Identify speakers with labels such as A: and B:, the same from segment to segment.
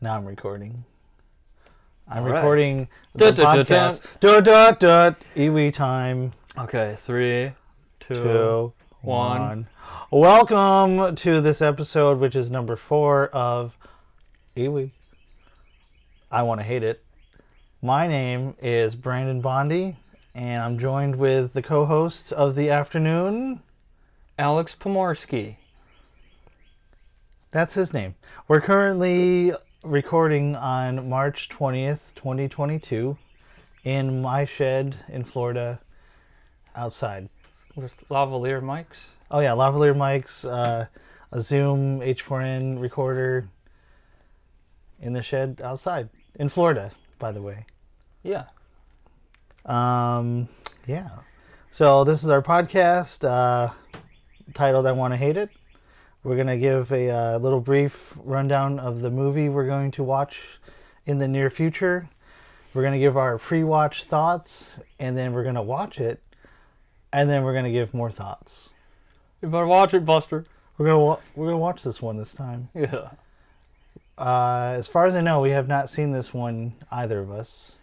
A: Now I'm recording. I'm
B: All right.
A: recording the
B: Dun, dun, dun,
A: podcast. Dun, dun, dun. Iwi time
B: Okay, three, two,
A: two,
B: one.
A: one. Welcome to this episode, which is number four of Iwi. I want to hate it. My name is Brandon Bondy, and I'm joined with the co-host of the afternoon.
B: Alex Pomorski.
A: That's his name. We're currently recording on March 20th, 2022, in my shed in Florida, outside.
B: with lavalier mics.
A: Oh, yeah, lavalier mics, uh, a Zoom H4n recorder in the shed outside, in Florida, by the way.
B: Yeah.
A: Um, yeah. So this is our podcast uh, titled "I Want to Hate It." We're gonna give a uh, little brief rundown of the movie we're going to watch in the near future. We're gonna give our pre-watch thoughts, and then we're gonna watch it, and then we're gonna give more thoughts.
B: You better watch it, Buster.
A: We're gonna wa- we're gonna watch this one this time.
B: Yeah.
A: Uh, as far as I know, we have not seen this one either of us.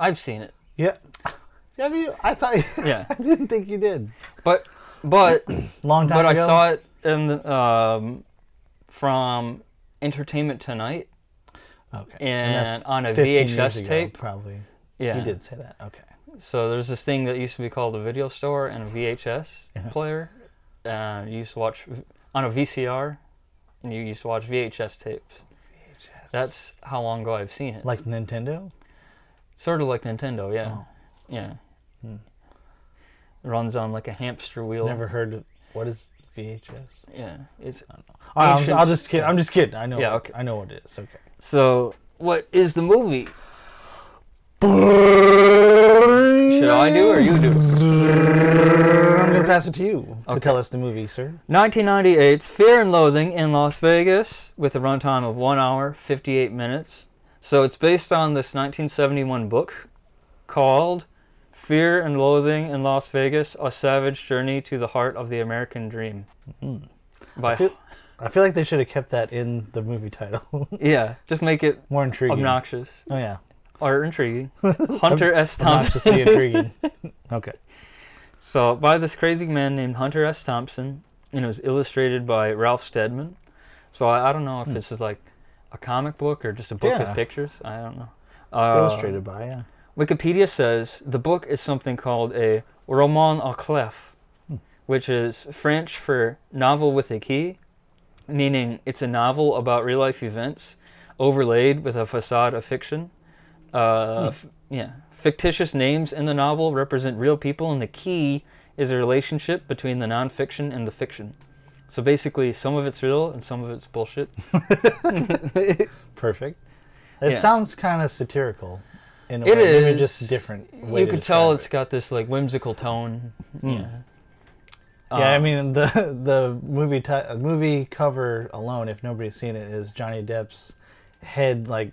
B: I've seen it.
A: Yeah. Have you? I thought.
B: Yeah.
A: I didn't think you did.
B: But but
A: Long time
B: but I
A: ago.
B: saw it in the, um from Entertainment Tonight.
A: Okay.
B: and on a
A: 15 years
B: VHS
A: ago,
B: tape.
A: probably.
B: Yeah.
A: You did say that. Okay.
B: So there's this thing that used to be called a video store and a VHS player. Uh, you used to watch on a VCR, and you used to watch VHS tapes.
A: VHS.
B: That's how long ago I've seen it.
A: like Nintendo.
B: Sort of like Nintendo, yeah.
A: Oh.
B: Yeah. Runs on like a hamster wheel.
A: Hmm. Never heard of what is VHS.
B: Yeah. It's
A: Oh, I'm,
B: Ancient-
A: I'll just kid. I'm just kidding. I know.
B: Yeah,
A: Yeah,
B: okay.
A: I know what it is. Okay.
B: so. What is the movie? Should I do or you do?
A: I'm gonna pass it to you to tell us the movie, sir.
B: 1998's Fear and Loathing in Las Vegas with a runtime of 1 hour 58 minutes. So it's based on this 1971 book called Fear and Loathing in Las Vegas: A Savage Journey to the Heart of the American Dream. By
A: feel- Hmm. I feel like they should have kept that in the movie title.
B: yeah, just make it
A: More intriguing.
B: obnoxious
A: Oh yeah.
B: or intriguing. Hunter S. Thompson.
A: Obnoxiously intriguing. Okay.
B: So by this crazy man named Hunter S. Thompson, and it was illustrated by Ralph Steadman. So I, I don't know if this is like a comic book or just a book with
A: Hmm. Yeah.
B: pictures. I don't know.
A: It's
B: Uh,
A: illustrated by yeah.
B: Wikipedia says the book is something called a roman à clef, which is French for novel with a key, meaning it's a novel about real life events overlaid with a facade of fiction. Uh, f- yeah. Fictitious names in the novel represent real people, and the key is a relationship between the nonfiction and the fiction. So basically, some of it's real and some of it's bullshit.
A: Perfect. It
B: Yeah.
A: sounds kind of satirical. In a
B: It
A: way. Maybe
B: is.
A: just a different way
B: you
A: to
B: could tell
A: describe
B: it's got this like whimsical tone. Yeah.
A: Hmm. Yeah, I
B: Um,
A: mean the the movie ti uh, movie cover alone, if nobody's seen it, is Johnny Depp's head like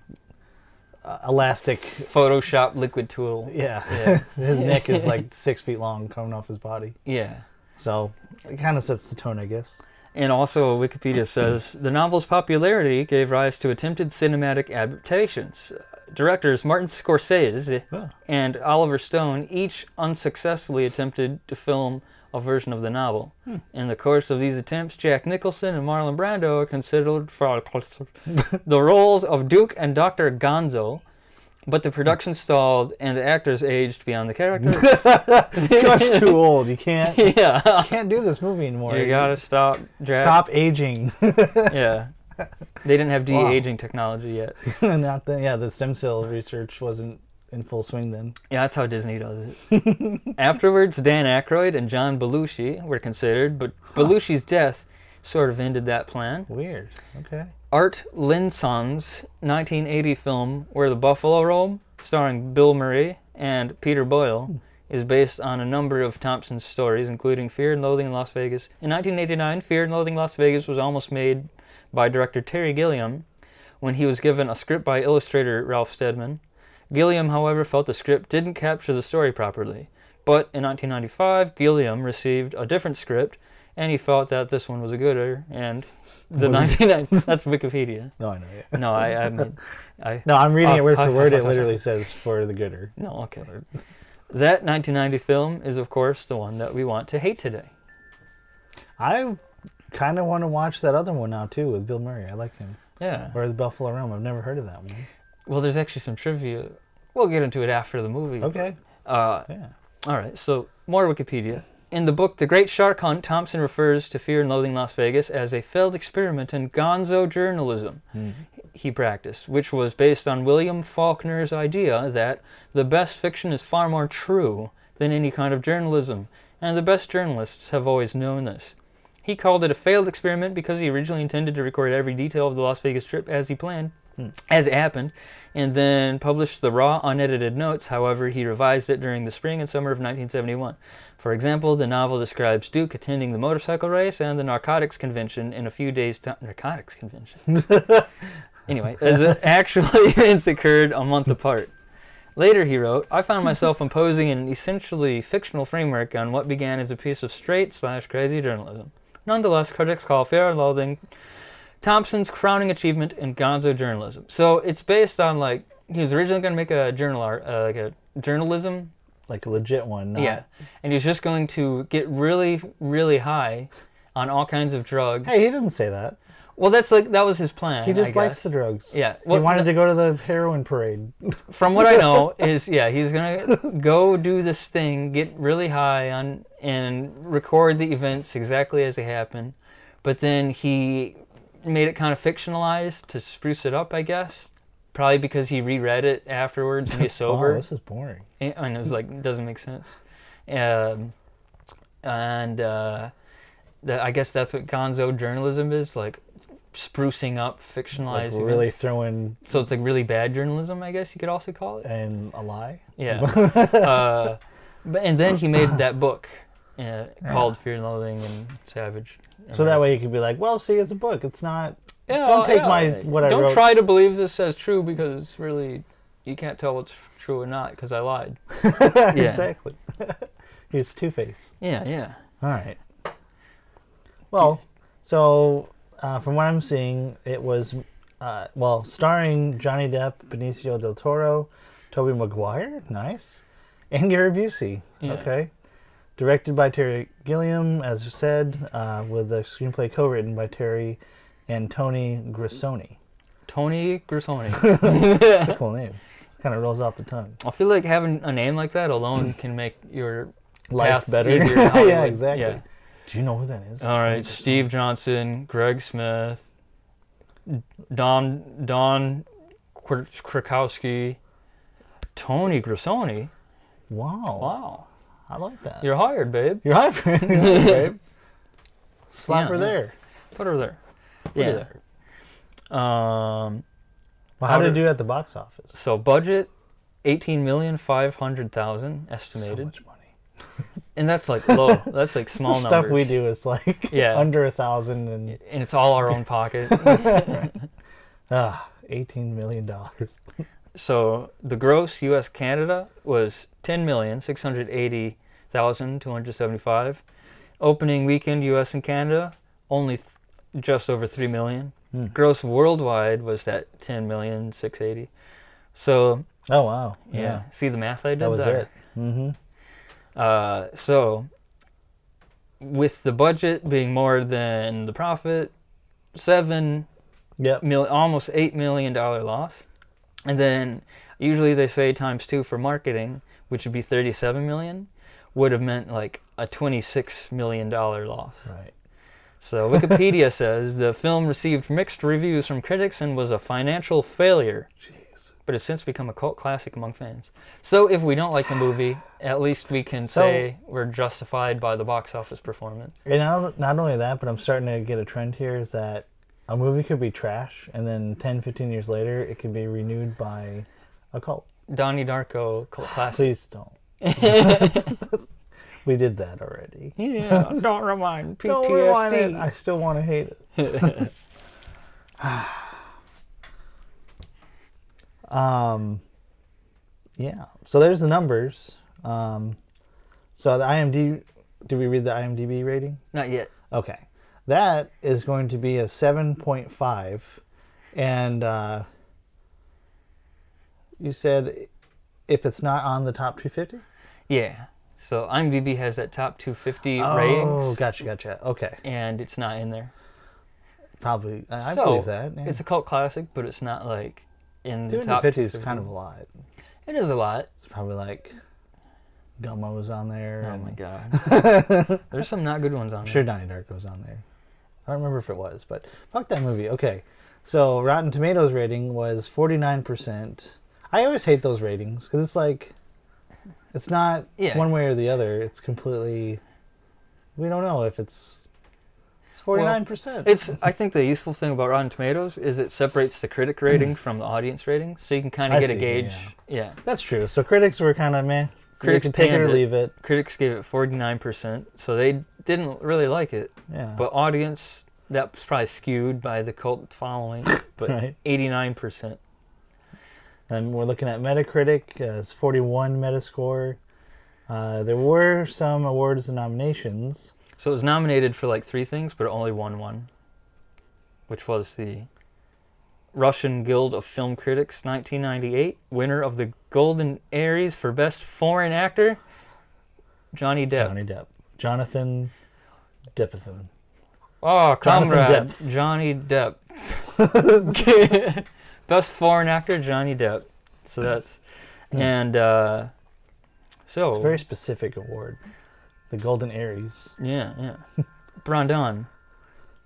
A: uh, elastic.
B: Photoshop liquid tool.
A: Yeah, his neck is like six feet long, coming off his body.
B: Yeah.
A: So it kind of sets the tone, I guess.
B: And also, Wikipedia says the novel's popularity gave rise to attempted cinematic adaptations. Directors Martin Scorsese
A: Huh.
B: and Oliver Stone each unsuccessfully attempted to film a version of the novel.
A: Hmm.
B: In the course of these attempts, Jack Nicholson and Marlon Brando are considered for the roles of Duke and Dr. Gonzo, but the production stalled and the actors aged beyond the character.
A: Gus too old. You can't
B: yeah.
A: can't do this movie anymore.
B: You gotta stop, Jack.
A: stop aging.
B: Yeah. They didn't have de
A: Wow.
B: aging technology yet.
A: Not the, yeah, the stem cell research wasn't in full swing then.
B: Yeah, that's how Disney does it. Afterwards, Dan Aykroyd and John Belushi were considered, but Belushi's death sort of ended that plan.
A: Weird. Okay.
B: Art Linson's 1980 film, Where the Buffalo Roam, starring Bill Murray and Peter Boyle, is based on a number of Thompson's stories, including Fear and Loathing in Las Vegas. In 1989, Fear and Loathing in Las Vegas was almost made by director Terry Gilliam when he was given a script by illustrator Ralph Steadman. Gilliam, however, felt the script didn't capture the story properly. But in 1995, Gilliam received a different script and he felt that this one was a gooder, and the
A: Was
B: 99. that's Wikipedia.
A: No, I know. Uh, Yeah.
B: No, I, I mean, I
A: No, I'm reading
B: Oh,
A: it word for
B: okay,
A: word.
B: okay,
A: It
B: okay.
A: literally says for the gooder.
B: no, okay. That 1990 film is, of course, the one that we want to hate today.
A: I kind of want to watch that other one now too with Bill Murray. I like him.
B: Yeah.
A: Or the Buffalo Realm. I've never heard of that one.
B: Well, there's actually some trivia. We'll get into it after the movie.
A: Okay.
B: Uh,
A: Yeah.
B: all right. So more Wikipedia. In the book The Great Shark Hunt, Thompson refers to Fear and Loathing in Las Vegas as a failed experiment in gonzo journalism
A: Hmm.
B: he practiced, which was based on William Faulkner's idea that the best fiction is far more true than any kind of journalism, and the best journalists have always known this. He called it a failed experiment because he originally intended to record every detail of the Las Vegas trip as he planned, as it happened, and then published the raw, unedited notes. However, he revised it during the spring and summer of 1971. For example, the novel describes Duke attending the motorcycle race and the narcotics convention in a few days' time. Narcotics convention. Anyway, uh, the actual events occurred a month apart. Later, he wrote, I found myself imposing an essentially fictional framework on what began as a piece of straight slash crazy journalism. Nonetheless, critics call Fair and Loathing Thompson's crowning achievement in gonzo journalism. So it's based on, like, he was originally going to make a journal art, uh, like a journalism.
A: Like a legit one. Not,
B: Yeah. And he was just going to get really, really high on all kinds of drugs.
A: Hey, he didn't say that.
B: Well, that's like, that was his plan.
A: He
B: I
A: just likes
B: guess.
A: the drugs.
B: Yeah.
A: he
B: Well,
A: wanted
B: no-
A: to go to the heroin parade.
B: from what I know, is yeah, he's gonna go do this thing, get really high on, and record the events exactly as they happen. But then he made it kind of fictionalized to spruce it up, I guess. Probably because he reread it afterwards when he's sober
A: Oh, this is boring.
B: and and it was like doesn't make sense um, and uh, the, i guess that's what gonzo journalism is like sprucing up
A: Like
B: fictionalized
A: really
B: events.
A: throwing
B: so it's like really bad journalism i guess you could also call it
A: in a lie.
B: yeah uh, but, and then he made that book uh, called fear and loathing and savage
A: So that way you could be like, well, see, it's a book. It's not.
B: Yeah,
A: don't take
B: yeah,
A: my
B: like,
A: what I
B: don't
A: wrote.
B: try to believe this as true because it's really you can't tell what's true or not because i lied
A: exactly. it's Two Face.
B: yeah yeah
A: All right. Well, so uh, from what I'm seeing, it was uh, well starring Johnny Depp, Benicio del Toro, Toby Maguire, nice, and Gary Busey.
B: Yeah.
A: Okay. Directed by Terry Gilliam, as you said, uh, with the screenplay co-written by Terry and Tony Grissoni.
B: tony grissoni
A: It's a cool name. Kind of rolls off the tongue.
B: I feel like having a name like that alone can make your
A: Life
B: path
A: better.
B: easier in Hollywood.
A: yeah, exactly.
B: Yeah. Uh,
A: Do you know who that is?
B: All right, Steve Johnson, Greg Smith, Don Don Kr- Krakowski, Tony Grissoni.
A: Wow.
B: Wow,
A: I like that.
B: you're hired, babe.
A: You're high, babe. Slap
B: Yeah,
A: her
B: yeah.
A: there.
B: Put her there.
A: Put her
B: yeah. Um.
A: Well, how did
B: Outer-
A: it do at the box office?
B: So budget, eighteen million five hundred thousand estimated,
A: So much money.
B: and that's like low. that's like small
A: the
B: numbers.
A: stuff we do is like
B: Yeah.
A: under a thousand and
B: and it's all our own pocket.
A: ah, eighteen million dollars.
B: So the gross U.S. Canada was ten million six hundred eighty thousand two hundred seventy-five. Opening weekend U.S. and Canada only th- just over three million.
A: Hmm.
B: Gross worldwide was that ten million six eighty. So
A: Oh wow.
B: yeah. see the math I did
A: That was
B: there.
A: it. Mm-hmm.
B: Uh, so, with the budget being more than the profit, seven
A: Yep.
B: mil- almost eight million dollar loss, and then usually they say times two for marketing, which would be thirty-seven million, would have meant like a twenty-six million dollar loss.
A: Right.
B: So Wikipedia says the film received mixed reviews from critics and was a financial failure,
A: Jeez.
B: but has since become a cult classic among fans. So if we don't like the movie, at least we can
A: So-
B: say we're justified by the box office performance.
A: And not, not only that, but I'm starting to get a trend here is that a movie could be trash, and then 10, 15 years later, it could be renewed by a cult.
B: Donnie Darko cult classic.
A: Please don't. we did that already.
B: Yeah, don't remind PTSD.
A: Don't rewind it. I still want to hate it. um, yeah. So there's the numbers. Um, so the IMDb. Did we read the IMDb rating?
B: Not yet.
A: Okay, that is going to be a seven point five, and uh, you said if it's not on the top two fifty.
B: Yeah. So IMDb has that top 250
A: Oh,
B: ratings,
A: gotcha, gotcha. Okay,
B: and it's not in there.
A: probably. I, I
B: so
A: believe that. yeah.
B: It's a cult classic, but it's not like in the top
A: 250 is
B: 250.
A: kind of a lot.
B: It is a lot.
A: It's probably like Gummo's on there.
B: Oh
A: and
B: my god. There's some not good ones on
A: I'm
B: there.
A: sure Donnie Darko's on there. I don't remember if it was, but fuck that movie. Okay. So Rotten Tomatoes rating was 49%. I always hate those ratings because it's like, it's not
B: Yeah.
A: one way or the other. It's completely, we don't know if it's, it's 49%.
B: It's. I think the useful thing about Rotten Tomatoes is it separates the critic rating from the audience rating, so you can kind
A: I
B: of get a
A: see,
B: gauge. Yeah.
A: That's true. So critics were kind of meh. Critics
B: Critics
A: take it or
B: panned it.
A: leave it.
B: Critics gave it 49%, so they didn't really like it.
A: Yeah.
B: But audience, that was probably skewed by the cult following, but
A: Right.
B: 89%.
A: And we're looking at Metacritic. Uh, it's 41 Metascore. Uh, there were some awards and nominations.
B: So it was nominated for like three things, but it only won one, which was the Russian Guild of Film Critics 1998, winner of the Golden Aries for Best Foreign Actor, Johnny Depp.
A: Johnny Depp, Jonathan Deppathan.
B: Oh,
A: Jonathan
B: comrade,
A: Depp.
B: Johnny Depp. Best foreign actor, Johnny Depp. So that's and uh, so
A: It's a very specific award. The Golden Aries.
B: yeah, yeah. Brondon,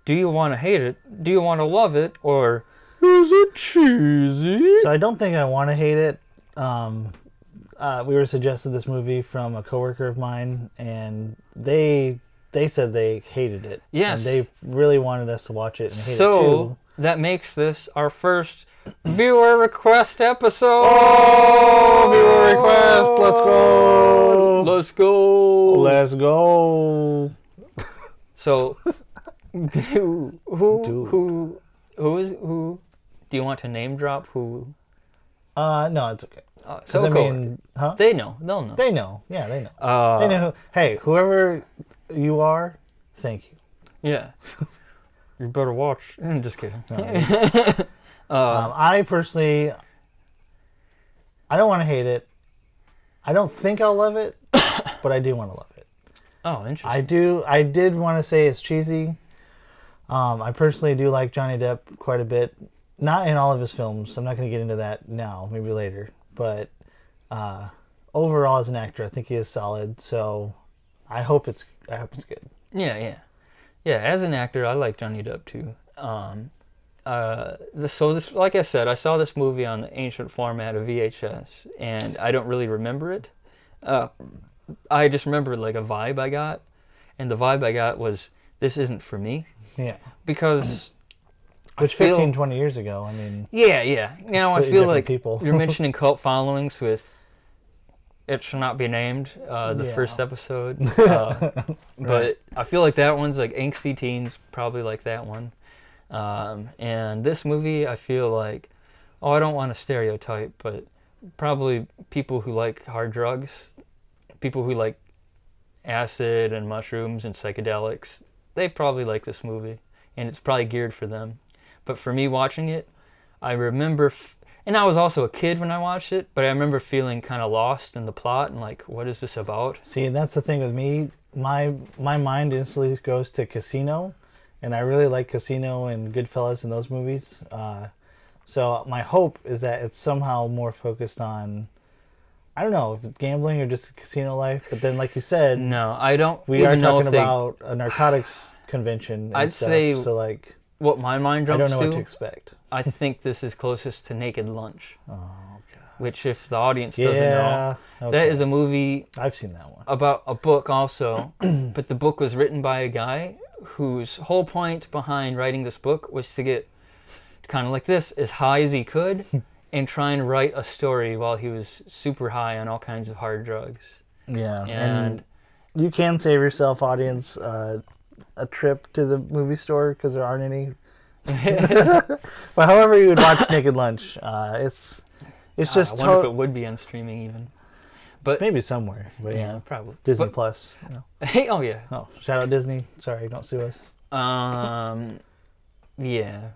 B: do you want to hate it? Do you want to love it? Or is it cheesy?
A: So I don't think I want to hate it. Um, uh, we were suggested this movie from a coworker of mine, and they they said they hated it.
B: Yes.
A: And they really wanted us to watch it and hate it
B: So
A: too.
B: that makes this our first viewer request episode.
A: Oh. Viewer request. Let's go.
B: Let's go.
A: Let's go.
B: So, who who
A: Dude.
B: who who is who? Do you want to name drop who?
A: Uh, no, it's okay.
B: Uh,
A: 'Cause
B: so
A: I mean, huh?
B: they know. They'll know.
A: They know. Yeah, they know.
B: uh,
A: they know. Who, hey, whoever you are, thank you.
B: Yeah. you better watch. I'm just kidding.
A: Um, I personally, I don't want to hate it. I don't think I'll love it, but I do want to love it.
B: Oh, interesting.
A: I do. I did want to say it's cheesy. Um, I personally do like Johnny Depp quite a bit. Not in all of his films. I'm not going to get into that now. Maybe later. But uh, overall, as an actor, I think he is solid. So I hope it's. I hope it's good.
B: yeah, yeah, yeah. As an actor, I like Johnny Depp too. Um, uh, the, so this, like I said, I saw this movie on the ancient format of VHS, and I don't really remember it. Uh, I just remember like a vibe I got, and the vibe I got was this isn't for me.
A: Yeah.
B: because
A: Which
B: feel-
A: 15, 20 years ago, I mean,
B: yeah yeah now i
A: Completely
B: feel
A: different
B: like
A: people.
B: you're mentioning cult followings with it shall not be named uh, the
A: Yeah.
B: first episode uh, but i feel like that one's like angsty teens probably like that one um, and this movie i feel like oh i don't want to stereotype but probably people who like hard drugs people who like acid and mushrooms and psychedelics they probably like this movie and it's probably geared for them but for me watching it i remember f- and i was also a kid when i watched it but i remember feeling kind of lost in the plot and like what is this about
A: See, and that's the thing with me. My my mind instantly goes to Casino, and I really like Casino and Goodfellas and those movies. Uh, so my hope is that it's somehow more focused on, I don't know, if it's gambling or just casino life. But then, like you said,
B: no i don't
A: we
B: Mm. even
A: are
B: know
A: talking
B: if they,
A: about a narcotics convention. And
B: I'd
A: stuff,
B: say
A: so. Like
B: what my mind
A: I don't
B: jumps
A: know what
B: to
A: to expect.
B: i think this is closest to naked lunch
A: Oh god.
B: which if the audience doesn't know
A: Yeah,
B: that
A: okay.
B: is a movie
A: I've seen that one.
B: about a book also, but the book was written by a guy whose whole point behind writing this book was to get kind of like this as high as he could and try and write a story while he was super high on all kinds of hard drugs.
A: Yeah,
B: And
A: you can save yourself, audience, uh, a trip to the movie store because there aren't any. but however you would watch Naked Lunch, uh, it's it's
B: just
A: just
B: I wonder
A: to-
B: if it would be on streaming even. But
A: Maybe somewhere, but yeah.
B: yeah, probably
A: Disney
B: But-
A: Plus. you know.
B: Hey, oh yeah.
A: Oh, shout out Disney. Sorry, don't sue us.
B: Um, yeah.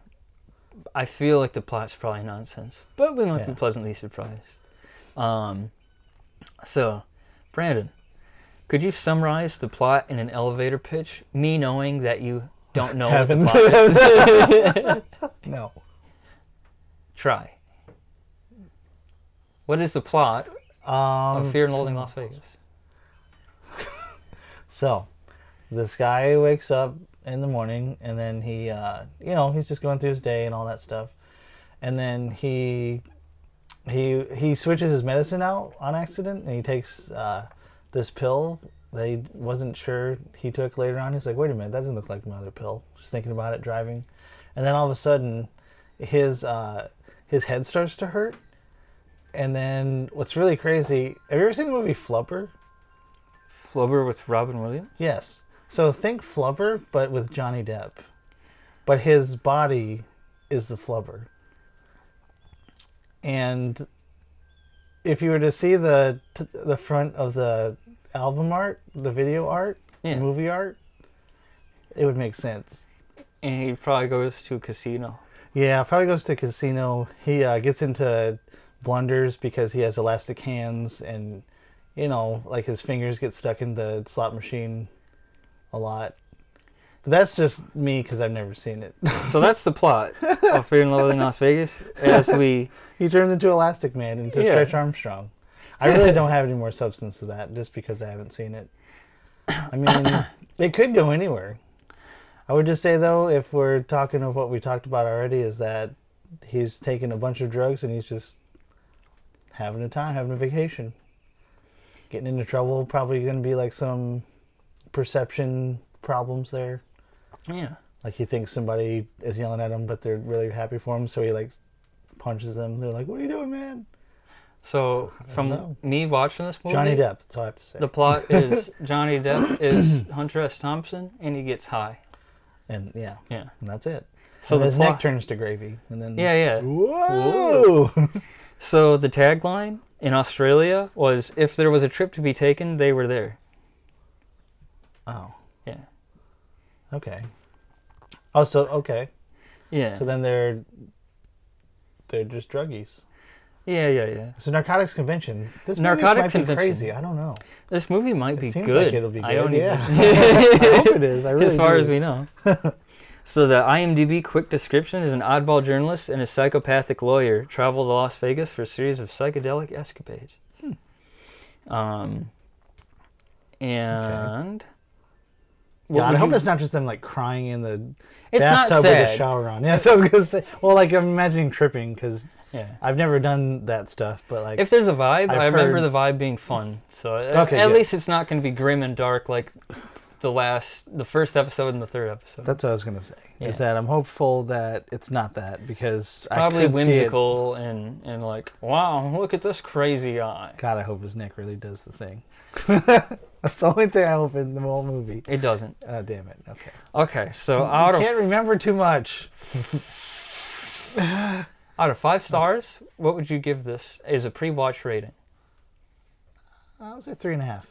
B: I feel like the plot's probably nonsense, but we might be
A: Yeah.
B: pleasantly surprised. Um, so, Brandon, could you summarize the plot in an elevator pitch? Me knowing that you don't know what the
A: Happens.
B: plot is.
A: No.
B: Try. What is the plot of
A: Um,
B: Fear and Loathing in Las Vegas?
A: so, this guy wakes up in the morning, and then he, uh, you know, he's just going through his day and all that stuff, and then he, he, he switches his medicine out on accident, and he takes uh, this pill that he wasn't sure he took later on. He's like, wait a minute, that didn't look like my other pill. Just thinking about it driving, and then all of a sudden, his uh, his head starts to hurt. And then what's really crazy, have you ever seen the movie Flubber?
B: Flubber with Robin Williams?
A: Yes. So think Flubber, but with Johnny Depp. But his body is the Flubber. And if you were to see the t- the front of the album art, the video art,
B: Yeah.
A: movie art, it would make sense.
B: And he probably goes to a casino.
A: Yeah, probably goes to casino. He uh, gets into blunders because he has elastic hands, and you know, like his fingers get stuck in the slot machine a lot. But that's just me because I've never seen it.
B: So that's the plot of Fear and Loathing in Las Vegas. As we
A: he turns into Elastic Man into
B: Yeah.
A: Stretch Armstrong. I really don't have any more substance to that just because I haven't seen it. I mean, it could go anywhere. I would just say though, if we're talking of what we talked about already, is that he's taking a bunch of drugs and he's just having a time, having a vacation. Getting into trouble, probably going to be like some perception problems there.
B: Yeah.
A: Like he thinks somebody is yelling at him, but they're really happy for him, so he like punches them. They're like, "What are you doing, man?"
B: So from
A: know.
B: me watching this movie,
A: Johnny Depp. That's all I have to say.
B: the plot is Johnny Depp is Hunter S. Thompson, and he gets high.
A: and yeah,
B: Yeah.
A: and that's it.
B: So
A: So
B: the
A: his
B: plot.
A: neck turns to gravy, and then
B: Yeah, yeah.
A: Whoa!
B: So the tagline in Australia was, "If there was a trip to be taken, they were there."
A: oh,
B: Yeah.
A: okay. Oh, so okay.
B: Yeah.
A: So then they're they're just druggies.
B: yeah, yeah, yeah.
A: It's a narcotics convention. This
B: Narcotics
A: narcotics might
B: convention.
A: be crazy. I don't know.
B: This movie might be
A: seems
B: good.
A: like it'll be
B: I
A: good,
B: don't
A: yeah.
B: even-
A: I hope it is. I really
B: as far
A: do.
B: as we know. so the IMDb quick description is an oddball journalist and a psychopathic lawyer travel to Las Vegas for a series of psychedelic escapades.
A: Hmm.
B: Um, and what
A: God, I
B: would
A: hope
B: you-
A: it's not just them like crying in the
B: It's not
A: bathtub with a
B: sad.
A: shower on. Yeah, that's what I was gonna say. Well, like I'm imagining tripping because
B: yeah.
A: I've never done that stuff, but like
B: If there's a vibe, i
A: I've
B: remember
A: heard-
B: the vibe being fun. So a-
A: Okay,
B: at
A: good.
B: least it's not going to be grim and dark like the last, the first episode and the third episode.
A: That's what I was gonna say.
B: Yeah.
A: Is that I'm hopeful that it's not that because I
B: Probably
A: could See
B: whimsical and and like, wow, look at this crazy eye.
A: it. God, I hope his neck really does the thing. That's the only thing I hope in the whole movie.
B: It doesn't.
A: Oh damn it. Okay.
B: Okay, so
A: I
B: out of
A: can't remember too much.
B: Out of five stars, what would you give this as a pre-watch rating?
A: I'll say three and a half.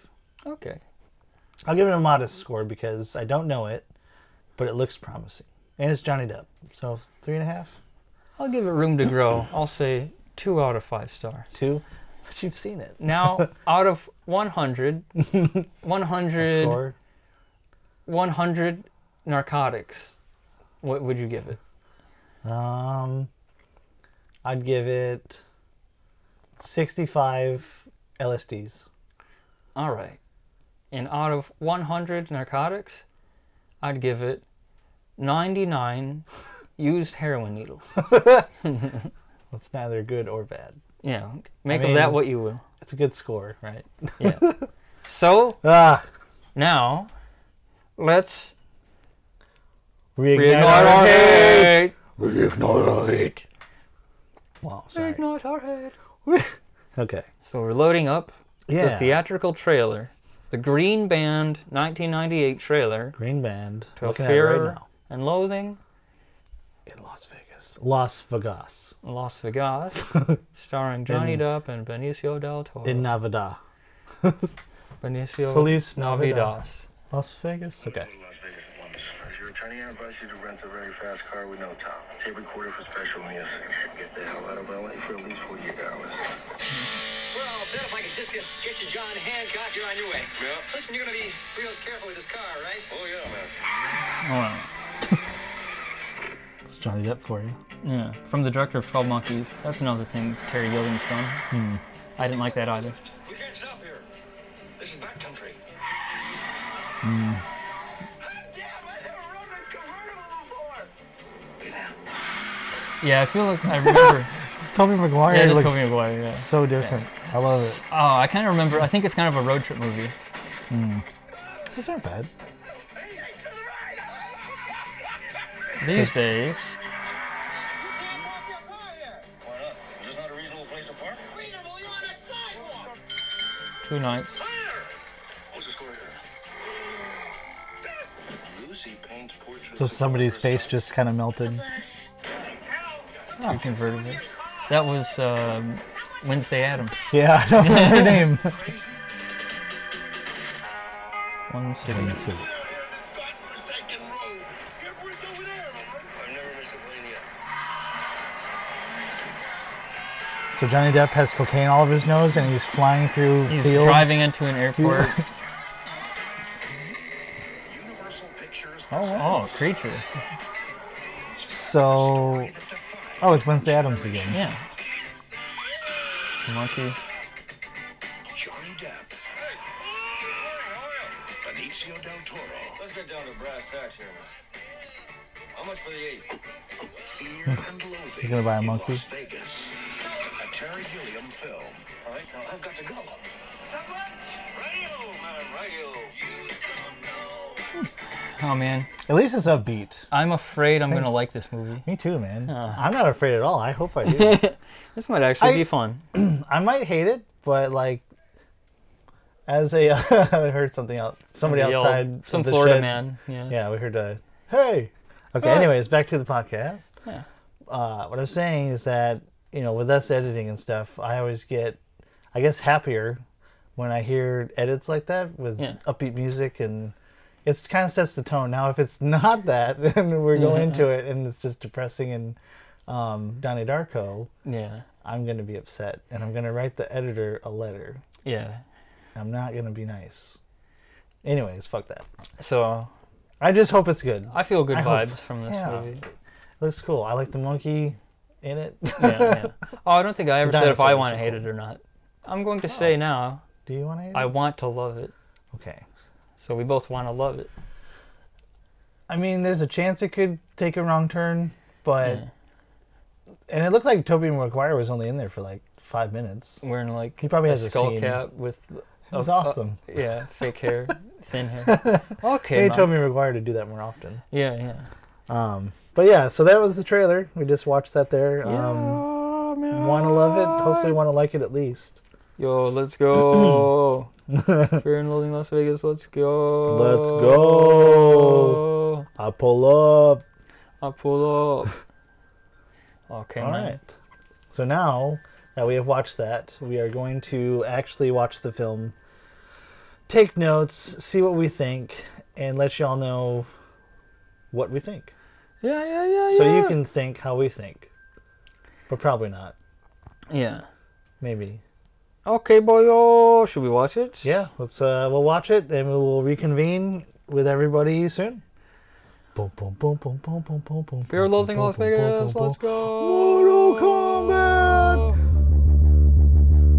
B: Okay.
A: I'll give it a modest score because I don't know it, but it looks promising. And it's Johnny Depp. So three and a half?
B: I'll give it room to grow. I'll say two out of five stars.
A: Two? But you've seen it.
B: Now, out of 100, 100,
A: Score.
B: 100 narcotics, what would you give it?
A: Um I'd give it sixty five LSDs.
B: All right. And out of 100 narcotics, I'd give it 99 used heroin needles.
A: That's neither good or bad.
B: Yeah, make
A: mean-
B: of that what you will.
A: It's a good score, right?
B: Yeah. so,
A: Ah,
B: now, let's
A: reignite,
B: Reignite
A: our
B: our
A: hate.
B: hate.
A: Wow, sorry.
B: Reignite our hate.
A: Okay.
B: So we're loading up the
A: Yeah.
B: theatrical trailer, the Green Band 1998 trailer
A: Green Band.
B: to
A: Looking at it
B: Fear
A: right now
B: and Loathing
A: in Las Vegas. Las Vegas Oh.
B: in Las Vegas, starring Johnny Depp and Benicio del Toro.
A: in Nevada.
B: Benicio
A: Feliz Navidad.
B: Navidad.
A: Las Vegas. Okay.
C: Las Vegas at once. As your attorney invites you to rent a very fast car with no top, a tape recorder for special music. Get the hell out of LA for at least 48 hours.
D: We're all set if I could just get, get you John Hancock, you're on your way.
C: Yeah.
D: Listen, you're gonna be real careful with this car, right?
C: Oh yeah, man.
A: It's Johnny Depp for you.
B: Yeah, from the director of 12 Monkeys. That's another thing Terry Gilliam's done.
A: Hmm.
B: I didn't like that either.
D: We can't stop here. This is back country.
B: Yeah, I feel like I remember.
A: It's Tobey Maguire.
B: yeah,
A: It
B: it is
A: looks
B: Tobey Maguire, yeah.
A: so different. I love it.
B: Oh, I kind of remember. I think it's kind of a road trip movie.
A: It's not bad.
B: These days.
C: Why not? Just not a reasonable place to park.
B: Two nights.
C: What's the score here? Lucy paints portraits.
A: So
C: of
A: somebody's
C: lovers'
A: face
C: sights.
A: just kind of melted.
B: Two convertibles. That was um, Wednesday Adams.
A: Yeah, I don't remember her name.
B: One city.
C: I've never missed a plane yet.
A: So Johnny Depp has cocaine all over his nose, and he's flying through
B: He's
A: fields.
B: driving into an airport.
C: Universal Pictures.
B: oh, creature.
A: So, oh, it's Wednesday Adams again.
B: Yeah. Monkey.
C: Johnny Depp. Benicio del Toro.
D: Let's get down to brass tacks here, man. How much for the eight?
C: Fear and loathing.
A: He's gonna buy a
C: in
A: monkey.
C: Las Vegas. A Terry Gilliam film.
D: All right, now I've got to go.
C: Radio, man, radio.
B: Oh man,
A: At least it's upbeat.
B: I'm afraid I'm gonna like this movie.
A: Me too, man.
B: Uh.
A: I'm not afraid at all. I hope I do.
B: This might actually
A: I-
B: be fun.
A: I might hate it, but like, as a I heard something out somebody
B: Yell-
A: outside of
B: Some
A: the
B: Florida
A: shed-
B: man. Yeah.
A: Yeah, we heard a hey. Okay,
B: Ah.
A: anyways, back to the podcast.
B: Yeah.
A: Uh, what I'm saying is that you know, with us editing and stuff, I always get, I guess, happier when I hear edits like that with
B: Yeah.
A: upbeat music and. It's kind of sets the tone. Now, if it's not that, then we're going into it, and it's just depressing and um, Donnie Darko.
B: Yeah.
A: I'm going to be upset and I'm going to write the editor a letter.
B: Yeah.
A: I'm not going to be nice. Anyways, fuck that.
B: So
A: I just hope it's good.
B: I feel good
A: I hope-
B: vibes from this
A: yeah.
B: movie.
A: looks cool. I like the monkey in it.
B: Yeah, yeah. Oh, I don't think I ever said if I
A: dinosaurs
B: want to
A: are
B: hate
A: cool. Oh.
B: it or not. I'm going to say now
A: Do you want to? Hate
B: I
A: it?
B: want to love it.
A: Okay.
B: So we both want to love it.
A: I mean, there's a chance it could take a wrong turn, but and it looked like Toby Maguire was only in there for like five minutes.
B: Wearing like
A: He probably
B: a
A: has a
B: skull
A: scene.
B: cap with
A: It was
B: uh, uh,
A: awesome.
B: yeah fake hair, thin hair. Okay.
A: They
B: man.
A: told me Maguire to do that more often.
B: Yeah, yeah.
A: Um, but yeah, so that was the trailer. We just watched that there. Um,
B: Oh, man.
A: want to love it? Hopefully, want to like it at least.
B: Yo, let's go. Fear and loathing Las Vegas. Let's go.
A: Let's go. I pull up.
B: I pull up. Okay,
A: All
B: man.
A: right. So now that we have watched that, we are going to actually watch the film, take notes, see what we think, and let y'all know what we think.
B: Yeah, yeah, yeah.
A: So you
B: yeah.
A: can think how we think, but probably not.
B: Yeah.
A: Maybe.
B: Okay, boy. Oh, should we watch it?
A: Yeah. Let's. Uh, we'll watch it and we will reconvene with everybody soon. Boom! Boom! Boom! Boom! Boom! Boom! Boom! Boom!
B: Fear and loathing Las Vegas. Let's
A: Mortal
B: go.
A: Kombat.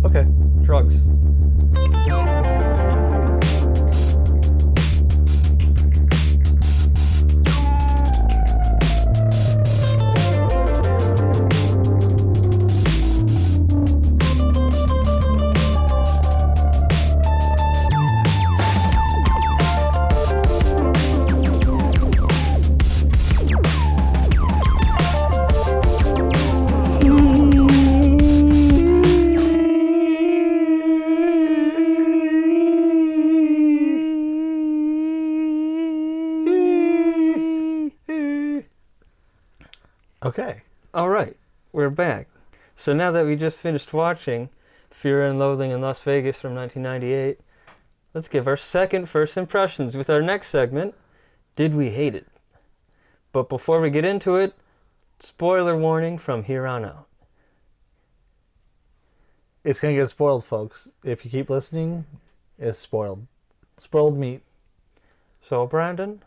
A: Okay.
B: Drugs.
A: Okay.
B: All right, we're back. So now that we just finished watching Fear and Loathing in Las Vegas from 1998. Let's give our second first impressions with our next segment Did We Hate It? But before we get into it, spoiler warning from here on out.
A: It's gonna get spoiled, folks. If you keep listening, it's spoiled. Spoiled meat.
B: So, Brandon,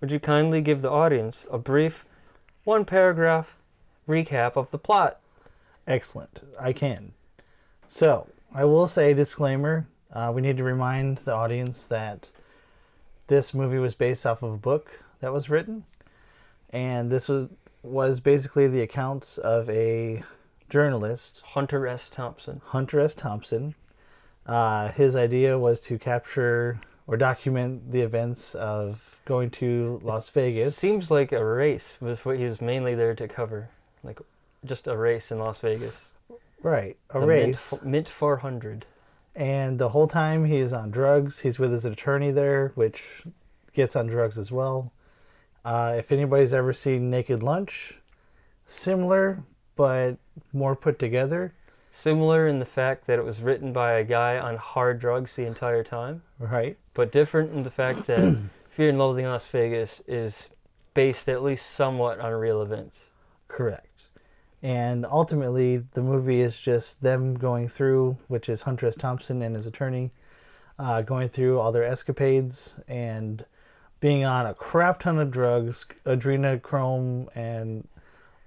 B: would you kindly give the audience a brief, one paragraph recap of the plot?
A: Excellent. I can. So, I will say disclaimer uh, we need to remind the audience that this movie was based off of a book that was written. And this was, was basically the accounts of a journalist,
B: Hunter S. Thompson.
A: Hunter S. Thompson. Uh, his idea was to capture or document the events of going to Las Vegas.
B: Seems like a race was what he was mainly there to cover. Like just a race in Las Vegas.
A: right, a
B: The
A: race.
B: Mint, Mint 400.
A: and the whole time he is on drugs. He's with his attorney there, which gets on drugs as well. Uh, if anybody's ever seen Naked Lunch, similar but more put together,
B: Similar in the fact that it was written by a guy on hard drugs the entire time,
A: right?
B: but different in the fact that Fear and Loathing in Las Vegas is based at least somewhat on real events.
A: Correct. And ultimately, the movie is just them going through, which is Hunter S. Thompson and his attorney, uh, going through all their escapades and being on a crap ton of drugs, adrenochrome and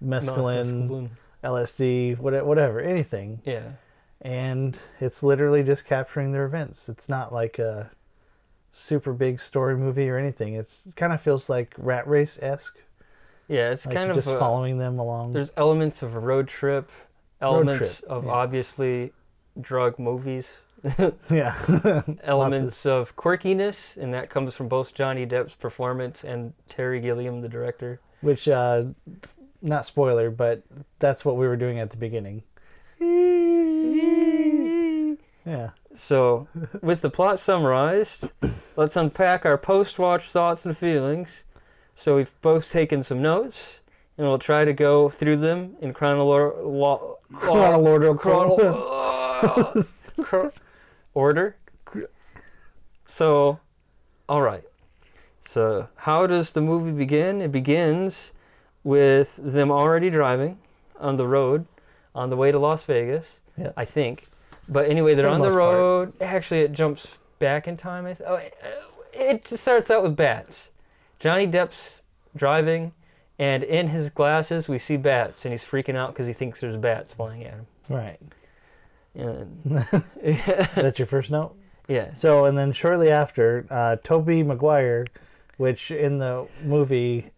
A: mescaline,
B: Mescaline.
A: LSD, whatever, whatever, anything.
B: Yeah.
A: And it's literally just capturing their events. It's not like a super big story movie or anything. It's kind of feels like Rat Race esque,
B: Yeah, it's
A: like
B: kind of
A: just
B: a-
A: following them along.
B: there's elements of a road trip, elements
A: trip,
B: of
A: yeah.
B: obviously drug movies.
A: Yeah.
B: elements of quirkiness, and that comes from both Johnny Depp's performance and Terry Gilliam, the director.
A: Which, uh, not spoiler, but that's what we were doing at the beginning. Yeah.
B: So, with the plot summarized, let's unpack our post watch thoughts and feelings. So, we've both taken some notes, and we'll try to go through them in chronological
A: Chronological.
B: chronal- chro- order. So, all right. So, how does the movie begin? It begins with them already driving on the road on the way to Las Vegas,
A: Yeah.
B: I think. But anyway, they're
A: For the
B: on the
A: most part.
B: road. Actually, it jumps back in time. I th- oh, it- it just starts out with bats. Johnny Depp's driving, and in his glasses, we see bats, and he's freaking out because he thinks there's bats flying at him.
A: Right.
B: And,
A: That's your first note?
B: yeah.
A: So, and then shortly after, uh, Toby Maguire, which in the movie,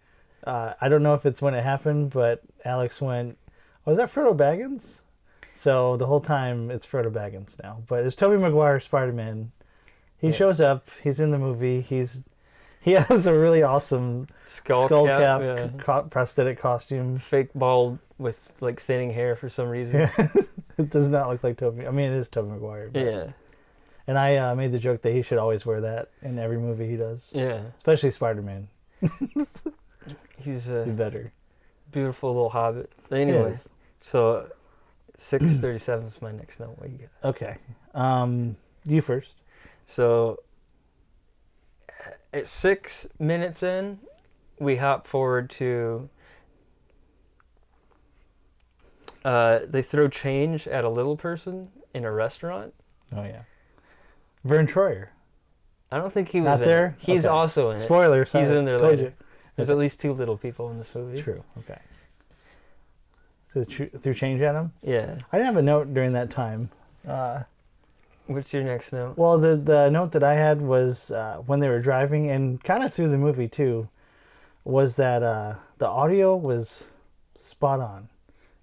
A: uh, I don't know if it's when it happened, but Alex went, was that Frodo Baggins? So the whole time it's Frodo Baggins now, but it's Toby Maguire Spider Man. He shows up. He's in the movie. He's he has a really awesome
B: Skull, cap, yeah.
A: c- co- prosthetic costume.
B: fake bald with like thinning hair for some reason. Yeah.
A: It does not look like Toby. I mean, it is Toby Maguire. but- And I uh, made the joke that he should always wear that in every movie he does,
B: Yeah,
A: especially Spider Man.
B: he's a
A: better.
B: beautiful little hobbit. Anyways, so six thirty-seven is my next note. What you got?
A: Okay. Um, you first.
B: So at six minutes in, we hop forward to. Uh, they throw change at a little person in a restaurant.
A: Oh yeah. Vern Troyer.
B: I don't think he was
A: Not
B: in
A: there?
B: It. He's
A: Okay.
B: also in it.
A: Spoiler. Sorry.
B: He's in there
A: Told
B: later.
A: you.
B: There's at least two little people in this movie.
A: True. Okay. So tr- through change at him.
B: Yeah.
A: I didn't have a note during that time.
B: What's your next note?
A: Well, the the note that I had was uh, when they were driving and kind of through the movie too, was that uh, the audio was spot on.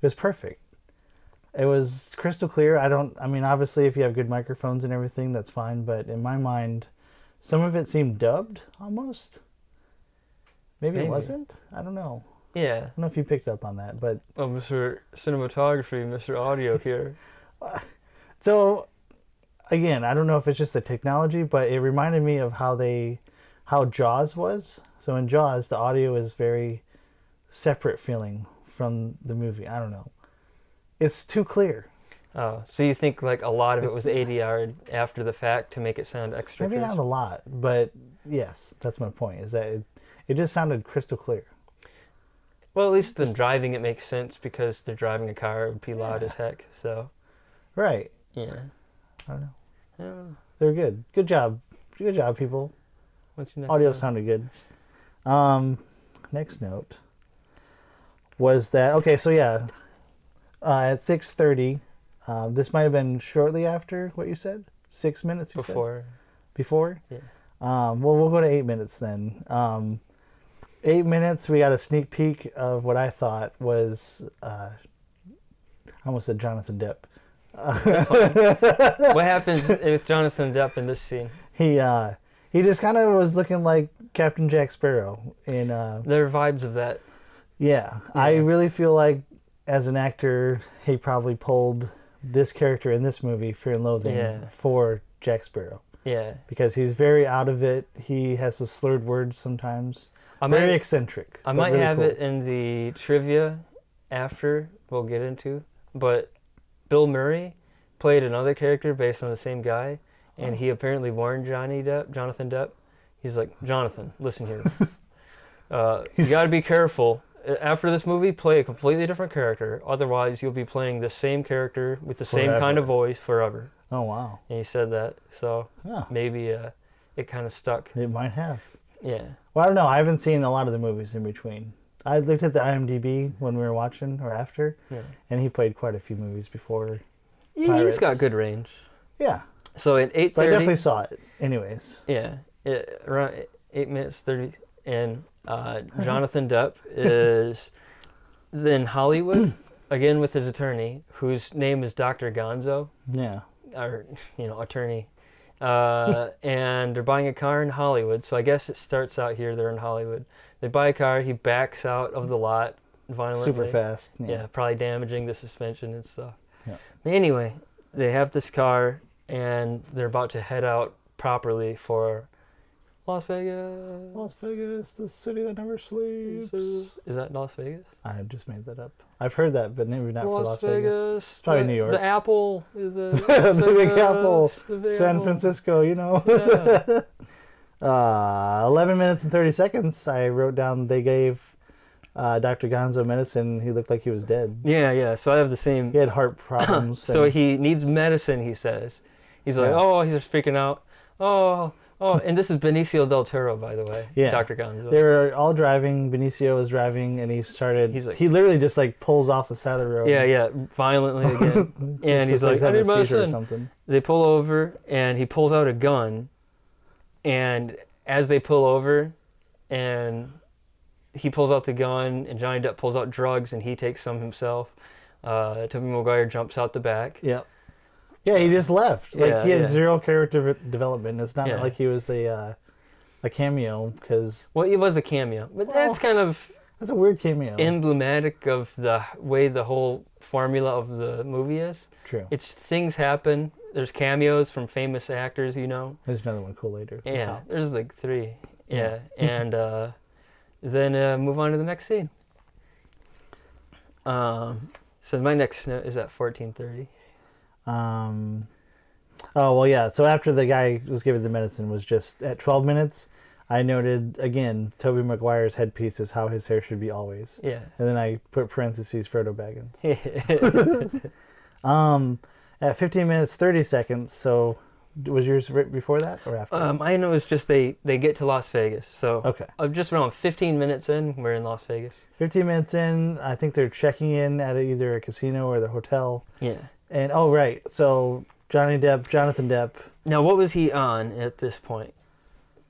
A: It was perfect. It was crystal clear. I don't. I mean, obviously, if you have good microphones and everything, that's fine. But in my mind, some of it seemed dubbed almost. Maybe,
B: Maybe.
A: it wasn't. I don't know.
B: Yeah.
A: I don't know if you picked up on that, but
B: Oh, Mr. Cinematography, Mr. Audio here.
A: So again, I don't know if it's just the technology, but it reminded me of how they how Jaws was. So in Jaws, the audio is very separate feeling from the movie. I don't know. It's too clear.
B: Oh, so you think like a lot of it was ADR after the fact to make it sound extra?
A: Maybe not
B: crisp?
A: a lot, but yes, that's my point. Is that it, it just sounded crystal clear.
B: Well, at least the driving it makes sense because they're driving a car. It would be loud as heck. So
A: Right.
B: yeah. Oh,
A: I don't know.
B: Yeah.
A: They're good. Good job. Good job, people.
B: What's your next
A: Audio
B: one?
A: sounded good. Um, next note was that okay? So yeah, uh, at six thirty, uh, this might have been shortly after what you said. Six minutes you said?
B: before.
A: Before.
B: Yeah.
A: Um, well, we'll go to eight minutes then. Um, eight minutes. We got a sneak peek of what I thought was. Uh, I almost said Jonathan Depp.
B: what happens with Jonathan Depp in this scene?
A: He uh, he just kind of was looking like Captain Jack Sparrow in uh,
B: There are vibes of that.
A: Yeah, I really feel like as an actor, he probably pulled this character in this movie, Fear and Loathing,
B: Yeah.
A: for Jack Sparrow
B: Yeah.
A: because he's very out of it. He has the slurred words sometimes.
B: I
A: very
B: might-
A: eccentric.
B: I
A: but
B: might
A: really
B: have
A: cool.
B: it in the trivia after we'll get into, but Bill Murray played another character based on the same guy, and he apparently warned Johnny Depp, Jonathan Depp. He's like, Jonathan, listen here, uh, you got to be careful. Uh, After this movie, play a completely different character. Otherwise, you'll be playing the same character with the same kind of voice forever.
A: Oh wow,
B: And he said that, so
A: Huh.
B: maybe uh, it kind of stuck.
A: it might have.
B: Yeah.
A: Well, I don't know. I haven't seen a lot of the movies in between. I looked at the IMDb when we were watching or after,
B: Yeah.
A: and he played quite a few movies before.
B: He's
A: Pirates.
B: got good range.
A: Yeah,
B: So at eight
A: but I
B: thirty,
A: definitely saw it. Anyways,
B: Yeah, it, around eight minutes thirty, and uh,
A: Uh-huh.
B: Jonathan Depp is in Hollywood again with his attorney, whose name is Doctor Gonzo,
A: yeah,
B: or you know, attorney. Uh, and they're buying a car in Hollywood, so I guess it starts out here. They're in Hollywood. They buy a car. He backs out of the lot violently.
A: super fast.
B: Yeah, probably damaging the suspension and stuff.
A: Yeah.
B: Anyway, they have this car and they're about to head out properly for Las Vegas.
A: Las Vegas, the city that never sleeps.
B: Is that Las Vegas?
A: I just made that up. I've heard that, but maybe not for Las Vegas. Probably
B: Probably
A: New York.
B: The Apple. Is it Las
A: the Big
B: Vegas,
A: Apple,
B: the Big
A: San
B: Apple.
A: Francisco, you know.
B: Yeah.
A: Uh, 11 minutes and 30 seconds. I wrote down they gave uh, Dr. Gonzo medicine. He looked like he was dead.
B: yeah, yeah. So I have the same.
A: He had heart problems.
B: So
A: and-
B: he needs medicine, he says. He's like,
A: Yeah.
B: oh, he's just freaking out. Oh, oh. And this is Benicio del Toro, by the way.
A: Yeah.
B: Dr. Gonzo.
A: They were all driving. Benicio was driving, and he started.
B: He's like-
A: he literally just like pulls off the side of the road.
B: Yeah, yeah, violently again. and he's like, I need
A: a seizure or
B: medicine.
A: something.
B: They pull over, and he pulls out a gun. And as they pull over, and he pulls out the gun, and Johnny Depp pulls out drugs, and he takes some himself. Uh, Tobey Maguire jumps out the back.
A: Yeah. Yeah, he just left. Like
B: Yeah,
A: he had
B: yeah.
A: zero character v- development. It's not
B: Yeah.
A: like he was a uh, a cameo because
B: Well, it was a cameo, but that's kind of
A: that's a weird cameo.
B: emblematic of the way the whole formula of the movie is.
A: True.
B: It's things happen. There's cameos from famous actors, you know.
A: There's another one cool later. The
B: Yeah,
A: cop.
B: there's like three. Yeah, and uh, then uh, move on to the next scene. Um, so my next note is at fourteen thirty.
A: Um. Oh well, yeah. So after the guy was given the medicine was just at 12 minutes, I noted again Toby Maguire's headpiece is how his hair should be always,
B: Yeah.
A: and then I put parentheses Frodo Baggins.
B: yeah,
A: Um, at 15 minutes 30 seconds. So was yours right before that or after?
B: um, I know it's just they they get to Las Vegas, so
A: Okay.
B: I'm just around fifteen minutes in. We're in Las Vegas.
A: 15 minutes in, I think they're checking in at either a casino or the hotel.
B: Yeah.
A: And oh right, so Johnny Depp, Jonathan Depp.
B: Now, what was he on at this point?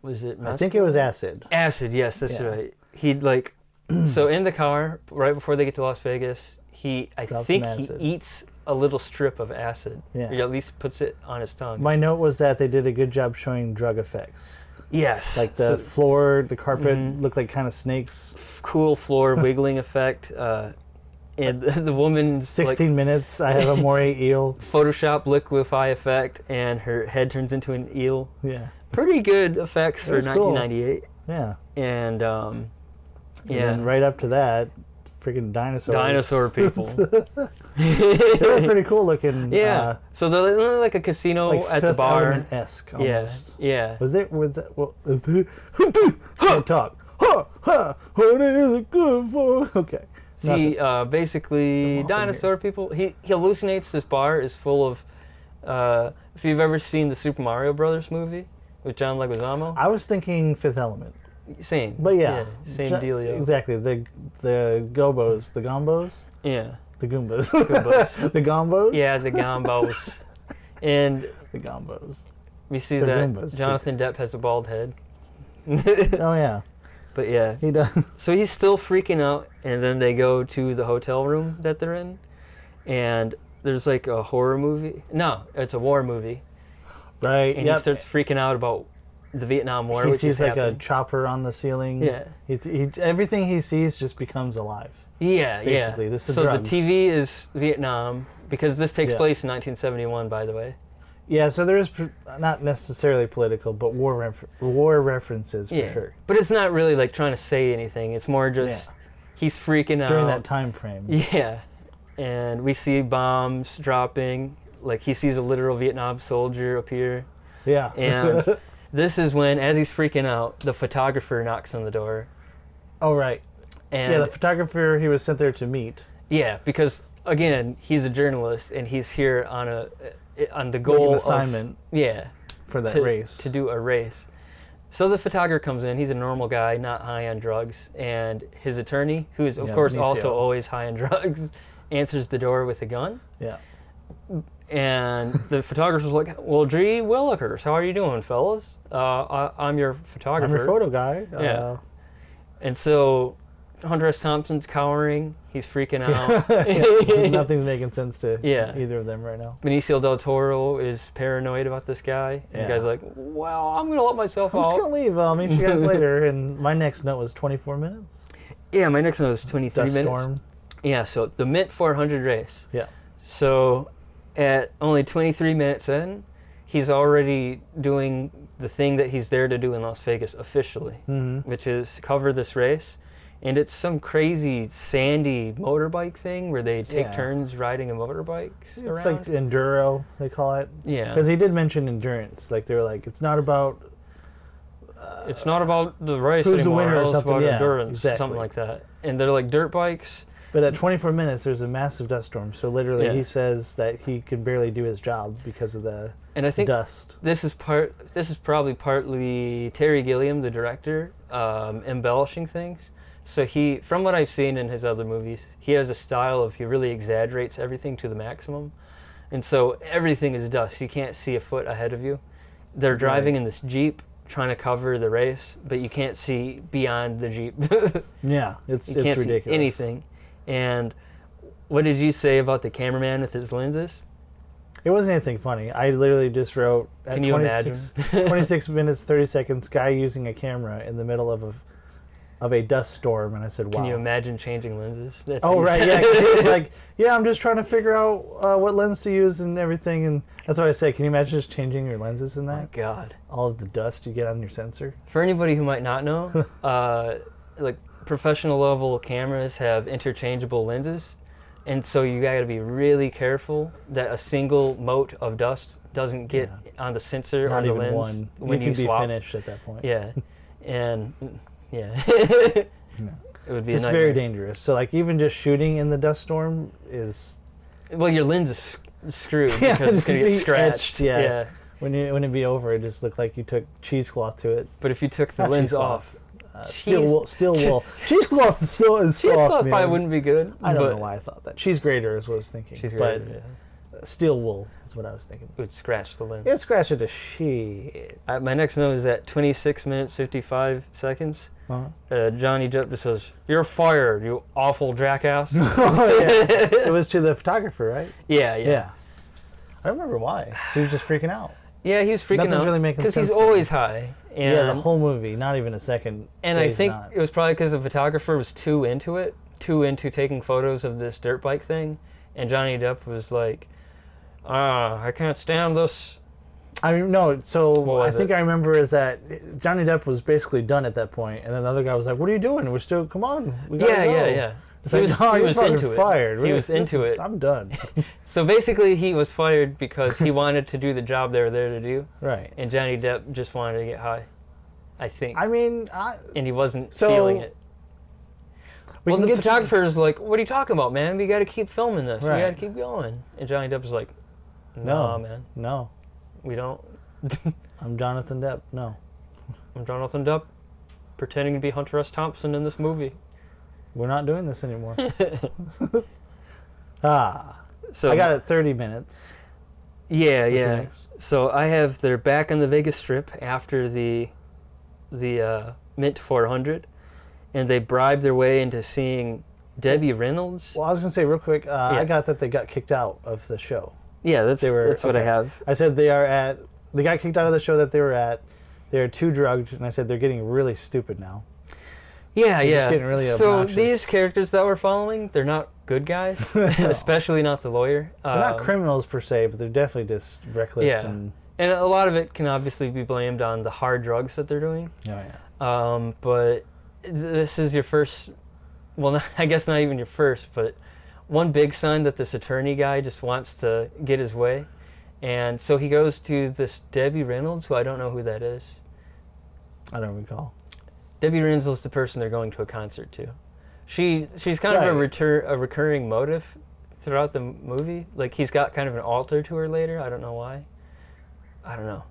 B: Was it?
A: I think it was acid.
B: Acid, yes, that's
A: Yeah.
B: right. He'd like so in the car right before they get to Las Vegas, he I
A: Drops
B: think
A: some
B: he
A: acid.
B: eats a little strip of acid.
A: Yeah.
B: Or at least puts it on his tongue.
A: My note was that they did a good job showing drug effects.
B: yes.
A: Like the
B: So, Mm-hmm.
A: floor, the carpet looked like kind of snakes.
B: f- cool floor wiggling effect uh and the, the woman's
A: 16
B: like
A: minutes, I have a moray eel.
B: Photoshop liquefy effect and her head turns into an eel.
A: Yeah.
B: Pretty good effects for
A: was cool.
B: 1998.
A: Yeah.
B: And um
A: And
B: yeah.
A: then right up to that, freaking dinosaurs.
B: dinosaur people.
A: they were pretty cool looking.
B: Yeah.
A: uh,
B: so they're li- like a casino
A: like
B: at the bar.
A: esque.
B: Yeah.
A: Almost.
B: Yeah.
A: Was it with that? Well, can't talk. Ha ha! What is it good for? Okay.
B: See, uh, basically,
A: It's a
B: dinosaur people. He he hallucinates. This bar is full of. Uh, if you've ever seen the Super Mario Brothers movie with John Leguizamo,
A: I was thinking Fifth Element,
B: same.
A: but yeah,
B: same
A: Ju-
B: dealio.
A: Exactly. The the gobos, the gombos,
B: Yeah,
A: the goombas,
B: Goombas.
A: the gombos.
B: yeah, the Gombos, and
A: the gombos.
B: we see
A: They're
B: that
A: Goombas.
B: Jonathan Depp has a bald head.
A: Oh yeah,
B: But yeah,
A: he does.
B: So he's still freaking out, and then they go to the hotel room that they're in, and there's like a horror movie. No, it's a war movie,
A: right.
B: and
A: yep.
B: he starts freaking out about the Vietnam War,
A: he
B: which
A: sees
B: is
A: like a
B: happened.
A: chopper on the ceiling.
B: Yeah.
A: He, he, everything he sees just becomes alive.
B: yeah,
A: basically,
B: yeah.
A: this is
B: so
A: drugs.
B: the TV is Vietnam because this takes
A: Yeah.
B: place in 1971, by the way.
A: Yeah, so there is pr- not necessarily political, but war refer- war references for
B: yeah,
A: sure
B: but it's not really like trying to say anything. It's more just he's freaking out
A: during that time frame.
B: Yeah, and we see bombs dropping. Like he sees a literal Vietnam soldier appear.
A: Yeah,
B: And this is when, as he's freaking out, the photographer knocks on the door.
A: oh right,
B: And
A: yeah,
B: yeah,
A: the photographer he was sent there to meet.
B: because again, he's a journalist and he's here on a eh, on the
A: like
B: goal
A: an
B: of-
A: assignment
B: yeah,
A: for that
B: Oh, to,
A: race.
B: to do a race. So the photographer comes in. He's a normal guy, not high on drugs, and his attorney, who is of
A: Yeah,
B: course
A: Benicio.
B: also always high on drugs, answers the door with a gun.
A: yeah,
B: And the photographer's like, "Well, G. Willikers, how are you doing, fellas? Uh, I, I'm your
A: I'm
B: photographer.
A: your photo guy. uh,
B: Yeah. And so Hunter S. Thompson's cowering. He's freaking
A: Uh,
B: out.
A: nothing's making sense to
B: Yeah.
A: either of them right now.
B: Benicio del Toro is paranoid about this guy.
A: Yeah.
B: And The guy's like, well, I'm going to let myself
A: I'm just
B: out.
A: gonna leave. I'll meet you guys later. And my next note was 24 minutes.
B: Yeah, my next note is 23
A: Dust
B: minutes.
A: storm.
B: Yeah, so the Mint 400 race.
A: Yeah.
B: So at only 23 minutes in, he's already doing the thing that he's there to do in Las Vegas officially,
A: Mm-hmm.
B: which is cover this race. And it's some crazy sandy motorbike thing where they take
A: Yeah.
B: turns riding a motorbikes
A: It's
B: around.
A: like enduro, they call it.
B: Yeah.
A: Because he did mention endurance. Like they were like, it's not about
B: it's not about the race
A: Who's the
B: anymore.
A: winner or
B: it's
A: something,
B: about
A: yeah,
B: endurance,
A: exactly.
B: something like that. And they're like dirt bikes.
A: But at 24 minutes, there's a massive dust storm. So literally,
B: Yeah.
A: he says that he can barely do his job because of the
B: And I think
A: dust.
B: this is part. This is probably partly Terry Gilliam, the director, um, embellishing things. So he, from what I've seen in his other movies, he has a style of he really exaggerates everything to the maximum, and so everything is dust. You can't see a foot ahead of you. They're driving in this jeep trying to cover the race, but you can't see beyond the jeep.
A: Yeah, it's
B: You
A: it's
B: can't
A: ridiculous.
B: see anything. And what did you say about the cameraman with his lenses?
A: It wasn't anything funny. I literally just wrote at
B: Can you
A: 26, 26 minutes 30 seconds. Guy using a camera in the middle of a of a dust storm, and I said, "Wow."
B: Can you imagine changing lenses? That's
A: Oh
B: what
A: right,
B: he
A: yeah.
B: said.
A: 'cause He was like, yeah, I'm just trying to figure out uh, what lens to use and everything, and that's why I said, can you imagine just changing your lenses in that?
B: God.
A: All of the dust you get on your sensor.
B: For anybody who might not know, uh, like professional level cameras have interchangeable lenses, and so you gotta be really careful that a single mote of dust doesn't get on the sensor
A: Not
B: or the
A: even
B: lens
A: one.
B: when
A: you
B: you,
A: could be
B: swap.
A: finished at that point.
B: Yeah, and yeah, it would be a
A: It's
B: nightmare.
A: very dangerous. So like even just shooting in the dust storm is
B: Well, your lens is sc- screwed
A: Yeah,
B: because it's
A: it's
B: gonna get
A: being
B: scratched.
A: etched, yeah. when you when it be over, it just looked like you took cheesecloth to it.
B: But if you took the
A: Not
B: lens off,
A: cheesecloth, Uh, steel
B: Cheese-
A: wool, steel wool. cheesecloth is so is soft.
B: cheesecloth probably
A: man.
B: wouldn't be good.
A: I don't
B: but
A: know why I thought that. Cheese grater is what I was thinking.
B: She's
A: but
B: great. yeah.
A: steel wool is what I was thinking.
B: It would scratch the lens.
A: It scratched it to shit.
B: Uh, my next note is that 26 minutes 55 seconds.
A: Uh-huh.
B: Uh, Johnny Depp just says, "You're fired, you awful jackass."
A: Oh, yeah. it was to the photographer, right?
B: yeah, yeah,
A: Yeah. I remember why. He was just freaking out.
B: Yeah, He was freaking
A: Nothing's
B: out
A: really making
B: because
A: sense
B: he's
A: to me.
B: always high. And,
A: yeah, the whole movie, not even a second.
B: Um, and
A: that
B: I
A: he's
B: think
A: not.
B: it was probably because the photographer was too into it, too into taking photos of this dirt bike thing, and Johnny Depp was like, "Ah, I can't stand this."
A: I mean, no. So I
B: was
A: think
B: it?
A: I remember is that Johnny Depp was basically done at that point, and then the other guy was like, "What are you doing? We're still come on, we gotta
B: Yeah,
A: go."
B: yeah, yeah.
A: It's
B: He
A: like,
B: was-
A: no,
B: he
A: you're
B: was
A: fucking
B: into it.
A: fired.
B: He
A: We're-
B: was
A: this
B: into
A: is-
B: it.
A: I'm done.
B: So basically, he was fired because he wanted to do the job they were there to do,
A: right.
B: and Johnny Depp just wanted to get high, I think,
A: I mean, I,
B: and he wasn't
A: So,
B: feeling it.
A: we
B: well,
A: can get
B: the photographer is like, "What are you talking about, man? We got to keep filming this.
A: Right.
B: We got to keep going." And Johnny Depp is like, "No,
A: No.
B: man,
A: To, no,
B: we don't.
A: I'm Jonathan Depp. No.
B: I'm Jonathan Depp, pretending to be Hunter S. Thompson in this movie."
A: We're not doing this anymore. ah,
B: So
A: I got it 30 minutes.
B: Yeah,
A: the
B: yeah.
A: next?
B: So I have they're back on the Vegas Strip after the the uh, Mint 400, and they bribe their way into seeing Debbie Reynolds.
A: Well, I was going to say real quick, uh, I
B: Yeah.
A: got that they got kicked out of the show.
B: yeah, that's
A: They were,
B: that's what I
A: okay.
B: have.
A: I said they are at, they got kicked out of the show that they were at. They're too drugged, and I said they're getting really stupid now.
B: Yeah, yeah.
A: getting really
B: so
A: obnoxious.
B: these characters that we're following, they're not good guys, especially not the lawyer.
A: They're not
B: Um,
A: criminals per se, but they're definitely just reckless
B: Yeah.
A: and.
B: and a lot of it can obviously be blamed on the hard drugs that they're doing.
A: Oh, yeah.
B: Um, but th- this is your first, well, not, I guess not even your first, but one big sign that this attorney guy just wants to get his way. And so he goes to this Debbie Reynolds, who I don't know who that is.
A: I don't recall.
B: Debbie Reynolds is the person they're going to a concert to. She she's kind of a
A: Right.
B: retur- a recurring motive throughout the m- movie. Like he's got kind of an altar to her later. I don't know why. I don't know.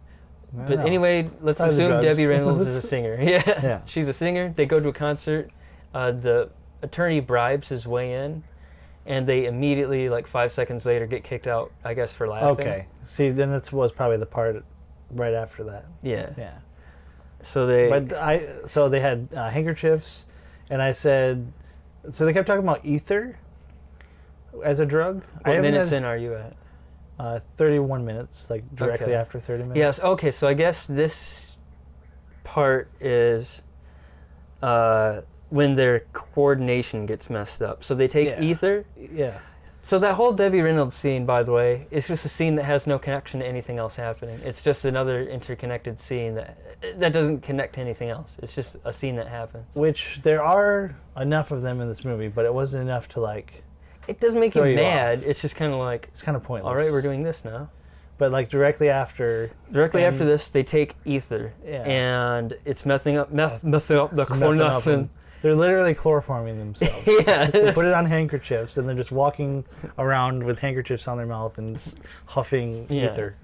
B: But
A: know.
B: anyway, let's
A: Probably the
B: assume
A: drugs.
B: Debbie Reynolds is a singer. Yeah.
A: Yeah.
B: she's a singer. They go to a concert. Uh, the attorney bribes his way in, and they immediately, like five seconds later, get kicked out. I guess for laughing.
A: Okay. See, then this was probably the part right after that.
B: Yeah.
A: Yeah.
B: So they.
A: But I so they had uh, handkerchiefs, and I said, so they kept talking about ether as a drug. I
B: what
A: haven't
B: minutes
A: had-
B: in are you at?
A: Uh, Thirty-one minutes, like directly
B: Okay.
A: after thirty minutes.
B: Yes. Okay. So I guess this part is uh, when their coordination gets messed up. So they take
A: Yeah.
B: ether.
A: Yeah.
B: So that whole Debbie Reynolds scene, by the way, is just a scene that has no connection to anything else happening. It's just another interconnected scene that that doesn't connect to anything else. It's just a scene that happens.
A: Which there are enough of them in this movie, but it wasn't enough to like.
B: It doesn't make
A: Throw
B: you
A: you off.
B: mad. It's just kind of like,
A: It's kind of pointless.
B: all right, we're doing this now.
A: But like directly after,
B: Directly
A: And-
B: after this, they take ether,
A: Yeah.
B: and it's messing up, meth, messing up the
A: methanol-
B: coordination.
A: they're literally chloroforming themselves.
B: Yeah,
A: They put it on handkerchiefs, and they're just walking around with handkerchiefs on their mouth and s- huffing
B: Yeah.
A: ether.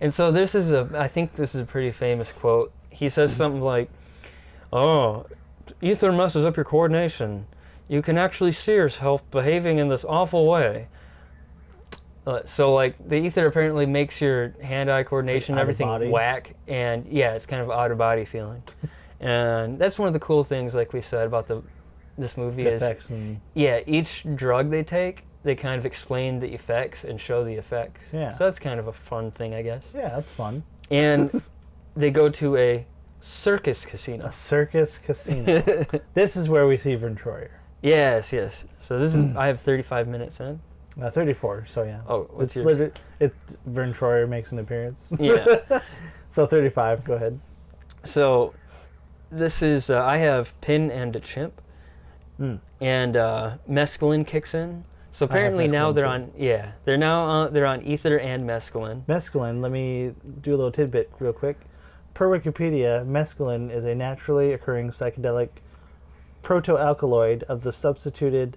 B: And so this is a, I think this is a pretty famous quote. He
A: Mm-hmm.
B: says something like, "Oh, ether messes up your coordination. You can actually see yourself behaving in this awful way." Uh, so like the ether apparently makes your hand-eye coordination
A: Like
B: and
A: out of
B: everything
A: body.
B: whack, and yeah, it's kind of out of body feeling. and that's one of the cool things, like we said about the this movie
A: The
B: is
A: effects and
B: yeah, each drug they take. They kind of explain the effects and show the effects.
A: Yeah.
B: So that's kind of a fun thing, I guess
A: yeah, that's fun.
B: and they go to a circus casino.
A: A circus casino. this is where we see Ventroyer.
B: Yes, yes. So this is I have 35 minutes in.
A: Uh, 34, so yeah.
B: Oh, what's
A: it's
B: yours?
A: liter- it Ventroyer makes an appearance.
B: Yeah.
A: so 35, go ahead.
B: so this is uh, I have pin and a chimp,
A: Hmm.
B: and uh, mescaline kicks in. So
A: have
B: apparently now
A: mescaline
B: they're
A: too.
B: on yeah they're now on, they're on ether and mescaline.
A: Mescaline, let me do a little tidbit real quick. Per Wikipedia, mescaline is a naturally occurring psychedelic protoalkaloid of the substituted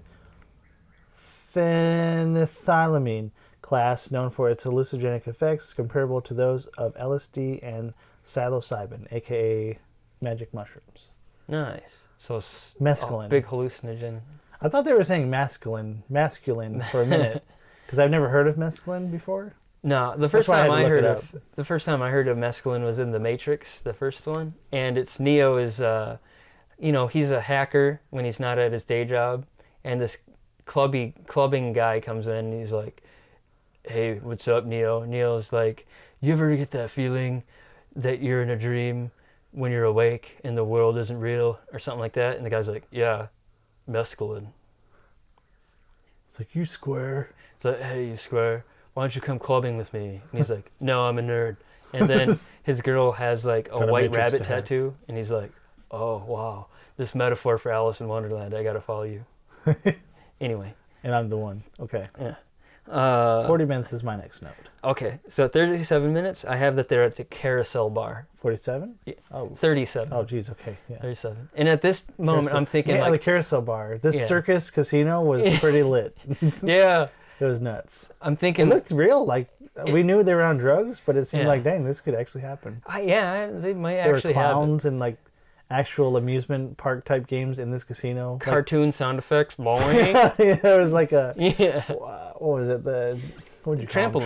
A: phenethylamine class, known for its hallucinogenic effects comparable to those of LSD and psilocybin, aka magic mushrooms.
B: Nice. So s- a
A: Mescaline.
B: big hallucinogen.
A: I thought they were saying masculine, masculine for a minute, because I've never heard of mescaline before.
B: No, the first
A: why I had
B: time
A: to
B: I,
A: look
B: heard
A: it
B: of the first time I heard of mescaline was in the Matrix, the first one, and it's Neo is, uh, you know, he's a hacker when he's not at his day job, and this clubby clubbing guy comes in, and he's like, "Hey, what's up, Neo?" Neo's like, "You ever get that feeling that you're in a dream when you're awake and the world isn't real or something like that?" And the guy's like, "Yeah, mescaline."
A: It's like you square.
B: It's like, hey, you square, why don't you come clubbing with me? And he's like, no, I'm a nerd. And then his girl has like a
A: Got a
B: white
A: Matrix
B: rabbit
A: to her.
B: tattoo, and he's like, oh, wow, this metaphor for Alice in Wonderland, I gotta follow you. Anyway,
A: and I'm the one. Okay.
B: uh,
A: 40 minutes is my next note.
B: okay. So 37 minutes. I have that they're at the carousel bar.
A: 47?
B: Yeah.
A: Oh.
B: 37.
A: Oh, geez. Okay. Yeah.
B: 37. And at this moment, I'm thinking
A: yeah, the
B: like,
A: carousel bar. This
B: Yeah.
A: circus casino was pretty lit. it
B: yeah.
A: was nuts.
B: I'm
A: It
B: thinking,
A: looked real. Like we knew they were on drugs, but it seemed
B: Yeah.
A: like, dang, this could actually happen.
B: I, yeah, they might
A: There
B: actually
A: were
B: have
A: clowns and like actual amusement park type games in this casino. Like,
B: cartoon sound effects, blowing.
A: there was like a
B: yeah.
A: uh, what was it the what you call 'em?
B: Trampoline.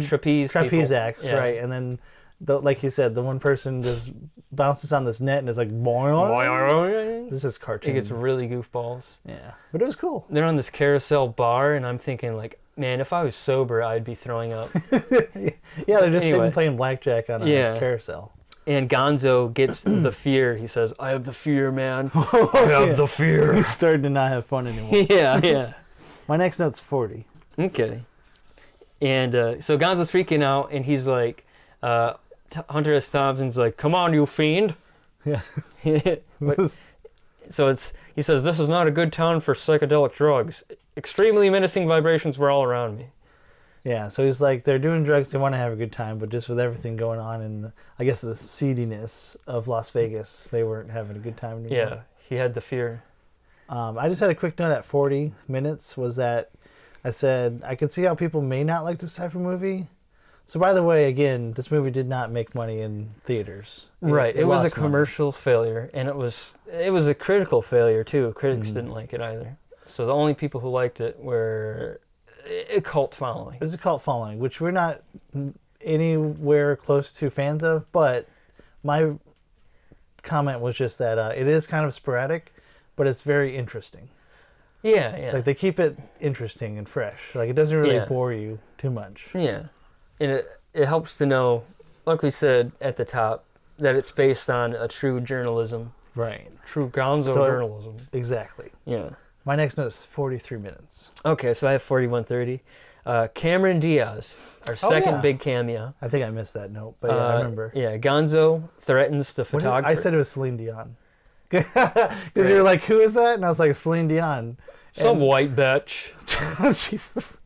A: trampoline
B: Trapeze
A: trapeze
B: people.
A: acts
B: Yeah.
A: right and then the, like you said the one person just bounces on this net and it's like boing
B: It
A: this is cartoon
B: gets really goofballs.
A: yeah but it was cool
B: They're on this carousel bar, and I'm thinking like, man, if I was sober, I'd be throwing up.
A: yeah they're just
B: Anyway.
A: sitting playing blackjack on a
B: Yeah.
A: carousel
B: and Gonzo gets the fear. He says, "I have the fear, man. I have the fear."
A: it's starting to not have fun anymore
B: yeah, yeah.
A: my next note's 40
B: Okay. And uh, so Gonzo's freaking out, and he's like, uh, T- Hunter S. Thompson's like, "Come on, you fiend!"
A: Yeah.
B: But- so it's he says, "This is not a good town for psychedelic drugs. Extremely menacing vibrations were all around me."
A: yeah so he's like they're doing drugs they want to have a good time but just with everything going on and i guess the seediness of las vegas they weren't having a good time anymore.
B: Yeah, he had the fear.
A: Um, I just had a quick note at 40 minutes was that I said I could see how people may not like this type of movie. So by the way, again, this movie did not make money in theaters.
B: right. It, was a
A: lost money.
B: commercial failure, and it was it was a critical failure too.
A: Mm.
B: Critics didn't like it either. So the only people who liked it were a cult following.
A: It was a cult following, which we're not anywhere close to fans of. But my comment was just that uh, it is kind of sporadic, but it's very interesting.
B: Yeah, yeah.
A: Like they keep it interesting and fresh. Like it doesn't really
B: Yeah.
A: bore you too much.
B: Yeah, and it it helps to know, like we said at the top, that it's based on a true journalism,
A: Right.
B: true Gonzo
A: So-
B: journalism.
A: Exactly.
B: Yeah.
A: My next note is 43 minutes.
B: Okay, so I have forty-one thirty. Uh, Cameron Diaz, our second
A: Oh, yeah.
B: big cameo.
A: I think I missed that note, but yeah,
B: Uh,
A: I remember.
B: Yeah, Gonzo threatens the
A: What did-
B: photographer.
A: I said it was Celine Dion. Because you were like, who is that? And I was like, Celine Dion.
B: some white bitch.
A: Jesus.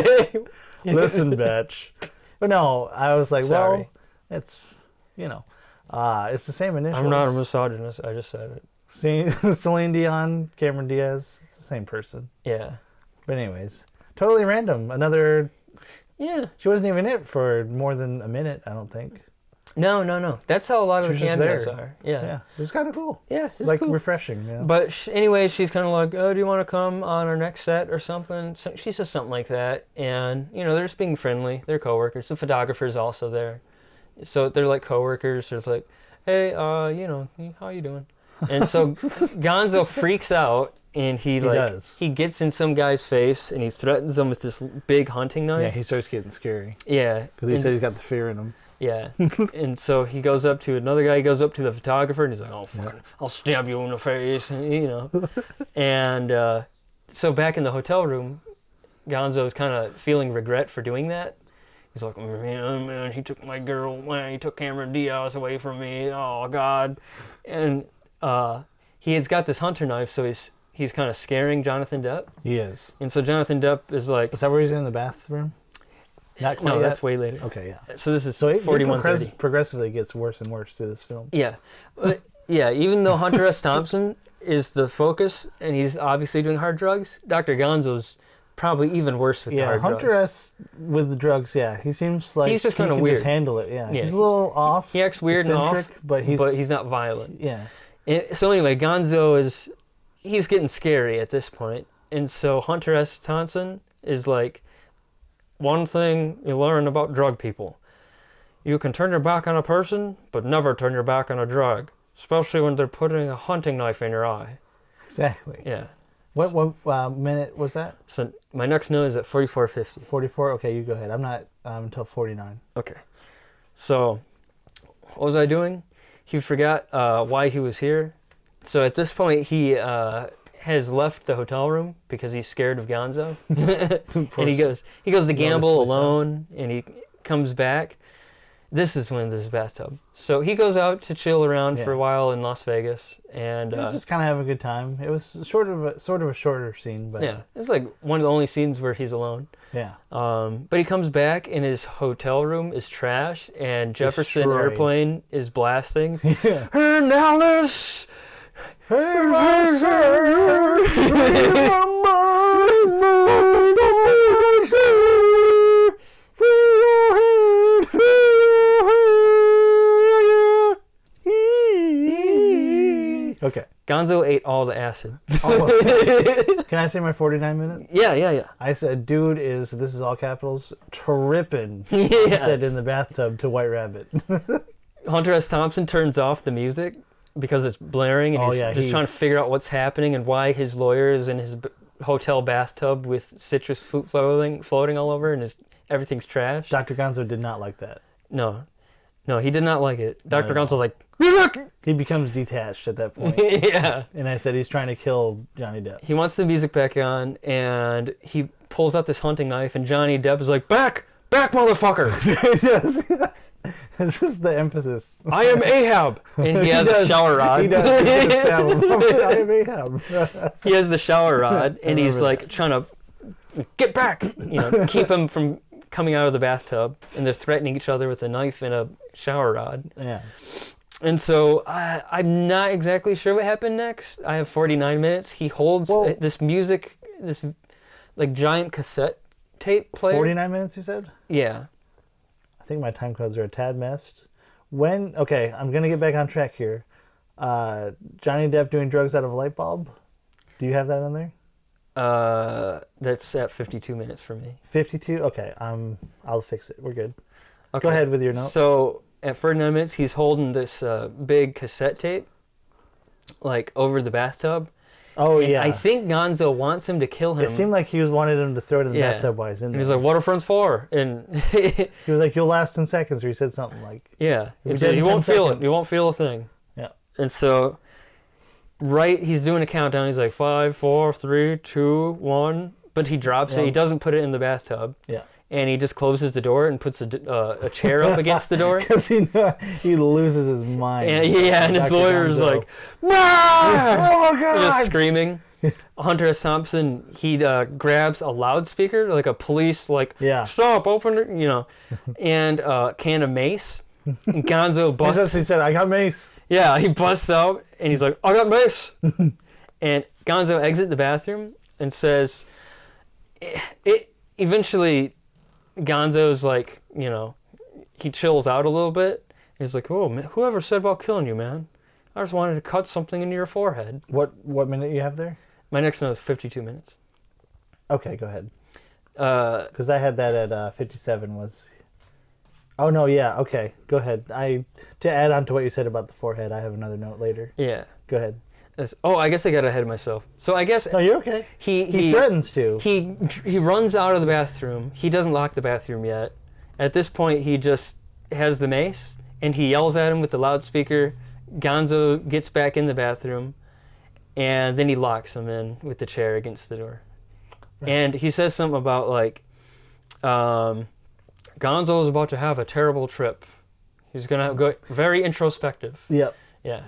A: Listen, bitch. But no, I was like,
B: Sorry.
A: well, it's, you know, uh, it's the same initials.
B: I'm not a misogynist. I just said it.
A: Ce- Celine Dion, Cameron Diaz, it's the same person.
B: Yeah.
A: But anyways, totally random. Another,
B: Yeah.
A: she wasn't even it for more than a minute, I don't think.
B: No, no, no. That's how a lot
A: She
B: of
A: was just
B: cameos
A: there.
B: are.
A: Yeah,
B: Yeah.
A: it was kind of cool.
B: Yeah. it's
A: like
B: cool.
A: refreshing. You know?
B: But sh anyway, she's kind of like, "Oh, do you want to come on our next set or something?" So she says something like that, and you know they're just being friendly. They're coworkers. The photographer's also there, so they're like coworkers. They're just like, "Hey, uh, you know, how you doing?" And so Gonzo freaks out, and he, like
A: does.
B: he gets in some guy's face, and he threatens him with this big hunting
A: yeah,
B: knife.
A: he starts getting scary.
B: Yeah,
A: Because he
B: and-
A: said he's got the fear in him.
B: yeah. and so he goes up to another guy. He goes up to the photographer, and he's like, "Oh, fucking, I'll stab you in the face," and, you know. and uh, so back in the hotel room, Gonzo's kind of feeling regret for doing that. He's like, "Oh, man, man, he took my girl, man, he took Cameron Diaz away from me. Oh God! And uh, he has got this hunter knife, so he's he's kind of scaring Jonathan Depp.
A: He is.
B: And so Jonathan Depp is like,
A: Is that where he's in the bathroom? Not quite.
B: no,
A: yet?
B: that's way later.
A: okay. Yeah.
B: So this is
A: So it, it
B: forty-one thirty.
A: progress- progressively gets worse and worse through this film.
B: Yeah, But, yeah. Even though Hunter S. Thompson is the focus, and he's obviously doing hard drugs, Dr. Gonzo's probably even worse with the
A: Yeah,
B: hard
A: Hunter
B: drugs.
A: S. with the drugs. Yeah, he seems like
B: He's just
A: he
B: kinda
A: can
B: weird.
A: Just handle it. Yeah.
B: Yeah.
A: he's a little off.
B: He acts weird and off,
A: eccentric, but he's
B: but he's not violent.
A: yeah.
B: And so anyway, Gonzo is he's getting scary at this point, and so Hunter S. Thompson is like, one thing you learn about drug people, you can turn your back on a person, but never turn your back on a drug, especially when they're putting a hunting knife in your eye.
A: Exactly.
B: Yeah.
A: What what uh, minute was that?
B: So my next note is at 4450.
A: Forty-four. Okay, you go ahead. I'm not um, until forty-nine.
B: Okay. So what was I doing? He forgot uh, why he was here. So at this point, he uh, has left the hotel room because he's scared of Gonzo, and he goes he goes to gamble
A: Noticeably so.
B: alone, and he comes back, This is when there's a bathtub. So he goes out to chill around for
A: Yeah.
B: a while in Las Vegas, and
A: He was
B: uh,
A: just kind of having a good time. It was sort of a, sort of a shorter scene, but
B: yeah, it's like one of the only scenes where he's alone.
A: yeah.
B: Um, but he comes back and his hotel room is trashed and Jefferson
A: Destroyed.
B: Airplane is blasting. And Alice!
A: Okay.
B: Gonzo ate all the acid.
A: All of it. Can I say my 49 minutes?
B: Yeah, yeah, yeah.
A: I said, dude is, this is all capitals, tripping. He
B: Yes.
A: said in the bathtub to White Rabbit.
B: Hunter S. Thompson turns off the music because it's blaring, and
A: Oh,
B: he's
A: yeah,
B: just
A: he-
B: trying to figure out what's happening and why his lawyer is in his b- hotel bathtub with citrus fruit floating floating all over, and his everything's trash.
A: Dr. Gonzo did not like that.
B: no, no, he did not like it. Doctor
A: at all.
B: Gonzo's like, look,
A: He becomes detached at that point.
B: yeah.
A: and I said, he's trying to kill Johnny Depp.
B: He wants the music back on, and he pulls out this hunting knife, and Johnny Depp is like, back, back, motherfucker,
A: yes. this is the emphasis.
B: I am Ahab, and he has a
A: does.
B: shower rod.
A: He does. He does sound- I am Ahab.
B: he has the shower rod and he's
A: remember
B: like trying to get back, you know, keep him from coming out of the bathtub. And they're threatening each other with a knife and a shower rod.
A: yeah.
B: And so I, I'm not exactly sure what happened next. I have 49 minutes. He holds
A: Well-
B: uh, this music, this like giant cassette tape player.
A: 49 minutes, you said?
B: Yeah.
A: I think my time codes are a tad messed. When okay, I'm gonna get back on track here. Uh, Johnny Depp doing drugs out of a light bulb. Do you have that on there?
B: Uh, that's at 52 minutes for me.
A: Fifty-two. Okay, um, I'll fix it. We're good.
B: Okay.
A: ahead with your note.
B: So at 49 minutes, he's holding this uh, big cassette tape, like over the bathtub.
A: Oh
B: And
A: yeah.
B: I think Gonzo wants him to kill him.
A: it seemed like he was wanted him to throw it in the
B: Yeah.
A: bathtub while he's in
B: And
A: there.
B: he's like, "Waterfront's for," and
A: he was like, "You'll last in seconds," or he said something like,
B: yeah,
A: We
B: It's
A: did
B: like,
A: in
B: you
A: 10
B: won't feel it.
A: seconds.
B: You won't feel a thing.
A: "Yeah."
B: And so, right, he's doing a countdown. He's like five, four, three, two, one. But he drops it.
A: Yeah.
B: He doesn't put it in the bathtub,
A: Yeah,
B: and he just closes the door and puts a, d- uh, a chair up against the door.
A: because he kn- he loses his mind.
B: And, yeah, and his
A: Dr.
B: lawyer is
A: Gonzo.
B: like, "No!"
A: "Oh my
B: just
A: god!"
B: screaming. Hunter S. Thompson, he uh, grabs a loudspeaker, like a police, like,
A: Yeah.
B: stop, open, it," you know, and uh, can of mace. And Gonzo
A: He says-
B: busts.
A: he said, "I got mace."
B: yeah, he busts out and he's like, I got mace. and Gonzo exits the bathroom and says, it, it eventually, Gonzo's like, you know, he chills out a little bit. He's like, oh, man, whoever said about killing you, man? I just wanted to cut something into your forehead.
A: What what minute you have there?
B: My next note is 52 minutes.
A: Okay, go ahead.
B: Uh,
A: Because I had that at uh, 57 was. Oh no, yeah, okay. Go ahead. I to add on to what you said about the forehead. I have another note later.
B: yeah.
A: Go ahead.
B: That's- oh, I guess I got ahead of myself. So I guess
A: No, you're okay.
B: he
A: He, threatens to.
B: He he runs out of the bathroom. He doesn't lock the bathroom yet. At this point, he just has the mace and he yells at him with the loudspeaker. Gonzo gets back in the bathroom, and then he locks him in with the chair against the door. And he says something about like, um, Gonzo is about to have a terrible trip. He's gonna go very introspective.
A: yep.
B: Yeah.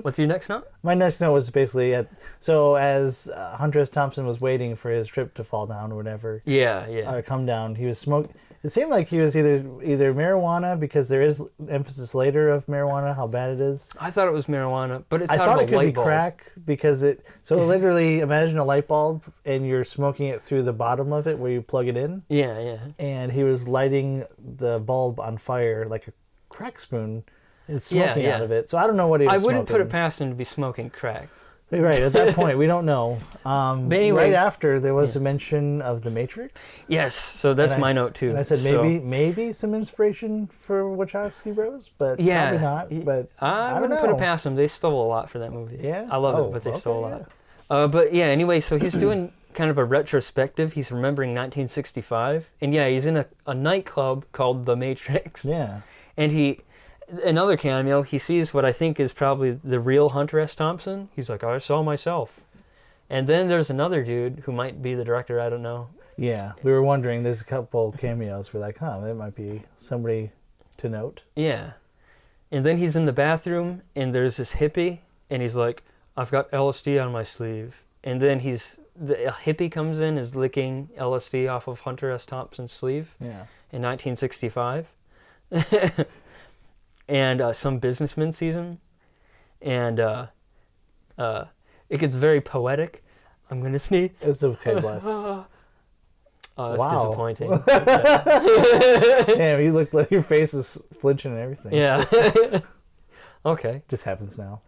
B: What's your next note?
A: My next note was basically at. So as uh, Hunter S. Thompson was waiting for his trip to fall down or whatever,
B: Yeah, yeah.
A: or come down, he was smoke. It seemed like he was either either marijuana because there is emphasis later of marijuana how bad it is.
B: I thought it was marijuana, but it's
A: I
B: out
A: thought
B: of a
A: it could
B: light
A: be
B: bulb.
A: crack because it. So literally, imagine a light bulb and you're smoking it through the bottom of it where you plug it in.
B: Yeah, yeah.
A: And he was lighting the bulb on fire like a crack spoon and
B: Yeah,
A: smoking out
B: yeah.
A: of it. So I don't know what he was
B: I wouldn't put it
A: smoking.
B: past him to be smoking crack.
A: Right at that point, we don't know. Um,
B: But anyway-
A: right after there was a mention of the Matrix,
B: Yes, so that's
A: And I-
B: my note too.
A: and I said
B: So-
A: maybe maybe some inspiration for Wachowski Bros, but
B: yeah,
A: probably not.
B: y-
A: But
B: I,
A: don't
B: wouldn't put it
A: know.
B: past them. They stole a lot for that movie.
A: Yeah?
B: I love
A: Oh,
B: it, but they
A: okay,
B: stole a
A: yeah.
B: lot. Uh, but yeah, anyway, so he's doing kind of a retrospective. He's remembering 1965, and yeah, he's in a, a nightclub called The Matrix,
A: Yeah,
B: and he. Another cameo, he sees what I think is probably the real Hunter S. Thompson. He's like, I saw myself. And then there's another dude who might be the director, I don't know.
A: yeah. We were wondering. There's a couple cameos. We're like, huh, that might be somebody to note.
B: Yeah. And then he's in the bathroom and there's this hippie and he's like, I've got LSD on my sleeve. And then he's the a hippie comes in is licking LSD off of Hunter S. Thompson's sleeve
A: Yeah.
B: in 1965. and uh, some businessman sees him. And uh, uh, it gets very poetic. I'm going to sneeze.
A: It's okay, bless.
B: Oh, that's
A: Wow.
B: disappointing.
A: Damn, you look like your face is flinching and everything.
B: yeah. okay.
A: Just happens now.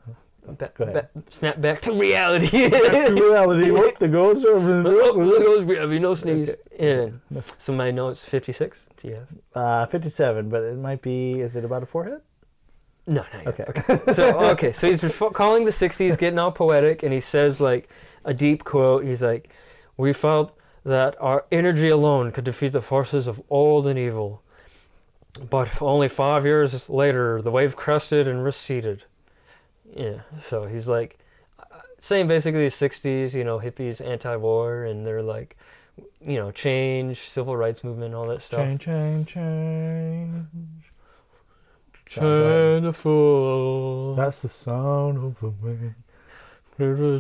B: Ba-
A: Go ahead.
B: ba- snap back to reality.
A: reality, what the ghosts are.
B: no sneeze. And somebody knows 56? Do you have?
A: Uh, 57, but it might be. Is it about a forehead?
B: No, not yet.
A: Okay.
B: So, okay, so he's fo- calling the 60s, getting all poetic, and he says, like, a deep quote. He's like, We felt that our energy alone could defeat the forces of old and evil. But only five years later, the wave crested and receded. Yeah, so he's like, uh, saying basically the 60s, you know, hippies anti war, and they're like, you know, change, civil rights movement, all that stuff.
A: Change, change, change.
B: Turn the fool.
A: That's the sound of the wind.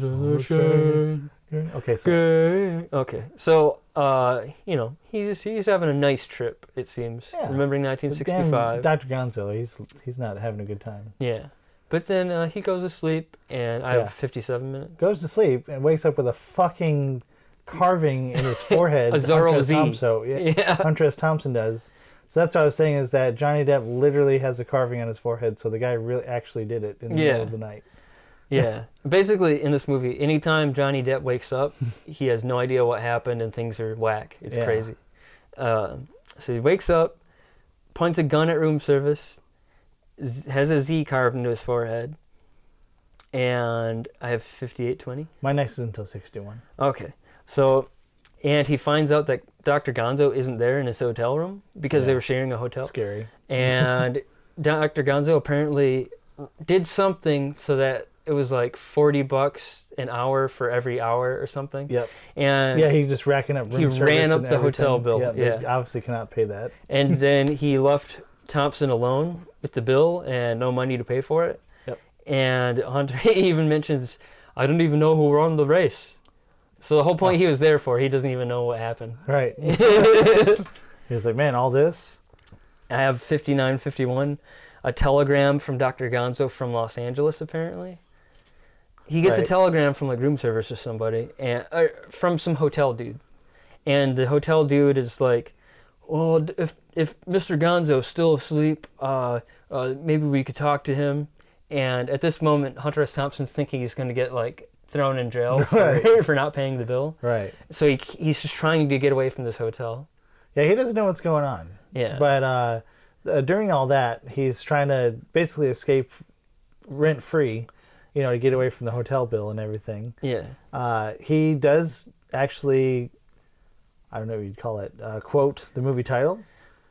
B: Revolution.
A: Okay, so
B: Okay. Okay. So, uh, you know, he's he's having a nice trip. It seems.
A: Yeah.
B: Remembering
A: damn
B: 1965.
A: Dr. Gonzo, he's he's not having a good time.
B: yeah. But then uh, he goes to sleep, and I
A: Yeah.
B: have 57 minutes.
A: Goes to sleep and wakes up with a fucking carving in his forehead.
B: A Zorro
A: Hunter S.
B: Z.
A: Thompson, yeah,
B: Yeah.
A: Hunter S. Thompson does. So that's what I was saying is that Johnny Depp literally has a carving on his forehead, so the guy really actually did it in the middle
B: Yeah.
A: of the night.
B: Yeah. Basically, in this movie, anytime Johnny Depp wakes up, he has no idea what happened and things are whack. It's
A: Yeah.
B: crazy. Um so he wakes up, points a gun at room service, z- has a Z carved into his forehead, and I have 5820.
A: My next is until sixty one.
B: Okay. So, and he finds out that Dr. Gonzo isn't there in his hotel room because they
A: Yeah.
B: were sharing a hotel
A: Scary.
B: and Dr. Gonzo apparently did something so that it was like 40 bucks an hour for every hour or something.
A: Yep.
B: And
A: Yeah, he just racking up room
B: He
A: service
B: ran up
A: and
B: the hotel
A: everything.
B: bill,
A: Yeah, they
B: yeah.
A: obviously cannot pay that.
B: and then he left Thompson alone with the bill and no money to pay for it.
A: Yep.
B: And Hunter he even mentions I don't even know who won the race. So the whole point he was there for, he doesn't even know what happened.
A: Right. he was like, man, all this.
B: I have 5951, a telegram from Dr. Gonzo from Los Angeles, apparently. He gets
A: Right.
B: a telegram from like room service or somebody, and uh, from some hotel dude. And the hotel dude is like, well, d- if, if Mr. Gonzo's still asleep, uh, uh, maybe we could talk to him. And at this moment, Hunter S. Thompson's thinking he's going to get like thrown in jail for,
A: Right.
B: for not paying the bill.
A: Right.
B: So he, he's just trying to get away from this hotel.
A: Yeah, he doesn't know what's going on.
B: Yeah.
A: But uh, uh, during all that, he's trying to basically escape rent free, you know, to get away from the hotel bill and everything.
B: Yeah.
A: Uh, he does actually, I don't know what you'd call it, uh, quote the movie title.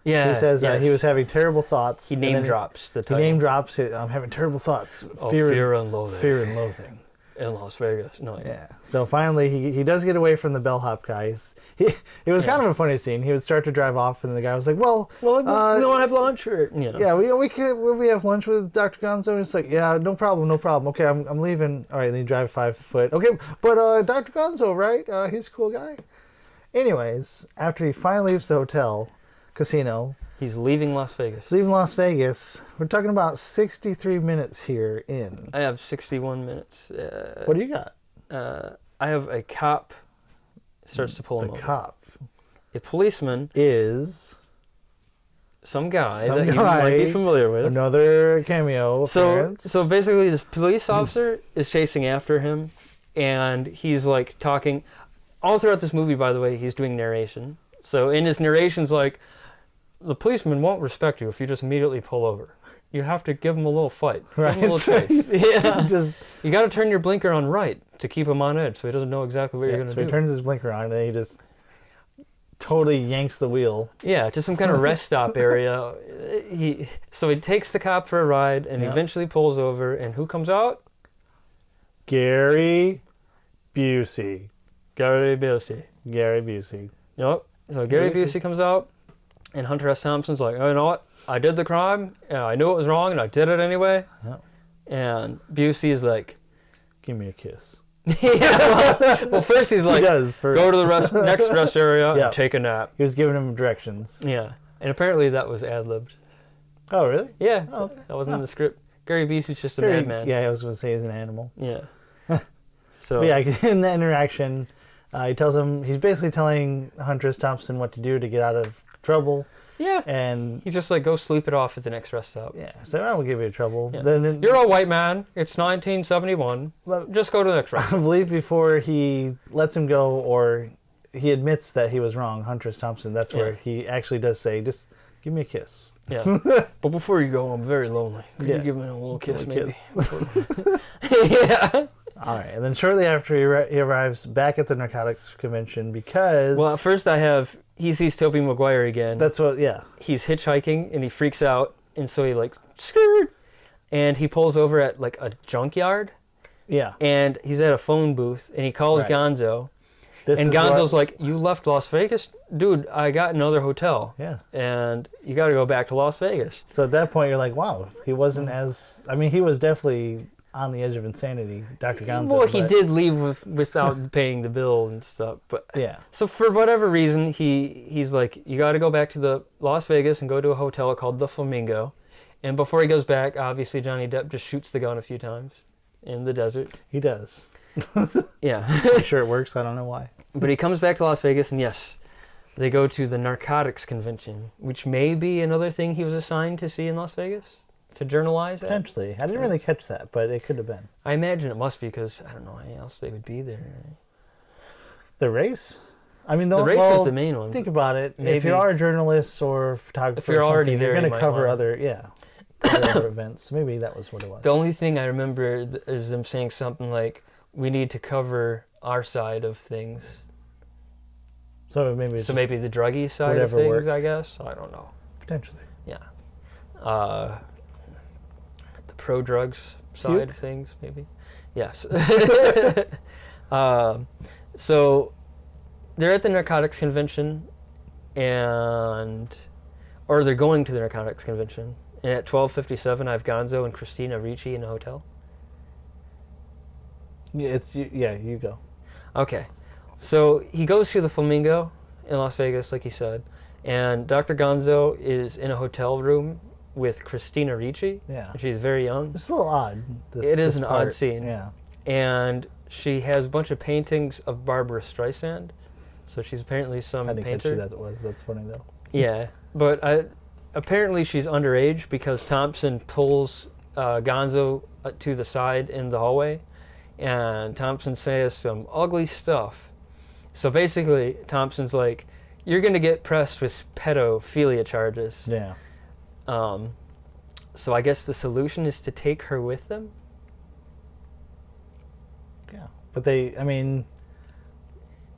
B: Yeah.
A: He says uh, he
B: yes.
A: was having terrible thoughts.
B: He
A: and
B: name
A: then
B: drops the
A: He
B: title.
A: name drops. it, I'm having terrible thoughts.
B: Oh, Fear and Loathing.
A: Fear and loathing.
B: in Las Vegas. No, yeah.
A: Yeah. So finally, he, he does get away from the bellhop guys. He, it was kind of a funny scene. He would start to drive off, and the guy was like, "Well,
B: Well, we-
A: uh,
B: we don't have lunch or you know.
A: yeah, we we could will we have lunch with Dr. Gonzo?" And it's like, "Yeah, no problem, no problem. Okay, I'm, I'm leaving. All right." Then you drive five foot. Okay, but uh, Dr. Gonzo, right? Uh, he's a cool guy. Anyways, after he finally leaves the hotel casino,
B: He's leaving Las Vegas.
A: leaving Las Vegas, we're talking about 63 minutes here in.
B: I have 61 minutes. Uh,
A: What do you got?
B: uh, I have a cop starts to pull
A: The
B: him over.
A: cop
B: A policeman,
A: is
B: some guy
A: Some
B: that you might
A: guy.
B: be familiar with.
A: another cameo.
B: so,
A: appearance.
B: so basically, this police
A: Hmm.
B: officer is chasing after him, and he's like talking. All throughout this movie, by the way, he's doing narration. So in his narration's like, the policeman won't respect you if you just immediately pull over. You have to give him a little fight, give him a little
A: Right.
B: chase. Yeah,
A: just
B: you got to turn your blinker on right to keep him on edge, so he doesn't know exactly what
A: yeah,
B: you're gonna
A: so he
B: do.
A: turns his blinker on and he just totally yanks the wheel.
B: Yeah, to some kind of rest stop area. Uh, He so he takes the cop for a ride, and
A: Yeah.
B: eventually pulls over, and who comes out?
A: Gary Busey.
B: Gary Busey.
A: Gary Busey.
B: Yep. So Gary
A: Busey.
B: Busey comes out, And Hunter S. Thompson's like, oh, you know what? I did the crime. And I knew it was wrong, and I did it anyway.
A: Yeah.
B: And Busey's like,
A: Give me a kiss.
B: yeah, well, well, first he's like,
A: does first.
B: go to the rest, next rest area
A: Yeah.
B: and take a nap.
A: He was giving him directions.
B: Yeah. And apparently that was ad libbed.
A: Oh, really?
B: Yeah. That wasn't in the script. Gary Busey's just a madman.
A: Yeah, I was going to say he's an animal.
B: Yeah. so,
A: But yeah, in the interaction, uh, he tells him he's basically telling Hunter S. Thompson what to do to get out of trouble,
B: yeah.
A: and
B: He's just like, go sleep it off at the next rest stop.
A: yeah, so I won't give you trouble.
B: Yeah.
A: Then, then
B: You're a white man. It's 1971.
A: Well-
B: Just go to the next rest.
A: I believe before he lets him go or he admits that he was wrong, Hunter S. Thompson. That's where
B: Yeah.
A: he actually does say, "Just give me a kiss."
B: Yeah. but before you go, I'm very lonely. Could
A: Yeah.
B: you give me a little kiss,
A: Give me a
B: maybe?
A: kiss.
B: yeah.
A: All right, and then shortly after he, arri- he arrives back at the narcotics convention because
B: Well, at first I have, he sees Toby Maguire again.
A: that's what yeah
B: he's hitchhiking and he freaks out and so he like skirt and he pulls over at like a junkyard
A: yeah.
B: and he's at a phone booth and he calls
A: Right.
B: Gonzo
A: This
B: and
A: is what-
B: Gonzo's like you left Las Vegas dude I got another hotel
A: yeah.
B: and you got to go back to Las Vegas
A: So at that point, you're like, wow, he wasn't
B: Mm-hmm.
A: as. I mean, he was definitely on the edge of insanity, Dr. Gonzo.
B: well he
A: but-
B: did leave with, without paying the bill and stuff but
A: Yeah.
B: so for whatever reason he he's like you got to go back to the Las Vegas and go to a hotel called the Flamingo and before he goes back obviously Johnny Depp just shoots the gun a few times in the desert
A: He does.
B: Yeah.
A: I'm sure it works. I don't know why.
B: but he comes back to Las Vegas, and yes, they go to the narcotics convention, which may be another thing he was assigned to see in Las Vegas to journalize at.
A: Potentially. I didn't really catch that, but it could have been.
B: I imagine it must be because I don't know how else they would be there.
A: The race? I mean, the,
B: The race
A: well,
B: was the main one.
A: Think about it. If
B: Maybe-
A: you are a journalist or photographer,
B: If you're
A: or something,
B: already there,
A: you're
B: you
A: going to
B: might
A: cover
B: wanna-
A: other, yeah, cover other events. Maybe that was what it was.
B: The only thing I remember th- is them saying something like, "We need to cover our side of things."
A: so maybe it's
B: So
A: just
B: maybe the druggy side of
A: whatever
B: things,
A: worked.
B: I guess. I don't know.
A: potentially.
B: Yeah. Uh, the pro drugs side
A: Puke?
B: of things, maybe. Yes. um, so they're at the narcotics convention, and or they're going to the narcotics convention. And at twelve fifty seven, I have Gonzo and Christina Ricci in a hotel.
A: Yeah, it's you, yeah. You go.
B: Okay. So he goes to the Flamingo in Las Vegas, like he said, and Dr. Gonzo is in a hotel room with Christina Ricci.
A: Yeah.
B: and She's very young.
A: It's a little odd. This,
B: It
A: this
B: is an odd
A: part.
B: scene.
A: Yeah.
B: And she has a bunch of paintings of Barbara Streisand. So she's apparently some
A: I didn't catch
B: painter.
A: who that was. That's funny though.
B: Yeah. But I, apparently she's underage because Thompson pulls uh, Gonzo uh, to the side in the hallway. And Thompson says some ugly stuff. So basically, Thompson's like, you're going to get pressed with pedophilia charges.
A: Yeah.
B: Um, so I guess the solution is to take her with them?
A: Yeah. But they, I mean,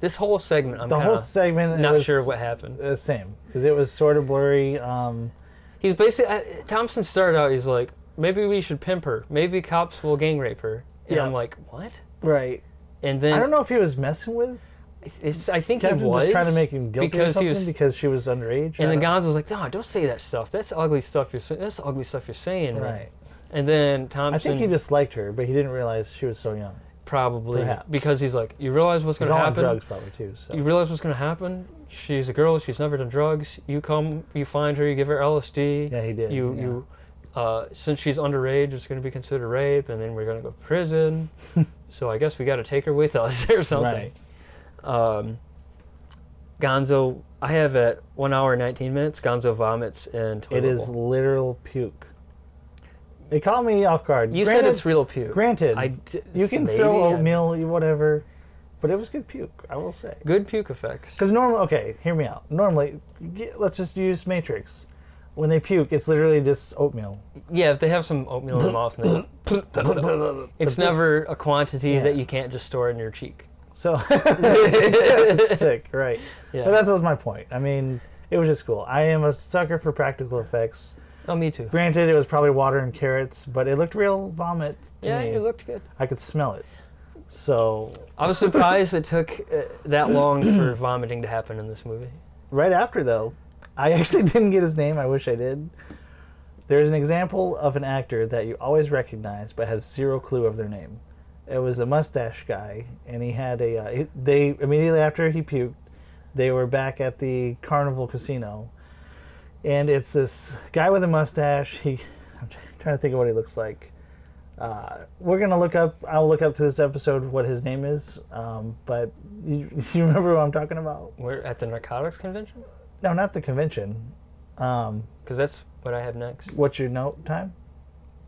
B: This whole segment, I'm
A: the whole
B: kinda-
A: segment. it
B: not
A: was
B: sure what happened.
A: The same because it was sort of blurry. Um,
B: He's basically uh, Thompson started out. He's like, maybe we should pimp her. Maybe cops will gang rape her. And
A: Yeah.
B: I'm like, what?
A: right.
B: And then
A: I don't know if he was messing with
B: It's, I think
A: Captain,
B: he was
A: just trying to make him guilty
B: because
A: or something
B: he was.
A: because she was underage.
B: and
A: I
B: then
A: don't-
B: Gonzo's like, no, don't say that stuff. That's ugly stuff. You're saying. That's ugly stuff you're saying. man."
A: right.
B: And then
A: I
B: Thompson
A: think he just liked her, but he didn't realize she was so young.
B: probably
A: perhaps.
B: because he's like, you realize what's
A: She was
B: going
A: all
B: to
A: on
B: happen.
A: drugs probably too. So
B: You realize what's going to happen. She's a girl. She's never done drugs. You come. You find her. You give her LSD.
A: Yeah, he did,
B: You
A: yeah.
B: you. Uh, since she's underage, it's going to be considered rape, and then we're going to go to prison. so I guess we got to take her with us or something.
A: right.
B: Um, Gonzo, I have at one hour and nineteen minutes. Gonzo vomits and toilet
A: It is
B: bowl.
A: literal puke. They caught me off guard.
B: You said it's real puke.
A: Granted,
B: I d-
A: you can
B: maybe
A: throw
B: I-
A: oatmeal, you whatever, but it was good puke. I will say.
B: Good puke effects.
A: Because normally, okay, hear me out. Normally, y- let's just use Matrix. When they puke, it's literally just oatmeal.
B: Yeah, if they have some oatmeal in the mouth, then it's never a quantity that
A: Yeah.
B: you can't just store in your cheek.
A: So sick, right?
B: Yeah.
A: But that's was my point. I mean, it was just cool. I am a sucker for practical effects.
B: Oh, me too.
A: Granted, it was probably water and carrots, but it looked real vomit. To
B: Yeah,
A: me.
B: it looked good.
A: I could smell it. So
B: I was surprised it took uh, that long for vomiting to happen in this movie.
A: right after though, I actually didn't get his name. I wish I did. There is an example of an actor that you always recognize but have zero clue of their name. It was the mustache guy, and he had a. Uh, he- they immediately after he puked, they were back at the Carnival Casino, and it's this guy with a mustache. He, I'm trying to think of what he looks like. Uh, we're gonna look up. I'll look up to this episode what his name is. Um, but you, you remember what I'm talking about?
B: We're at the narcotics convention?
A: No, not the convention. Um,
B: Because that's what I have next.
A: what's your note time?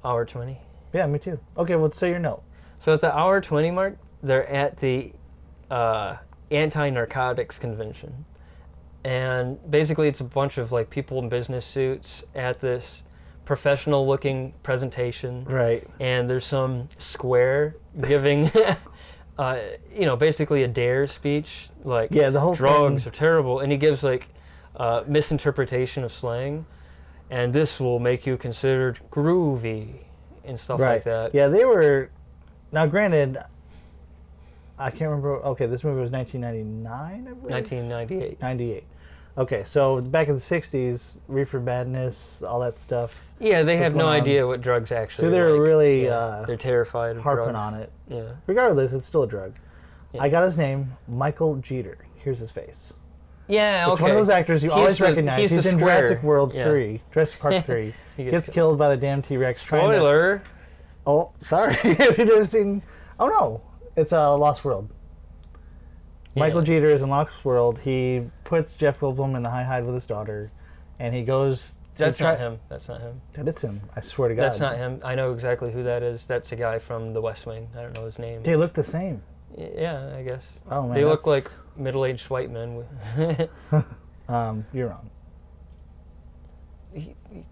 B: Hour 20.
A: Yeah, me too. Okay, well, say your note.
B: So at the hour 20 mark, they're at the uh, anti narcotics convention. And basically, it's a bunch of like people in business suits at this professional looking presentation.
A: Right.
B: And there's some square giving, uh, you know, basically a dare speech. Like,
A: Yeah, the whole
B: drugs
A: thing-
B: are terrible. And he gives like uh, misinterpretation of slang. And this will make you considered groovy and stuff
A: Right.
B: like that.
A: Yeah, they were. Now, granted, I can't remember. Okay, this movie was 1999, I believe.
B: 1998.
A: 98. Okay, so back in the 60s, reefer madness, all that stuff.
B: Yeah, they
A: What's
B: have no
A: going on?
B: idea what drugs actually.
A: So they were
B: like.
A: really
B: Yeah,
A: uh,
B: they're terrified of
A: harping
B: drugs.
A: on it.
B: Yeah,
A: Regardless, it's still a drug. I got his name, Michael Jeter. Here's his face.
B: yeah. Okay.
A: It's one of those actors you
B: He's
A: always
B: the-
A: recognize. He's,
B: he's the
A: in
B: square.
A: Jurassic World
B: Yeah.
A: 3, Jurassic Park 3.
B: He
A: gets
B: gets
A: killed. by the damn T Rex.
B: Spoiler.
A: Oh, sorry. Have you never seen? Oh no, it's uh, Lost World. Michael Jeter is in Lost World. He puts Jeff Goldblum in the high hide with his daughter, and he goes. to
B: That's
A: try-
B: not him. That's not him.
A: That is him. I swear to God.
B: That's not him. I know exactly who that is. That's the guy from The West Wing. I don't know his name.
A: They look the same.
B: Y- Yeah, I guess.
A: Oh, man,
B: They look like
A: that's-
B: middle-aged white men. with-
A: Um, you're wrong.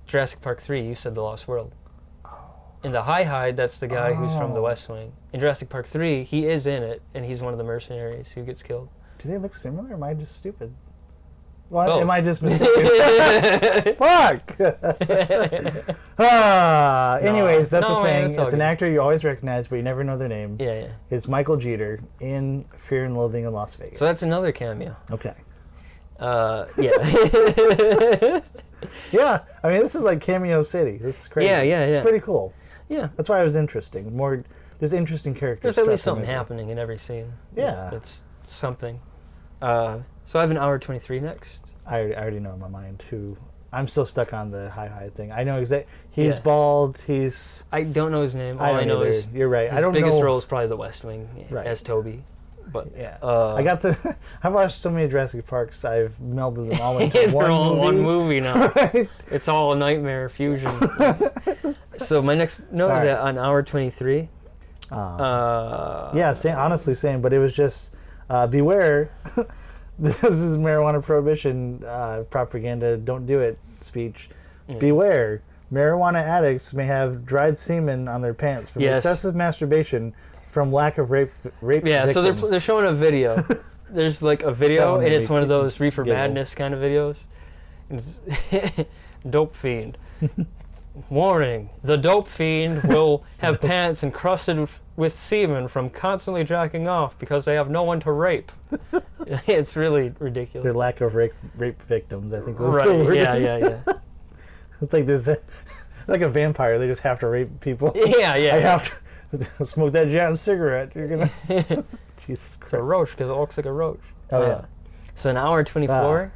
B: Jurassic Park Three. You said The Lost World. In the High Hide, that's the guy who's from The
A: Oh.
B: West Wing. In Jurassic Park Three, he is in it, and he's one of the mercenaries who gets killed.
A: Do they look similar? Am I just stupid? Why
B: Both.
A: am I just mistaken? Fuck. ah, anyways, that's
B: no,
A: a
B: man,
A: thing.
B: it's all
A: it's an
B: good.
A: actor you always recognize, but you never know their name.
B: Yeah, yeah.
A: It's Michael Jeter in Fear and Loathing in Las Vegas.
B: So that's another cameo.
A: okay.
B: Uh, yeah.
A: Yeah, I mean, this is like Cameo City. This is crazy.
B: Yeah, yeah, yeah.
A: It's pretty cool.
B: yeah.
A: That's why it was interesting. More, there's interesting characters.
B: There's at least
A: throughout the
B: something
A: movie.
B: happening in every scene.
A: Yeah.
B: It's, it's something. Uh, so I have an hour 23 next.
A: I already, I already know in my mind who. I'm still stuck on the high high thing. I know exactly. He's
B: Yeah.
A: bald. He's.
B: I don't know his name.
A: I
B: All I,
A: don't
B: know
A: either.
B: is
A: You're right. I
B: his
A: don't
B: biggest
A: know-
B: role is probably The West Wing
A: Right.
B: as Toby. But
A: Yeah.
B: uh,
A: I got the. I've watched so many Jurassic Parks. I've melded them all into
B: they're
A: one,
B: all
A: movie.
B: one movie now.
A: Right?
B: It's all a nightmare fusion. so my next note
A: All
B: is
A: right.
B: at an hour 23.
A: Um,
B: Uh,
A: Yeah, same, honestly, same. But it was just uh, beware. this is marijuana prohibition uh, propaganda. Don't do it. Speech.
B: Mm.
A: Beware. Marijuana addicts may have dried semen on their pants from
B: Yes.
A: excessive masturbation from lack of rape rape
B: Yeah, so they're,
A: victims.
B: they're showing a video. There's like a video,
A: one
B: and
A: made
B: it's one of
A: me
B: those Reefer
A: giggle.
B: Madness kind of videos. And it's dope fiend. Warning the dope fiend will have pants encrusted with- with semen from constantly jacking off because they have no one to rape. it's really
A: Their
B: ridiculous.
A: lack of rape rape victims. I think was the
B: Right,
A: word.
B: yeah, yeah, yeah.
A: It's like there's a, like a vampire. They just have to rape people.
B: Yeah, yeah.
A: I have to smoke that giant cigarette. You're gonna. Jesus
B: It's a
A: Christ.
B: roach because it looks like a roach.
A: Oh
B: Uh,
A: yeah. Ah,
B: So an hour 24.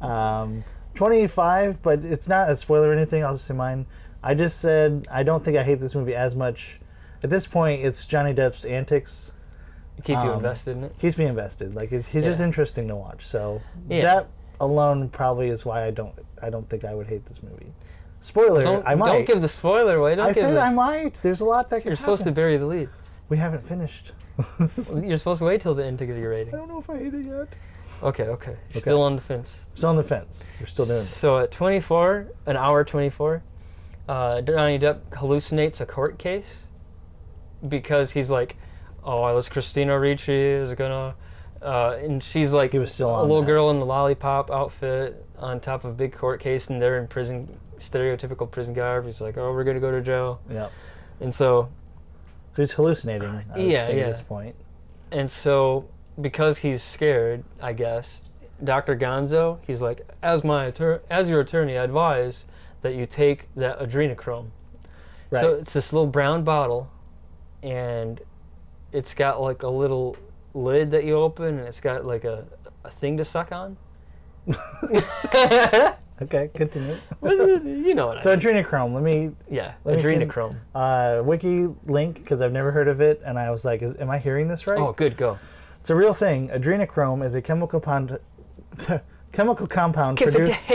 A: um, 25 but it's not a spoiler or anything i'll just say mine i just said i don't think i hate this movie as much at this point it's johnny depp's antics
B: Keep you
A: um,
B: invested in it.
A: keeps me invested like it's, he's just
B: Yeah.
A: interesting to watch so
B: Yeah.
A: that alone probably is why i don't i don't think i would hate this movie spoiler
B: Don't,
A: i might
B: don't give the spoiler away. Don't
A: i
B: give
A: said
B: the,
A: i might there's a lot that
B: You're supposed to bury the lead.
A: we haven't finished
B: You're supposed to wait till the end to give your rating.
A: i don't know if i hate it yet
B: Okay, okay. You're Still on the fence.
A: still on the fence we're still doing it
B: So at 24, an hour 24, uh, Johnny Depp hallucinates a court case because he's like, oh, I was Christina Ricci is gonna, uh, and she's like
A: was still
B: a
A: on
B: little
A: that.
B: girl in a lollipop outfit on top of a big court case, and they're in prison, stereotypical prison garb. He's like, oh, we're gonna go to jail,
A: yeah
B: and so
A: he's hallucinating I would
B: Yeah,
A: think
B: yeah.
A: at this point
B: and so because he's scared, I guess Dr. Gonzo, he's like, as my attor- as your attorney, I advise that you take that adrenochrome.
A: Right.
B: So it's this little brown bottle, and it's got like a little lid that you open, and it's got like a, a thing to suck on.
A: okay, continue.
B: you know what I
A: So
B: mean.
A: adrenochrome. Let me
B: Yeah,
A: me think.
B: adrenochrome.
A: uh, wiki link because I've never heard of it, and I was like, is, "Am I hearing this right?"
B: Oh, good, go.
A: It's a real thing. Adrenochrome is a chemical compound. chemical compound produced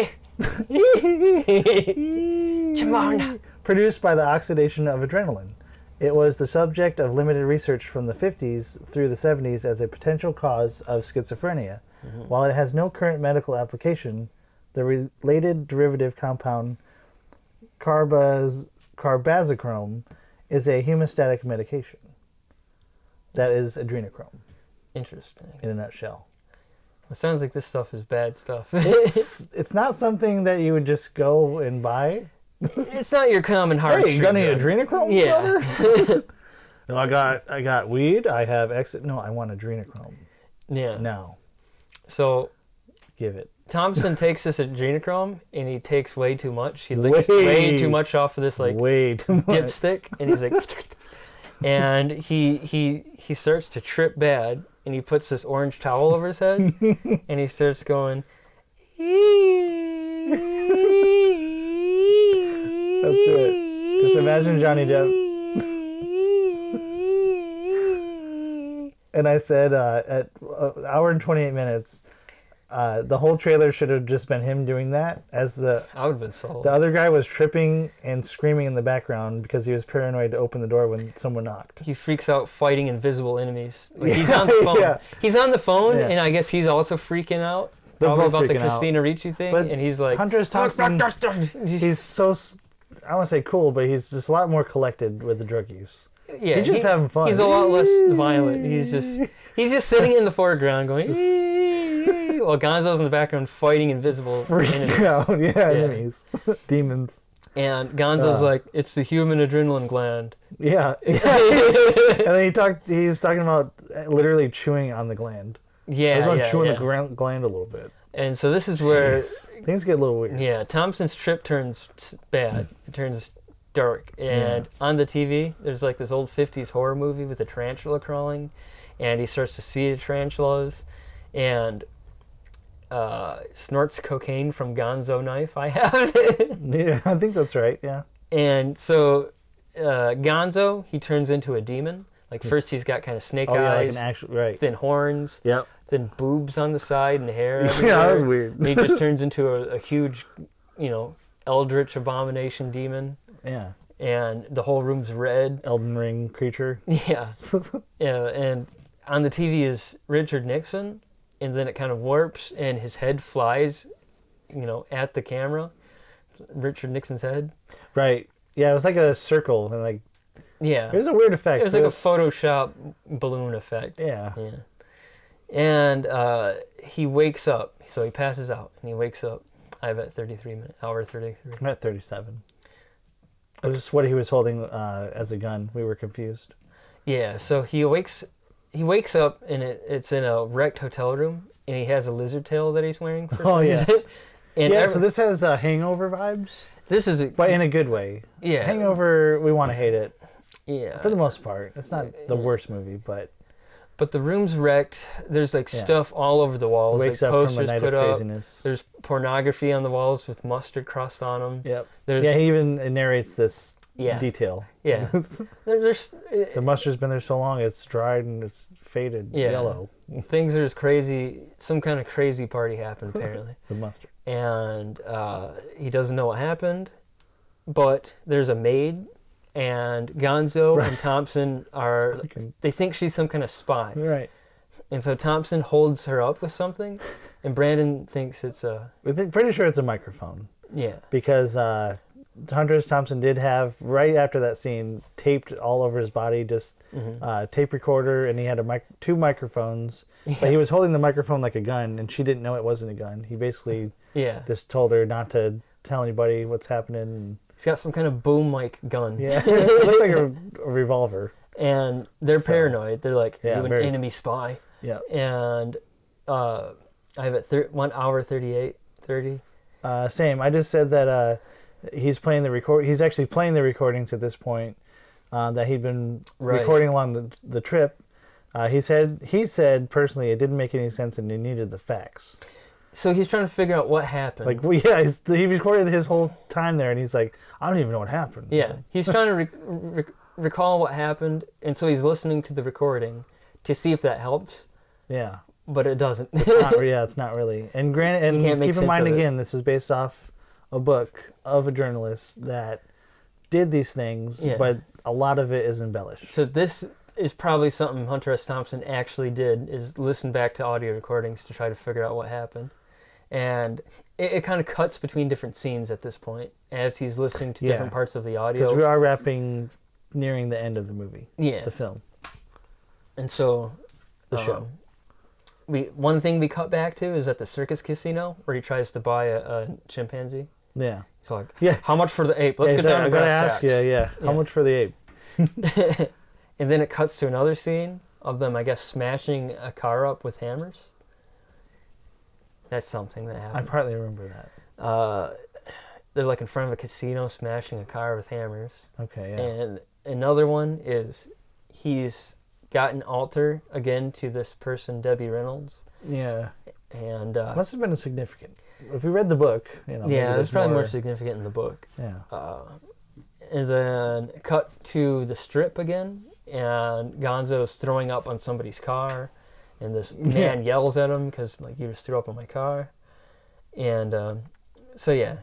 B: Tomorrow.
A: produced by the oxidation of adrenaline. It was the subject of limited research from the 50s through the 70s as a potential cause of schizophrenia.
B: Mm-hmm.
A: While it has no current medical application, the related derivative compound carbaz- carbazochrome is a hemostatic medication. That is adrenochrome
B: Interesting.
A: in a nutshell.
B: It sounds like this stuff is bad stuff.
A: It's, it's not something that you would just go and buy.
B: it's not your common hard
A: Hey, you got any
B: drug.
A: adrenochrome,
B: Yeah.
A: brother? No, I got I got weed. I have exit. No, I want adrenochrome.
B: Yeah.
A: Now,
B: So
A: give it.
B: Thompson takes this adrenochrome and he takes way too much. He licks way,
A: Way-
B: too much off of this like
A: Way too much.
B: dipstick and he's like and he he he starts to trip bad and he puts this orange towel over his head and he starts going
A: That's it. Just imagine Johnny Depp. And I said uh, at an hour and twenty eight minutes, uh, the whole trailer should have just been him doing that as the
B: I would have been sold.
A: the other guy was tripping and screaming in the background because he was paranoid to open the door when someone knocked.
B: he freaks out fighting invisible enemies. Like, he's on the phone.
A: Yeah.
B: He's on the phone,
A: Yeah.
B: and I guess he's also freaking out.
A: They're
B: Probably
A: both
B: about the
A: freaking out.
B: Christina Ricci thing,
A: But
B: and he's like,
A: Hunter's Thompson.
B: He's-
A: He's so s- I want to say cool, but he's just a lot more collected with the drug use.
B: yeah,
A: he's just having fun.
B: He's a lot less violent. He's just he's just sitting in the foreground going, while Gonzo's in the background fighting invisible enemies.
A: Freaking out, yeah, enemies, demons.
B: And Gonzo's
A: Uh.
B: like, it's the human adrenaline gland.
A: Yeah. and then he talked. He was talking about uh, literally chewing on the gland.
B: Yeah,
A: I was on
B: yeah,
A: chewing
B: yeah.
A: the gland, gland a little bit.
B: And so this is where
A: Things get a little weird.
B: Yeah, Thompson's trip turns s- bad.
A: Hmm.
B: It turns dark. And on the TV, there's like this old 50s horror movie with a tarantula crawling, and he starts to see the tarantulas and uh, snorts cocaine from Gonzo knife I have.
A: Yeah, I think that's right. Yeah.
B: and so uh, Gonzo, he turns into a demon. Like first he's got kind of snake
A: Hmm. Oh yeah, like
B: eyes,
A: an actual right.
B: then horns,
A: Yep.
B: then boobs on the side and hair.
A: Yeah, that was
B: everywhere. And
A: weird.
B: he just turns into a, a huge, you know, eldritch abomination demon,
A: Yeah.
B: and the whole room's red.
A: Elden Ring creature.
B: Yeah, yeah. And on the TV is Richard Nixon, and then it kind of warps, and his head flies, you know, at the camera. Richard Nixon's head.
A: right. Yeah, it was like a circle and like
B: Yeah,
A: it was a weird effect.
B: it was like a Photoshop balloon effect.
A: Yeah.
B: Yeah. And uh, he wakes up. So he passes out and he wakes up. I bet 33 minutes, hour 33.
A: I'm at 37. It was what he was holding uh, as a gun. We were confused.
B: Yeah. So he wakes, he wakes up and it, it's in a wrecked hotel room and he has a lizard tail that he's wearing. For
A: Oh,
B: some
A: yeah.
B: reason. And
A: Yeah.
B: every-
A: So
B: this,
A: this has uh, hangover vibes,
B: is a,
A: but in a good way.
B: yeah,
A: Hangover, we want to hate it.
B: yeah.
A: for the most part. It's not the worst movie, but
B: but the room's wrecked. There's like
A: Yeah.
B: stuff all over the walls.
A: wakes
B: like
A: up
B: posters
A: from a night of
B: put up.
A: craziness.
B: There's pornography on the walls with mustard crossed on them.
A: Yep.
B: There's,
A: yeah, he even narrates this
B: Yeah.
A: detail.
B: yeah. there, there's,
A: The mustard's been there so long, it's dried and it's faded
B: Yeah.
A: yellow.
B: things are as crazy. Some kind of crazy party happened apparently,
A: The mustard.
B: and uh, he doesn't know what happened. But there's a maid, and Gonzo and Thompson are.
A: Fucking-
B: They think she's some kind of spy,
A: Right.
B: and so Thompson holds her up with something, and Brandon thinks it's a
A: I think, pretty sure it's a microphone
B: yeah.
A: because uh, Hunter S. Thompson did have right after that scene taped all over his body, just uh, tape recorder, and he had a mic- two microphones. But he was holding the microphone like a gun, and she didn't know it wasn't a gun. He basically
B: Yeah,
A: just told her not to tell anybody what's happening. and-
B: he's got some kind of boom mic gun,
A: Yeah, it looked like a, a revolver.
B: and they're paranoid. They're like,
A: Yeah,
B: "You an
A: very-
B: enemy spy,"
A: Yeah.
B: and uh, I have it thir- one hour thirty-eight thirty.
A: Uh, same. I just said that uh, he's playing the record. He's actually playing the recordings at this point uh, that he'd been
B: Right.
A: recording along the the trip. Uh, he said he said personally it didn't make any sense and he needed the facts.
B: So he's trying to figure out what happened.
A: Like well, yeah, he's, he recorded his whole time there and he's like I don't even know what happened.
B: yeah, he's trying to re- re- recall what happened, and so he's listening to the recording to see if that helps,
A: yeah.
B: but it doesn't.
A: Not re- yeah, it's not really. And grant and
B: can't make
A: keep in
B: sense
A: mind
B: of it.
A: again, this is based off a book of a journalist that did these things,
B: Yeah.
A: but a lot of it is embellished.
B: so this is probably something Hunter S. Thompson actually did: is listen back to audio recordings to try to figure out what happened, and it, it kind of cuts between different scenes at this point as he's listening to
A: Yeah.
B: different parts of the
A: Because
B: audio.
A: we are wrapping nearing the end of the movie.
B: yeah,
A: The film.
B: and so
A: The
B: um,
A: show.
B: We one thing we cut back to is at the circus casino where he tries to buy a, a chimpanzee.
A: Yeah.
B: He's like,
A: Yeah.
B: how much for the ape? Let's
A: Yeah,
B: get down
A: exactly.
B: to
A: I gotta
B: brass
A: ask
B: tacks.
A: you, yeah. How
B: Yeah.
A: much for the ape?
B: And then it cuts to another scene of them, I guess, smashing a car up with hammers. That's something that
A: I
B: happened.
A: partly remember that.
B: Uh, they're like in front of a casino smashing a car with hammers.
A: Okay, yeah.
B: And another one is he's got an altar again to this person, Debbie Reynolds.
A: yeah.
B: And uh,
A: Must have been significant. If we read the book, you know. Oh, maybe
B: yeah,
A: there's
B: it's probably more... significant in the book. uh,
A: Yeah.
B: And then cut to the strip again, and Gonzo's throwing up on somebody's car, and this man yells at him because like you just threw up on my car, and um, so yeah,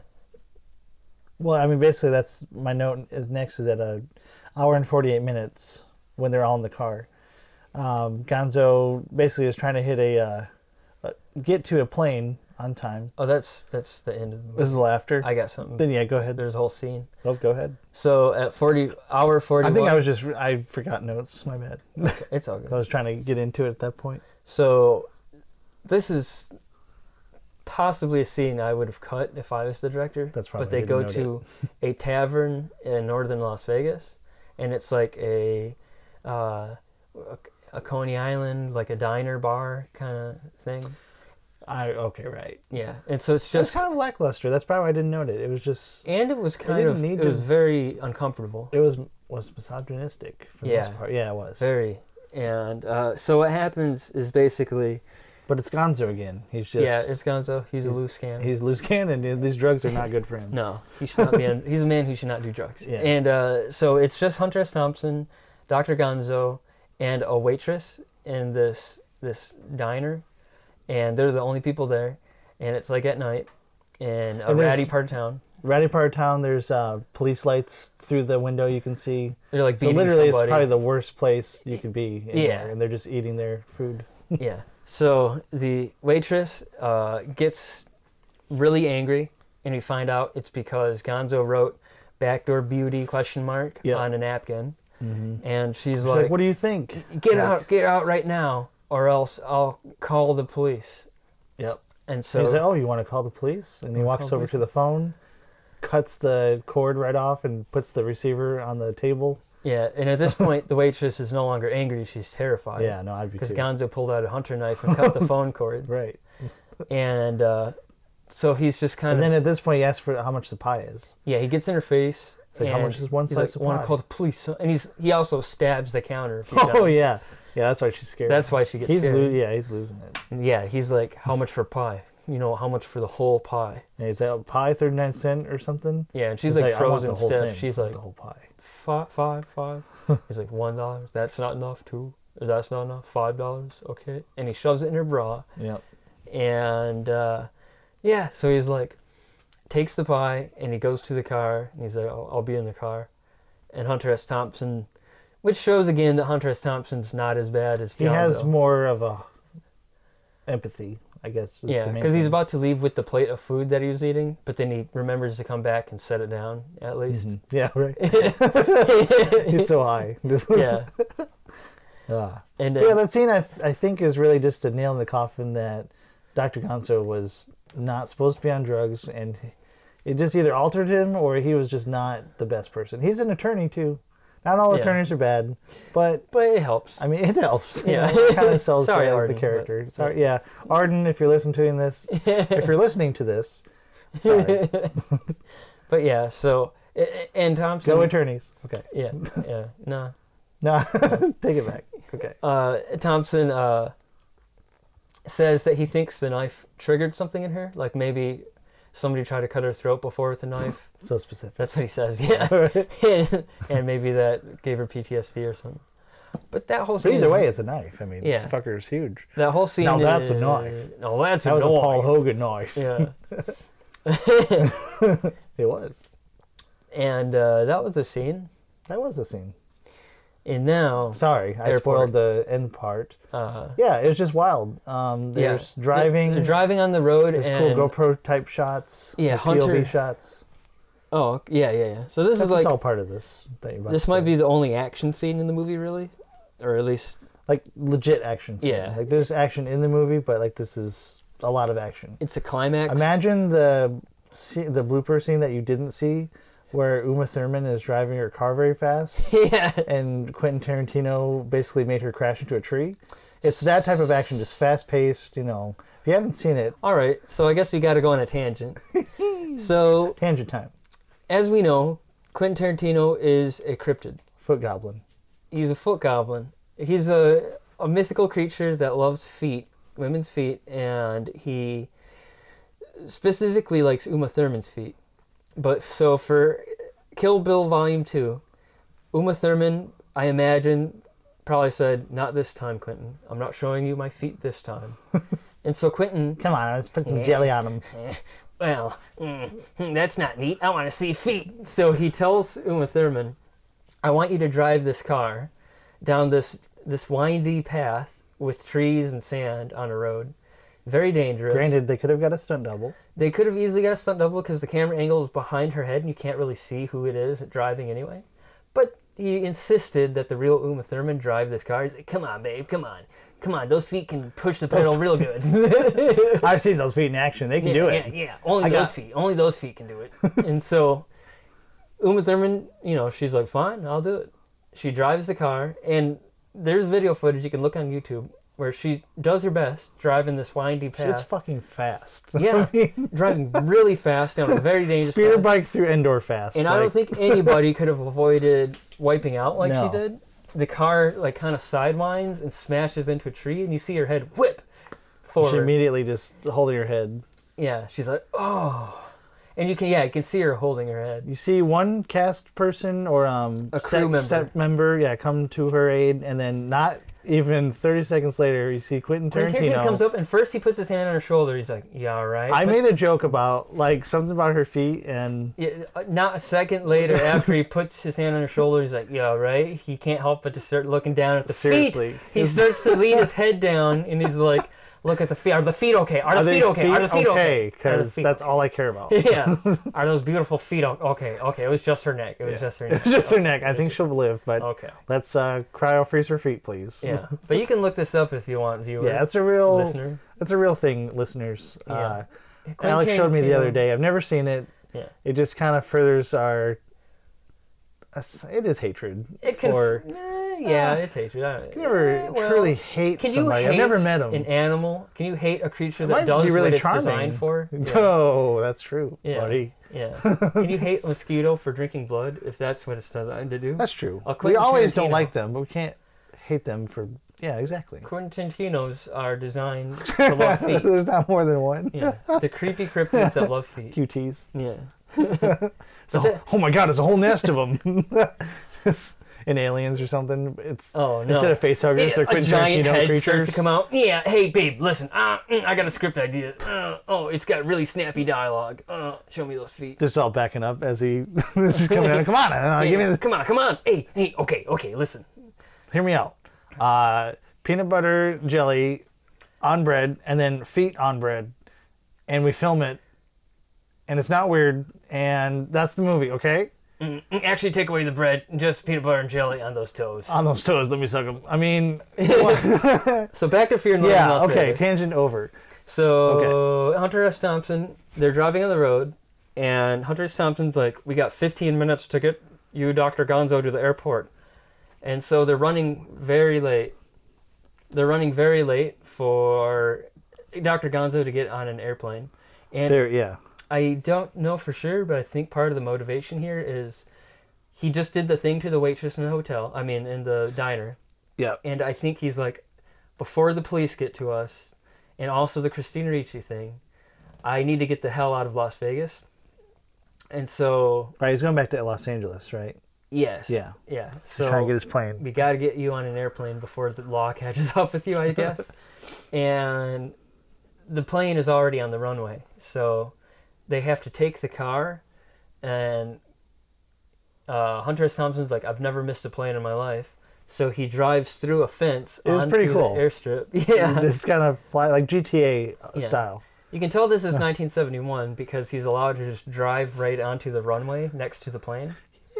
A: Well, I mean, basically, that's my note. Is next is at a hour and forty eight minutes when they're all in the car. Um, Gonzo basically is trying to hit a uh, uh, get to a plane on time.
B: oh that's that's the end of the movie.
A: This is laughter.
B: I got something.
A: then yeah, go ahead.
B: There's a whole scene.
A: Oh, go ahead.
B: So at forty hour forty,
A: I think I was just I forgot notes. My bad.
B: It's all
A: I
B: good.
A: was trying to get into it at that point.
B: So this is possibly a scene I would have cut if I was the director.
A: That's
B: But they
A: probably
B: go
A: why I didn't
B: to a tavern in northern Las Vegas, and it's like a uh, a- a Coney Island, like a diner bar kind of thing.
A: I okay, right.
B: Yeah, and so it's
A: It's
B: just
A: kind of lackluster. That's probably why I didn't note it. It was just
B: and it was kind
A: didn't
B: of
A: need
B: it was
A: to-
B: very uncomfortable.
A: it was was misogynistic for the
B: Yeah.
A: most part. Yeah, it was.
B: Very. And uh, so what happens is basically,
A: But it's Gonzo again. He's just
B: yeah, it's Gonzo. He's, a loose cannon.
A: he's loose cannon. dude. These drugs are not good for him.
B: No, he should not be. On, he's a man who should not do drugs.
A: Yeah.
B: And uh, so it's just Hunter S. Thompson, Dr. Gonzo, and a waitress in this this diner, and they're the only people there, and it's like at night, in a
A: And there's-
B: ratty part of town.
A: Ratty part of town. There's uh, police lights through the window. You can see.
B: They're like
A: So
B: beating
A: literally, it's
B: somebody.
A: probably the worst place you could be. in
B: Yeah.
A: there, and they're just eating their food.
B: yeah. So the waitress uh, gets really angry, and we find out it's because Gonzo wrote "backdoor beauty?" question mark
A: Yeah. Mm-hmm.
B: on a napkin, and she's,
A: She's like, "What do you think?"
B: get out, get out right now, or else I'll call the police.
A: Yep.
B: And
A: He
B: so,
A: said, "Oh, you want to call the police?" And he walks
B: call the
A: over
B: police?
A: to the phone, cuts the cord right off, and puts the receiver on the table.
B: yeah, and at this point, the waitress is no longer angry; she's terrified.
A: Yeah, no, I'd be
B: because
A: too.
B: Gonzo pulled out a hunter knife and cut the phone cord,
A: right.
B: and uh, so he's just kind
A: And
B: of
A: then at this point, he asks for how much the pie is.
B: yeah, he gets in her face.
A: like, how
B: and
A: much is one
B: he's
A: slice
B: like,
A: of
B: "Wanna
A: pie?"
B: call the police, and he's he also stabs the counter. a few
A: Oh
B: times.
A: yeah, yeah. That's why she's scared.
B: that's why she gets
A: he's
B: scared.
A: lo- yeah, he's losing it.
B: yeah, he's like, how much for pie? You know, how much for the whole pie?
A: And he's like, "Oh, "Pie, thirty nine cent or something."
B: Yeah, and she's
A: He's
B: like
A: "I want the
B: frozen
A: whole
B: stiff.
A: thing.
B: She's
A: I want
B: like,
A: the whole pie.
B: five, five, five. He's like, one dollar. That's not enough. Two. That's not enough. Five dollars. Okay. And he shoves it in her bra.
A: Yep.
B: And uh, yeah, so he's like, takes the pie and he goes to the car and he's like, I'll, I'll be in the car. And Hunter S. Thompson, which shows again that Hunter S. Thompson's not as bad as
A: He has
B: Gonzo.
A: more of a empathy, I guess. is
B: Yeah,
A: the main
B: because he's
A: thing.
B: about to leave with the plate of food that he was eating, but then he remembers to come back and set it down at least.
A: Yeah, right. he's so high.
B: Yeah,
A: Ah.
B: and
A: But yeah,
B: uh,
A: that scene I, I think is really just a nail in the coffin that Dr. Gonzo was not supposed to be on drugs, and he- it just either altered him or he was just not the best person. He's an attorney too. Not all
B: Yeah.
A: attorneys are bad, but
B: But it helps.
A: I mean it helps. you
B: Yeah.
A: know, it kind of sells
B: Sorry,
A: the,
B: Arden,
A: the
B: but-
A: character. Sorry, yeah, Arden, if you're listening to this, if you're listening to this, sorry,
B: but yeah, so a- a- and Thompson.
A: go attorneys. Okay,
B: yeah, yeah, nah.
A: no, take it back. Okay,
B: Uh, Thompson uh, says that he thinks the knife triggered something in her, like maybe somebody tried to cut her throat before with a knife.
A: so specific.
B: That's what he says. Yeah, and, and maybe that gave her PTSD or something. But that whole
A: But
B: scene.
A: either
B: is-
A: way, it's a knife. I mean,
B: Yeah.
A: the fucker's huge.
B: that whole scene.
A: Now that's a
B: is-
A: knife.
B: No, that's
A: That
B: a
A: was
B: knife.
A: a Paul Hogan knife.
B: Yeah.
A: It was.
B: and uh, that was the scene.
A: That was the scene.
B: And now,
A: Sorry, I
B: Airport.
A: spoiled the end part.
B: uh,
A: Yeah, it was just wild. Um,
B: yeah,
A: there's driving,
B: They're driving on the road,
A: there's
B: and
A: cool GoPro type shots,
B: Yeah,
A: the
B: Hunter-
A: POV shots.
B: oh yeah, yeah, yeah. So this
A: That's
B: is like
A: all part of this. that you're about
B: this
A: to
B: might
A: say.
B: be the only action scene in the movie, really, or at least
A: like legit action. Scene.
B: Yeah.
A: like there's action in the movie, but like this is a lot of action.
B: it's a climax.
A: Imagine the sce- the blooper scene that you didn't see, where Uma Thurman is driving her car very fast,
B: yeah,
A: and Quentin Tarantino basically made her crash into a tree. It's that type of action, just fast paced. You know, if you haven't seen it,
B: All right, so I guess we got to go on a tangent. so,
A: tangent time.
B: as we know, Quentin Tarantino is a cryptid.
A: Foot Goblin.
B: He's a foot goblin. He's a a mythical creature that loves feet, women's feet, and he specifically likes Uma Thurman's feet. But so for Kill Bill Volume Two, Uma Thurman, I imagine, probably said, "Not this time, Quentin. I'm not showing you my feet this time." and so Quentin
A: Come on, let's put some jelly on him.
B: well, mm, hmm, that's not neat. I want to see feet. So he tells Uma Thurman, I want you to drive this car down this this windy path with trees and sand on a road. Very dangerous.
A: Granted, they could have got a stunt double.
B: They could have easily got a stunt double because the camera angle is behind her head and you can't really see who it is driving anyway. But he insisted that the real Uma Thurman drive this car. He's like, come on, babe, come on. Come on, those feet can push the pedal real good.
A: I've seen those feet in action. They can do
B: yeah,
A: it.
B: Yeah, yeah. Only
A: I
B: those
A: got-
B: feet. Only those feet can do it. and so Uma Thurman, you know, she's like, fine, I'll do it. She drives the car, and there's video footage you can look on YouTube where she does her best driving this windy
A: It's
B: path.
A: fucking fast.
B: yeah,
A: I mean,
B: driving really fast down a very dangerous
A: speeder
B: path.
A: bike through indoor fast.
B: And I don't
A: like,
B: think anybody could have avoided wiping out like
A: No.
B: she did. The car like kind of sidewinds and smashes into a tree, and you see her head whip forward.
A: she immediately just holding her head.
B: Yeah, she's like, oh, and you can yeah, you can see her holding her head.
A: You see one cast person or um
B: A crew member.
A: set member, yeah, come to her aid, and then not even 30 seconds later, you see Quentin Tarantino.
B: Tarantino comes up and first he puts his hand on her shoulder. He's like, "Yeah, all right."
A: I
B: But-
A: made a joke about like something about her feet, and
B: Yeah, uh, not a second later after he puts his hand on her shoulder, he's like, "Yeah, all right." He can't help but to start looking down at the
A: Seriously.
B: feet. He starts to lean his head down and he's like, "Look at the feet. Are the feet okay? Are the
A: they
B: feet okay? Are the feet okay? Are the
A: Because
B: feet
A: that's all I care about.
B: yeah. Are those beautiful feet o- okay? Okay, it was just her neck. It was just her neck.
A: Just her neck. I think she'll live, but
B: Okay.
A: let's uh, cryo freeze her feet, please.
B: Yeah, but you can look this up if you want, viewer.
A: Yeah, that's a real
B: listener.
A: That's a real thing, listeners. Uh,
B: Quentin
A: Alex showed me the
B: Tarantino-
A: other day. I've never seen it.
B: Yeah.
A: It just kind of furthers our. It is hatred.
B: It can.
A: for-
B: eh, yeah, it's hatred. I eh,
A: I never truly hate
B: Can you
A: somebody.
B: hate
A: I've never met them.
B: an animal? Can you hate a creature
A: might
B: that
A: be
B: does
A: really
B: what
A: charming.
B: it's designed for? Yeah.
A: Oh, that's true,
B: Yeah.
A: buddy.
B: yeah. Can you hate a mosquito for drinking blood if that's what it's designed to do?
A: That's true.
B: A
A: We
B: Quentin
A: always don't
B: Tarantino.
A: like them, but we can't hate them for. Yeah, exactly.
B: Quentin Tarantino's are designed to love feet.
A: There's not more than one.
B: Yeah. The creepy cryptids that love feet.
A: QTs.
B: Yeah.
A: It's a whole- oh my god, there's a whole nest of them. In aliens or something. It's
B: Oh, no.
A: instead of face huggers,
B: Yeah,
A: they're
B: a
A: Quentin
B: giant
A: Tarantino
B: head
A: creatures.
B: starts to come out. Yeah, hey babe, listen, uh, mm, I got a script idea. Uh, oh, it's got really snappy dialogue. Uh, show me those feet.
A: This is all backing up as he this is coming out. Come on, uh, give me the,
B: Come on, come on. Hey, hey, okay, okay, listen.
A: hear me out. Uh, peanut butter jelly on bread, and then feet on bread, and we film it, and it's not weird, and that's the movie. Okay,
B: Actually, take away the bread, just peanut butter and jelly on those toes.
A: on those toes, let me suck them. I mean,
B: So back to Fear and Loathing in
A: yeah,
B: Las
A: okay,
B: Vegas.
A: tangent over.
B: So Hunter S. Thompson, they're driving on the road, and Hunter S. Thompson's like, "We got 15 minutes to get you, Dr. Gonzo, to the airport. And so they're running very late. They're running very late for Dr. Gonzo to get on an airplane. And
A: There, yeah.
B: I don't know for sure, but I think part of the motivation here is he just did the thing to the waitress in the hotel, I mean, in the diner.
A: Yeah.
B: And I think he's like, before the police get to us, and also the Christina Ricci thing, I need to get the hell out of Las Vegas. And so,
A: Right, he's going back to Los Angeles, right?
B: yes.
A: Yeah.
B: Yeah. So
A: Just trying to get his plane.
B: we got to get you on an airplane before the law catches up with you, I guess. and the plane is already on the runway, so they have to take the car. And uh, Hunter S. Thompson's like, I've never missed a plane in my life. So he drives through a fence
A: It was
B: onto
A: pretty cool.
B: the airstrip. Yeah,
A: This kind of fly like GTA
B: Yeah.
A: uh, style.
B: you can tell this is 1971 because he's allowed to just drive right onto the runway next to the plane.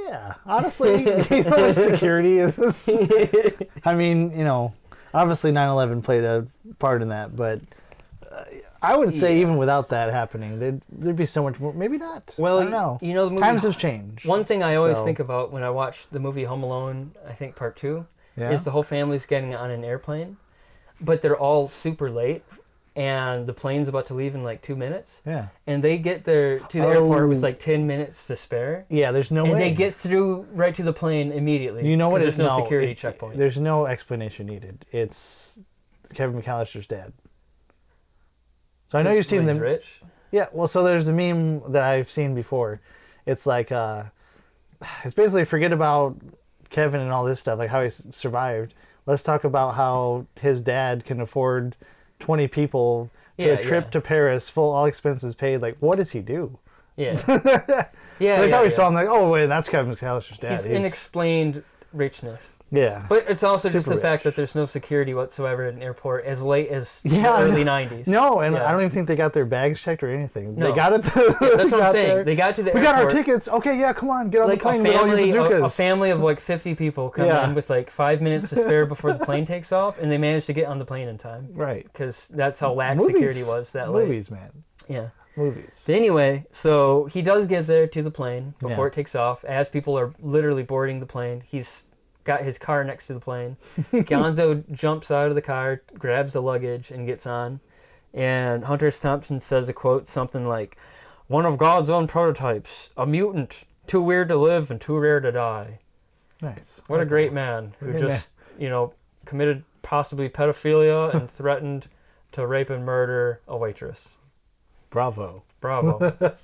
A: Yeah. Honestly, you know what security is. I mean, you know, obviously 9/11 played a part in that, but uh, I would say even without that happening, there'd, there'd be so much more. Maybe not.
B: Well,
A: I don't know.
B: you know the movie-
A: times have changed.
B: One thing I always
A: So-
B: think about when I watch the movie Home Alone, I think part two,
A: Yeah.
B: is the whole family's getting on an airplane, but they're all super late, and the plane's about to leave in like two minutes,
A: yeah.
B: and they get there to the airport with
A: Oh.
B: like ten minutes to spare,
A: Yeah. There's no
B: and
A: way.
B: they get through right to the plane immediately.
A: You know
B: 'cause
A: what?
B: There's
A: it-
B: no, security
A: it-
B: checkpoint.
A: There's no explanation needed. It's Kevin McAllister's dad. So I know you've seen
B: When
A: them.
B: he's Rich.
A: Yeah, well, so there's a meme that I've seen before. It's like, uh, it's basically forget about Kevin and all this stuff, like how he s- survived. Let's talk about how his dad can afford 20 people to
B: Yeah,
A: a trip
B: yeah.
A: to Paris, full all expenses paid. Like, what does he do?
B: Yeah. yeah. yeah,
A: Like, I always
B: yeah.
A: saw him, like, oh, wait, that's Kevin McAllister's dad.
B: He's unexplained richness.
A: yeah.
B: But it's also just the
A: Super rich.
B: fact that there's no security whatsoever at an airport as late as
A: Yeah,
B: the
A: I
B: early
A: know.
B: 90s.
A: no, and
B: Yeah.
A: I don't even think they got their bags checked or anything.
B: No.
A: They got it. that's
B: That's what I'm saying. They got to the
A: we
B: airport.
A: got our tickets. Okay, yeah, come on, get on
B: Like
A: the plane
B: a
A: with all your
B: family, a-
A: bazookas.
B: a, family of like 50 people come
A: Yeah.
B: in with like five minutes to spare before the plane takes off, and they manage to get on the plane in time
A: Right.
B: because that's how lax
A: Movies.
B: security was that late.
A: Movies, man.
B: Yeah.
A: Movies.
B: So anyway, so he does get there to the plane before
A: Yeah.
B: it takes off. As people are literally boarding the plane, he's got his car next to the plane. Gonzo jumps out of the car, grabs the luggage, and gets on. And Hunter S. Thompson says a quote, something like, "One of God's own prototypes, a mutant, too weird to live and too rare to die.
A: Nice.
B: What a great man who
A: Good man.
B: just, you know, committed possibly pedophilia and threatened to rape and murder a waitress."
A: Bravo.
B: Bravo.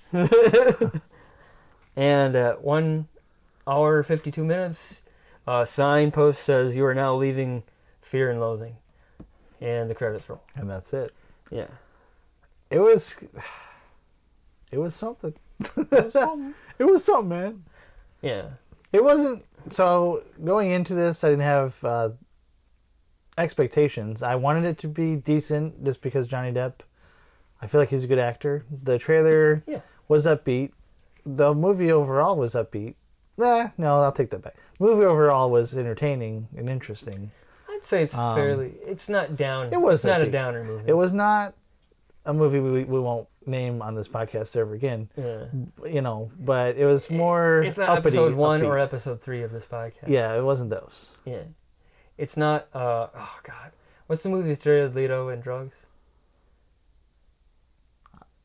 B: and at one hour fifty-two minutes, a signpost says you are now leaving fear and loathing, and the credits roll.
A: And that's it.
B: Yeah.
A: It was. It was something. it was something, man.
B: Yeah.
A: It wasn't. So going into this, I didn't have uh, expectations. I wanted it to be decent, just because Johnny Depp. I feel like he's a good actor. The trailer
B: Yeah.
A: was upbeat. The movie overall was upbeat. Nah, no, I'll take that back. Movie overall was entertaining and interesting.
B: I'd say it's fairly. It's not down.
A: Um, it was
B: it's not a
A: upbeat.
B: downer movie.
A: It was not a movie we, we won't name on this podcast ever again,
B: yeah.
A: you know, but it was more
B: It's not
A: uppity,
B: episode one or
A: upbeat.
B: episode three of this podcast.
A: yeah, it wasn't those.
B: Yeah. It's not. Uh. Oh God. What's the movie with Jared Leto and drugs?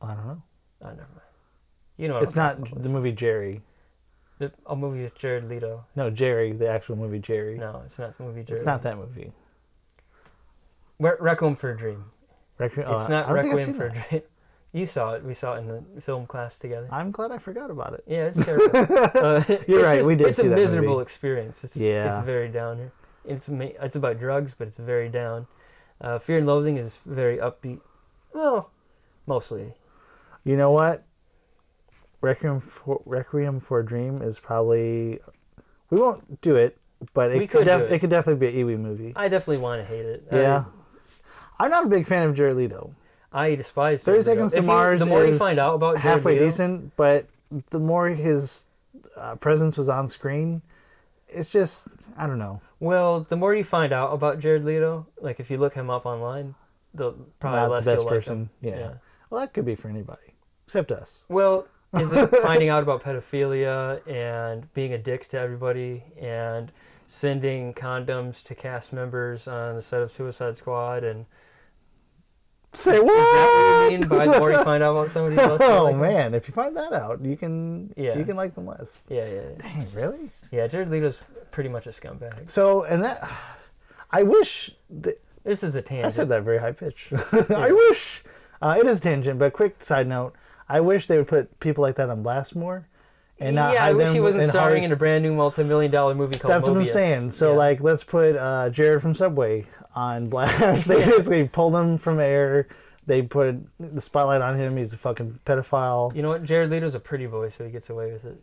A: I don't know.
B: Oh, never mind. You know. What
A: It's
B: I'm talking
A: not
B: about.
A: the movie Jerry.
B: The- a movie with Jared Leto.
A: No, Jerry, the actual movie Jerry.
B: No, it's not the movie. Jared
A: it's not that movie.
B: Re- Requiem for a Dream.
A: Rec-
B: It's
A: Oh,
B: not
A: uh, I don't think I've
B: Requiem
A: seen
B: for
A: that.
B: a Dream. You saw it. We saw it in the film class together.
A: I'm glad I forgot about it.
B: Yeah, it's terrible. Uh,
A: You're
B: it's
A: right, we did
B: It's
A: see
B: a
A: that movie.
B: miserable experience. It's,
A: Yeah.
B: It's very down here. It's ma- it's about drugs, but it's very down. Uh, Fear and Loathing is very upbeat. Well, mostly.
A: You know what? Requiem for, Requiem for a Dream is probably. We won't do it, but it,
B: We
A: could,
B: could
A: def-
B: do it. Uh,
A: it could definitely be an Iwi movie.
B: I definitely want to hate it.
A: yeah. I'm not a big fan of Jared Leto.
B: I, I despise.
A: Thirty
B: Jared Leto.
A: Seconds
B: If
A: to
B: you-
A: Mars.
B: The more
A: is
B: you find out about Jared
A: halfway
B: Leto-
A: decent, but the more his uh, presence was on screen, it's just I don't know.
B: Well, the more you find out about Jared Leto, like if you look him up online, the probably
A: Not
B: Uh, less
A: the best
B: you'll like
A: person.
B: him.
A: yeah. Well, that could be for anybody except us.
B: Well, is finding out about pedophilia and being a dick to everybody and sending condoms to cast members on the set of Suicide Squad and
A: Say
B: is that what you mean by the more you find out about somebody else?
A: Oh
B: like that?
A: man, if you find that out, you can
B: Yeah.
A: you can like them less.
B: Yeah, yeah, yeah.
A: Dang, really?
B: Yeah, Jared Leto's pretty much a scumbag.
A: So and that, I wish th-
B: This is a
A: I
B: tangent.
A: said that very high pitch. I wish uh, it is tangent, but quick side note: I wish they would put people like that on blast more, and not
B: yeah, I
A: hide
B: wish
A: them
B: he wasn't
A: in
B: starring
A: Hollywood.
B: in a brand new multi-million dollar movie called
A: That's what I'm
B: Mobius.
A: saying. So
B: Yeah.
A: like, let's put uh, Jared from Subway on blast. they basically pulled him from air. They put the spotlight on him. He's a fucking pedophile.
B: You know what? Jared Leto's a pretty boy, so he gets away with it.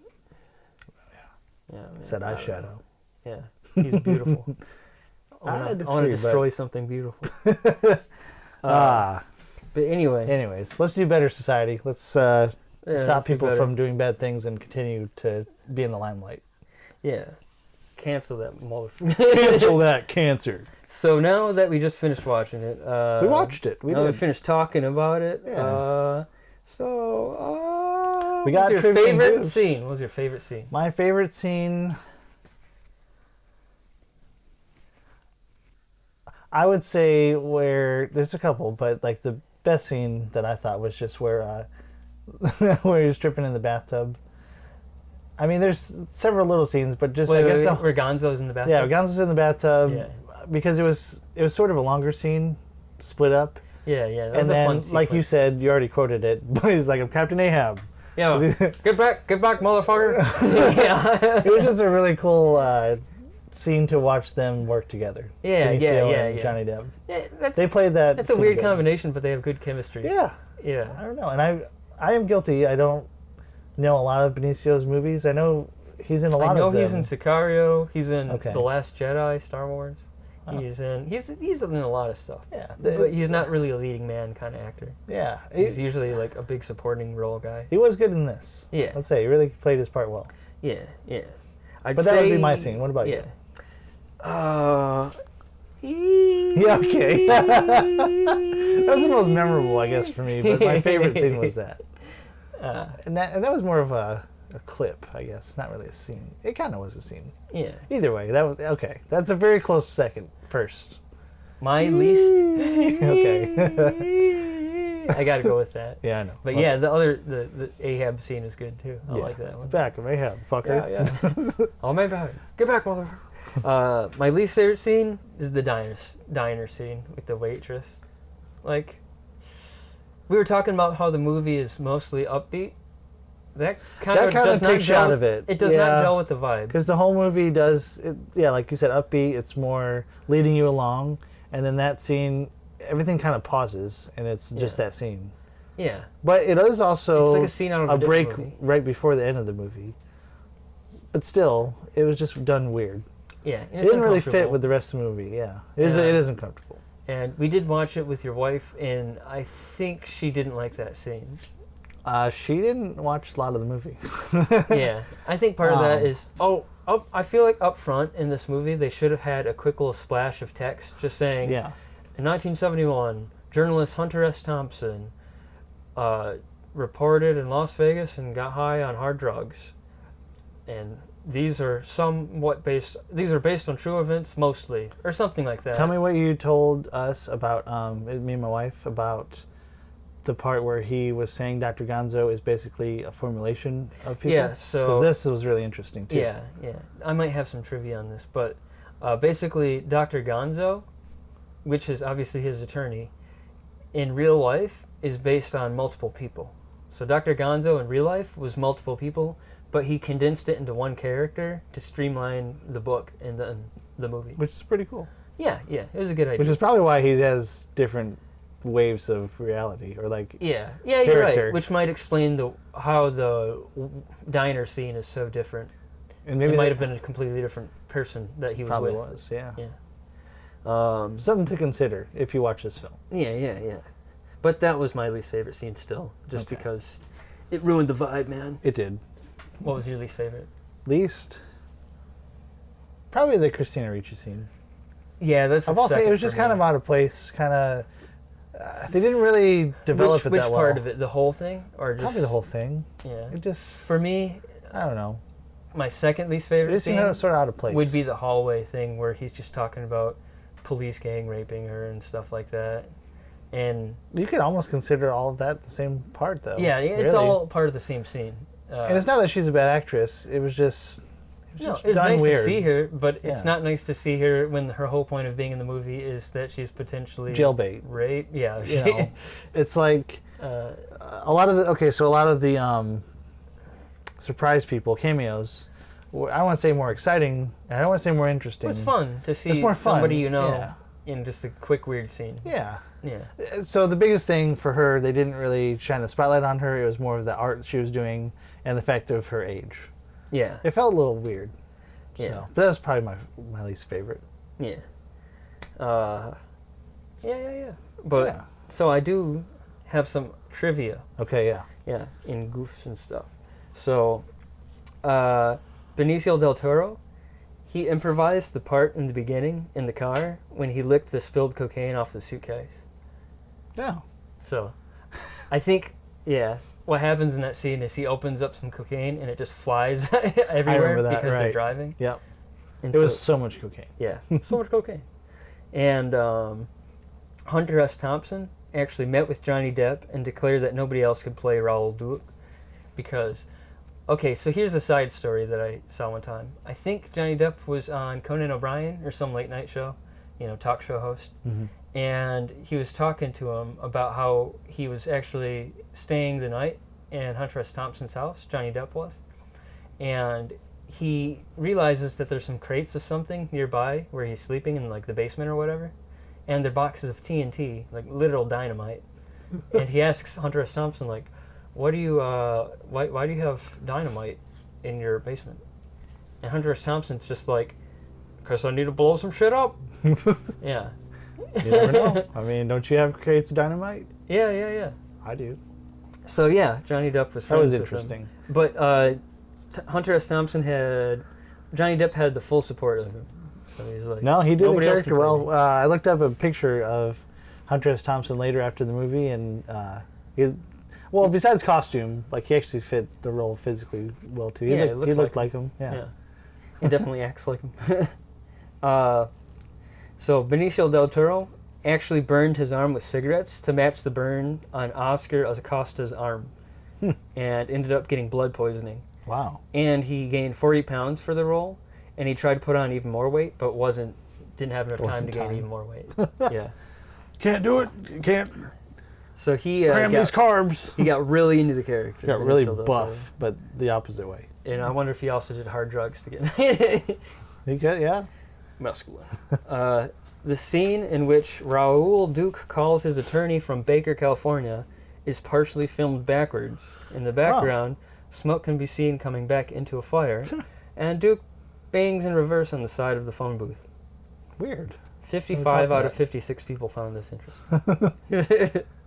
B: Yeah. man,
A: Said
B: I don't
A: eyeshadow.
B: know. Yeah. He's beautiful. I
A: I
B: want to
A: disagree, but-
B: destroy something beautiful. Uh,
A: Ah.
B: But anyway,
A: Anyways, let's do better, society. Let's uh,
B: yeah,
A: stop
B: let's do
A: people
B: better.
A: from doing bad things and continue to be in the limelight.
B: Yeah. Cancel that motherfucker.
A: Cancel that cancer.
B: so now that we just finished watching it, uh,
A: We watched it. We
B: now we
A: did.
B: finished talking about it.
A: Yeah.
B: Uh, so uh,
A: We
B: what was
A: got
B: your
A: trivia and
B: favorite
A: goofs.
B: scene. What was your favorite scene?
A: My favorite scene. I would say where there's a couple, but like the best scene that I thought was just where uh, where he was tripping in the bathtub. I mean, there's several little scenes, but just
B: Wait,
A: I
B: wait,
A: guess
B: wait,
A: the
B: where Gonzo's in the bathroom.
A: yeah, Gonzo's in the bathtub
B: Yeah.
A: because it was it was sort of a longer scene, split up,
B: Yeah, yeah. That was
A: and
B: a
A: then
B: fun
A: like you
B: sequence.
A: said, you already quoted it, but he's like, "I'm Captain Ahab."
B: Yeah. get back, get back, motherfucker. yeah.
A: it was just a really cool uh, scene to watch them work together.
B: Yeah,
A: Benicio
B: yeah, yeah,
A: and
B: yeah.
A: Johnny Depp.
B: Yeah, That's
A: They played that.
B: that's a
A: scene
B: weird
A: good.
B: combination, but they have good chemistry.
A: Yeah, I
B: Yeah.
A: don't know, and I, I am guilty. I don't know a lot of Benicio's movies. I know he's in a lot
B: I know
A: of them.
B: he's in Sicario. He's in
A: Okay.
B: The Last Jedi, Star Wars. He's in he's he's in a lot of stuff.
A: yeah,
B: But
A: the,
B: he's not really a leading man kind of actor.
A: yeah.
B: He's
A: He,
B: usually like a big supporting role guy.
A: he was good in this.
B: Yeah.
A: let's say he really played his part well.
B: Yeah, yeah. I'd
A: But that would be my scene. What about you?
B: Yeah. Uh,
A: Yeah, okay. that was the most memorable, I guess, for me. But my favorite scene was that.
B: Uh.
A: and that and that was more of a, a clip, I guess, not really a scene. It kind of was a scene.
B: yeah.
A: Either way, that was okay. That's a very close second. First,
B: My least.
A: okay.
B: I gotta go with that.
A: yeah, I know.
B: But yeah, the other the, the Ahab scene is good too. I like that one.
A: Back of my head,
B: Yeah,
A: fucker.
B: yeah. oh my god, get back, motherfucker! Uh, my least favorite scene is the diner s- diner scene with the waitress. Like, we were talking about how the movie is mostly upbeat. That kind
A: That
B: of
A: kinda
B: does not
A: takes you
B: gel
A: out
B: with-
A: of it.
B: It does
A: Yeah.
B: not gel with the vibe.
A: Because the whole movie does, it, yeah, like you said, upbeat. It's more leading you along, and then that scene, everything kind of pauses, and it's just
B: Yeah.
A: that scene.
B: Yeah,
A: But it is also
B: It's like a scene out of a different
A: break
B: movie.
A: right before the end of the movie. But still, it was just done weird.
B: yeah. and
A: It
B: it's
A: didn't really fit
B: uncomfortable.
A: with the rest of the movie. Yeah, it is.
B: Yeah.
A: It is uncomfortable.
B: And we did watch it with your wife, and I think she didn't like that scene.
A: Uh, she didn't watch a lot of the movie.
B: yeah, I think part of that
A: Um,
B: is oh, up, I feel like up front in this movie they should have had a quick little splash of text just saying,
A: yeah,
B: in 1971, journalist Hunter S. Thompson uh, reported in Las Vegas and got high on hard drugs, and these are somewhat based. These are based on true events mostly, or something like that.
A: tell me what you told us about um, me and my wife about the part where he was saying Dr. Gonzo is basically a formulation of people.
B: Yeah,
A: 'Cause
B: so-
A: this was really interesting too.
B: Yeah, yeah. I might have some trivia on this, but uh, basically, Dr. Gonzo, which is obviously his attorney, in real life is based on multiple people. So Dr. Gonzo in real life was multiple people, but he condensed it into one character to streamline the book and then the movie.
A: which is pretty cool.
B: Yeah, yeah, it was a good idea.
A: Which is probably why he has different waves of reality, or like
B: yeah, yeah, you're
A: character.
B: right. Which might explain the how the w- diner scene is so different.
A: and maybe
B: it might
A: that
B: have been a completely different person that he was
A: probably
B: with.
A: was. Yeah.
B: Yeah. Um,
A: something to consider if you watch this film.
B: Yeah, yeah, yeah. But that was my least favorite scene still, just because it ruined the vibe, man.
A: It did.
B: What was your least favorite?
A: Least, probably the Christina Ricci scene.
B: Yeah, that's
A: Of all things, it was just kind of out of place. Kind of, Uh, they didn't really develop
B: which
A: it
B: which
A: that
B: part
A: well.
B: of it? The whole thing, or just
A: Probably the whole thing.
B: Yeah.
A: It just,
B: For me,
A: I don't know.
B: my second least
A: It
B: favorite
A: just
B: scene
A: seemed sort of out of place.
B: would be the hallway thing where he's just talking about police gang raping her and stuff like that. And
A: You could almost consider all of that the same part, though.
B: yeah, it's
A: really.
B: all part of the same scene. Uh,
A: And it's not that she's a bad actress. It was just, it was
B: no,
A: just
B: it's
A: done
B: nice
A: weird.
B: to see her, but it's
A: Yeah.
B: not nice to see her when her whole point of being in the movie is that she's potentially
A: Jailbait.
B: rape. Yeah,
A: You
B: she-
A: know, it's like
B: uh,
A: a lot of the okay. So a lot of the um, surprise people cameos. were, I want to say more exciting. and I don't want to say more interesting.
B: it's fun to see
A: It's more fun,
B: somebody you know
A: yeah.
B: in just a quick weird scene.
A: Yeah.
B: Yeah,
A: So the biggest thing for her, they didn't really shine the spotlight on her. It was more of the art she was doing and the fact of her age.
B: yeah,
A: It felt a little weird.
B: yeah.
A: So, but that's probably my my least favorite.
B: Yeah. Uh, yeah, yeah, yeah. But
A: Yeah.
B: so I do have some trivia,
A: Okay. Yeah.
B: yeah, in goofs and stuff. So, uh, Benicio del Toro, he improvised the part in the beginning in the car when he licked the spilled cocaine off the suitcase.
A: Yeah.
B: So, I think, yeah. What happens in that scene is he opens up some cocaine and it just flies everywhere
A: that,
B: because they're
A: right.
B: driving.
A: Yeah.
B: And
A: It
B: so-
A: was so much cocaine.
B: Yeah, so much cocaine. And um, Hunter S. Thompson actually met with Johnny Depp and declared that nobody else could play Raoul Duke because, okay, so here's a side story that I saw one time. I think Johnny Depp was on Conan O'Brien or some late night show, you know, talk show host, and he was talking to him about how he was actually staying the night in Hunter S. Thompson's house. Johnny Depp was and he realizes that there's some crates of something nearby where he's sleeping in like the basement or whatever, and they're boxes of TNT, like literal dynamite. and he asks Hunter S. Thompson, like, "What do you? Uh, why why do you have dynamite in your basement?" And Hunter S. Thompson's just like, "Cause I need to blow some shit up." yeah,
A: You never know. I mean, don't you have crates of dynamite?
B: yeah, yeah, yeah.
A: I do.
B: So yeah, Johnny Depp was
A: That
B: friends
A: was
B: with him.
A: interesting.
B: But uh, T- Hunter S. Thompson had Johnny Depp had the full support of him, so he's like,
A: No, he did
B: Nobody
A: the
B: else
A: character
B: could play
A: well.
B: me.
A: Uh, I looked up a picture of Hunter S. Thompson later after the movie, and uh, he, well, besides costume, like he actually fit the role physically well too. He
B: Yeah, it
A: looked,
B: looks
A: he
B: like
A: looked like him. Yeah.
B: yeah, he definitely acts like him. uh, so Benicio del Toro actually burned his arm with cigarettes to match the burn on Oscar Acosta's arm,
A: Hmm.
B: and ended up getting blood poisoning.
A: Wow.
B: And he gained 40 pounds for the role, and he tried to put on even more weight, but wasn't didn't have enough time
A: Wasn't
B: to gain
A: time.
B: even more weight. yeah.
A: Can't do it. Can't
B: So he uh,
A: cram these
B: got,
A: carbs.
B: he got really into the character.
A: Got really
B: Benicio del
A: buff,
B: Toro.
A: but the opposite way.
B: and I wonder if he also did hard drugs to get
A: He got yeah.
B: masculine. Uh, the scene in which Raoul Duke calls his attorney from Baker, California, is partially filmed backwards. In the background, smoke can be seen coming back into a fire, and Duke bangs in reverse on the side of the phone booth.
A: Weird.
B: 55
A: about
B: out of
A: that.
B: 56 people found this interesting.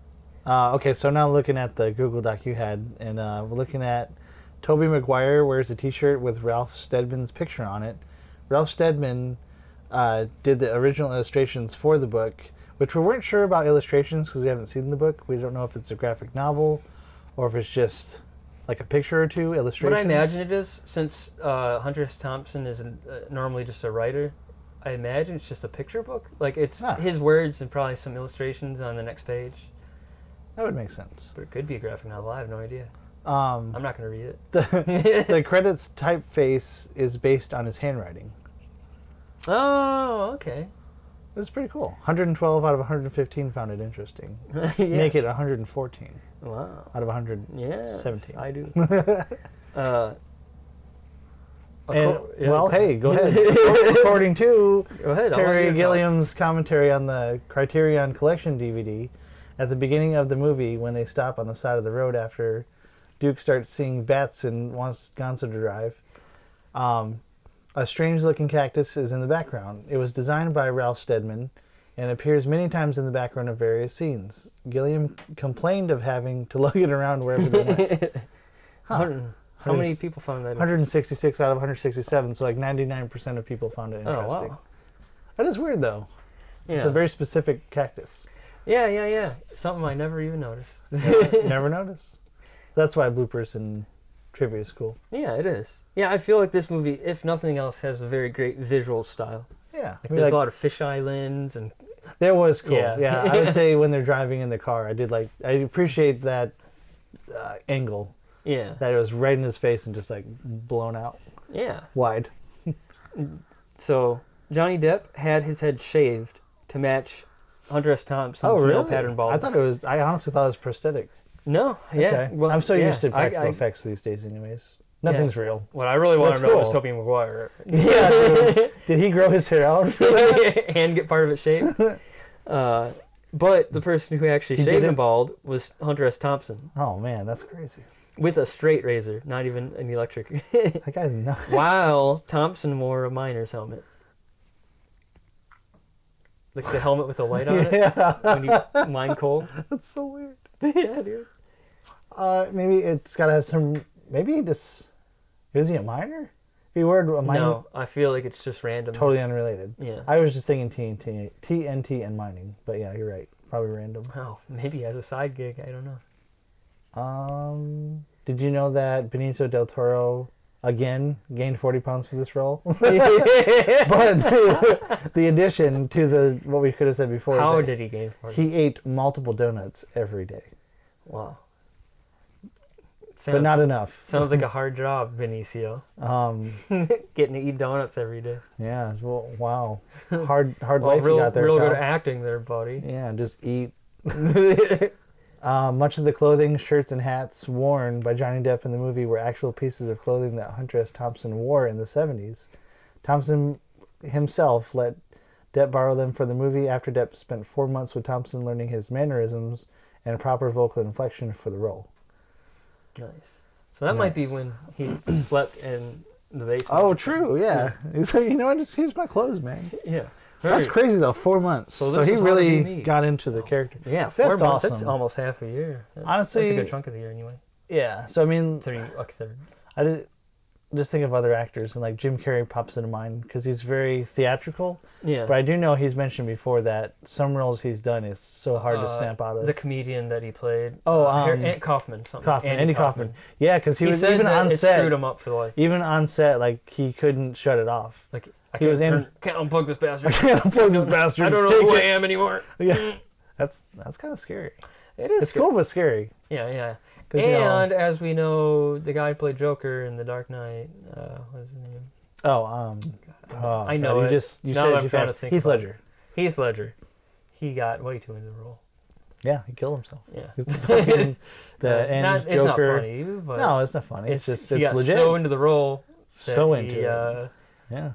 A: Uh, okay, so now looking at the Google Doc you had, and uh, we're looking at Toby Maguire wears a T-shirt with Ralph Steadman's picture on it. Ralph Steadman uh, did the original illustrations for the book, which we weren't sure about illustrations because we haven't seen the book. We don't know if it's a graphic novel or if it's just like a picture or two illustrations.
B: What I imagine it is, since uh, Hunter S. Thompson is an, uh, normally just a writer, I imagine it's just a picture book. Like it's
A: Ah.
B: his words and probably some illustrations on the next page.
A: that would make sense.
B: But it could be a graphic novel. I have no idea.
A: Um,
B: I'm not gonna read it.
A: the credits typeface is based on his handwriting.
B: oh, okay.
A: It's pretty cool. 112 out of 115 found it interesting.
B: Yes.
A: Make it 114
B: Wow.
A: out of 100.
B: Yeah.
A: 17.
B: I do. uh, a
A: And,
B: co- yeah,
A: well,
B: go-
A: hey, go ahead. According to
B: Go ahead. I wanna hear
A: Terry
B: your
A: Gilliam's commentary on the Criterion Collection DVD, at the beginning of the movie, when they stop on the side of the road after Duke starts seeing bats and wants Gonzo to drive, um, a strange-looking cactus is in the background. It was designed by Ralph Steadman and appears many times in the background of various scenes. Gilliam complained of having to lug it around wherever they went.
B: thoughts. Hundred- How many
A: Hundred-
B: people found that?
A: 166 out of 167, so like 99% Oh, of people found it interesting.
B: Oh wow.
A: That is weird though.
B: Yeah.
A: It's a very specific cactus.
B: Yeah, yeah, yeah. Something I never even noticed.
A: Never noticed. That's why bloopers and trivia is cool.
B: Yeah, it is. Yeah, I feel like this movie, if nothing else, has a very great visual style.
A: Yeah,
B: Like
A: I mean,
B: there's
A: like,
B: a lot of fisheye lens and
A: that was cool.
B: Yeah.
A: Yeah. I would say when they're driving in the car, I did like I appreciate that uh, angle
B: yeah,
A: that it was right in his face and just like blown out
B: yeah.
A: wide.
B: So Johnny Depp had his head shaved to match Hunter S. Thompson's male pattern
A: Oh, I
B: baldness.
A: thought it was. I honestly thought it was prosthetic.
B: No, yeah.
A: Okay.
B: Well,
A: I'm so
B: yeah,
A: used to
B: I-
A: practical
B: I-
A: effects these days, anyways. Nothing's real.
B: What I really want
A: That's
B: to know is
A: cool.
B: Tobey Maguire
A: Yeah. dude. did he grow his hair out?
B: and get part of it shaved. Uh, but the person who actually
A: He did
B: shaved him
A: it?
B: bald was Hunter S. Thompson
A: Oh man, that's crazy.
B: with a straight razor, not even an electric.
A: That guy's nuts.
B: while Thompson wore a miner's helmet. Like the helmet with the light on it
A: Yeah,
B: when you mine coal.
A: that's so weird.
B: yeah, dude.
A: Uh, maybe it's got to have some. Maybe he just is he a minor? If he were a minor,
B: No, I feel like it's just random.
A: totally unrelated.
B: Yeah.
A: I was just thinking TNT, TNT and mining, but yeah, you're right. Probably random.
B: Wow, Oh, maybe as a side gig, I don't know.
A: Um, did you know that Benicio del Toro again gained 40 pounds for this role? but the, the addition to the what we could have said before. is
B: How
A: that
B: did he gain 40?
A: he ate multiple donuts every day,
B: wow.
A: but
B: Sounds,
A: not enough.
B: sounds like a hard job, Benicio.
A: Um,
B: Getting to eat donuts every day.
A: yeah. Well, wow. Hard hard
B: Well,
A: life
B: real
A: you got there.
B: real
A: pal.
B: good acting there, buddy.
A: Yeah, just eat. uh, much of the clothing, shirts, and hats worn by Johnny Depp in the movie were actual pieces of clothing that Hunter S. Thompson wore in the 70s. Thompson himself let Depp borrow them for the movie after Depp spent four months with Thompson learning his mannerisms and proper vocal inflection for the role.
B: Nice. So that might be
A: Nice.
B: when he slept in the basement.
A: Oh, true, yeah. So, you know, I just here's my clothes, man.
B: Yeah.
A: That's
B: Very-
A: crazy, though, four months. So,
B: So this
A: he
B: is how to be
A: really
B: me.
A: got into the character.
B: Yeah,
A: That's
B: four months. That's
A: awesome.
B: almost half a year. That's, that's a
A: Honestly-
B: good chunk of the year anyway.
A: Yeah, so I mean,
B: Three, like third.
A: I did, just think of other actors, and like Jim Carrey pops into mind because he's very theatrical.
B: Yeah.
A: But I do know he's mentioned before that some roles he's done is so hard to snap out of.
B: Uh, the comedian that he played.
A: Oh,
B: uh, Har-
A: um,
B: Ant Kaufman. Something.
A: Kaufman, Andy, Kaufman. Yeah, because he,
B: He,
A: was
B: said
A: even
B: that
A: on
B: it
A: set.
B: screwed him up for life.
A: Even on set, like he couldn't shut it off.
B: Like I
A: He
B: can't,
A: was in-
B: turn- can't unplug this bastard.
A: Can't afford this bastard.
B: I don't know
A: Take
B: who I
A: it.
B: am anymore.
A: Yeah, that's that's kind of scary.
B: It is.
A: It's cool but scary.
B: Yeah, yeah.
A: 'Cause, you know-
B: And as we know, the guy who played Joker in The Dark Knight. Uh, what was his name?
A: Oh, um, oh,
B: I
A: God,
B: know
A: You
B: it.
A: just you
B: Now
A: said
B: that
A: it
B: I'm
A: too
B: trying to
A: fast.
B: think
A: Heath
B: about it.
A: Ledger.
B: Heath Ledger. He got way too into the role.
A: Yeah, he killed himself.
B: Yeah. Uh,
A: It's the fucking the end
B: Not- It's not
A: Joker.
B: funny, but
A: no, it's not funny. It's,
B: it's,
A: just
B: he
A: it's
B: got
A: legit.
B: so into the role that
A: So
B: he,
A: into it.
B: Uh,
A: yeah.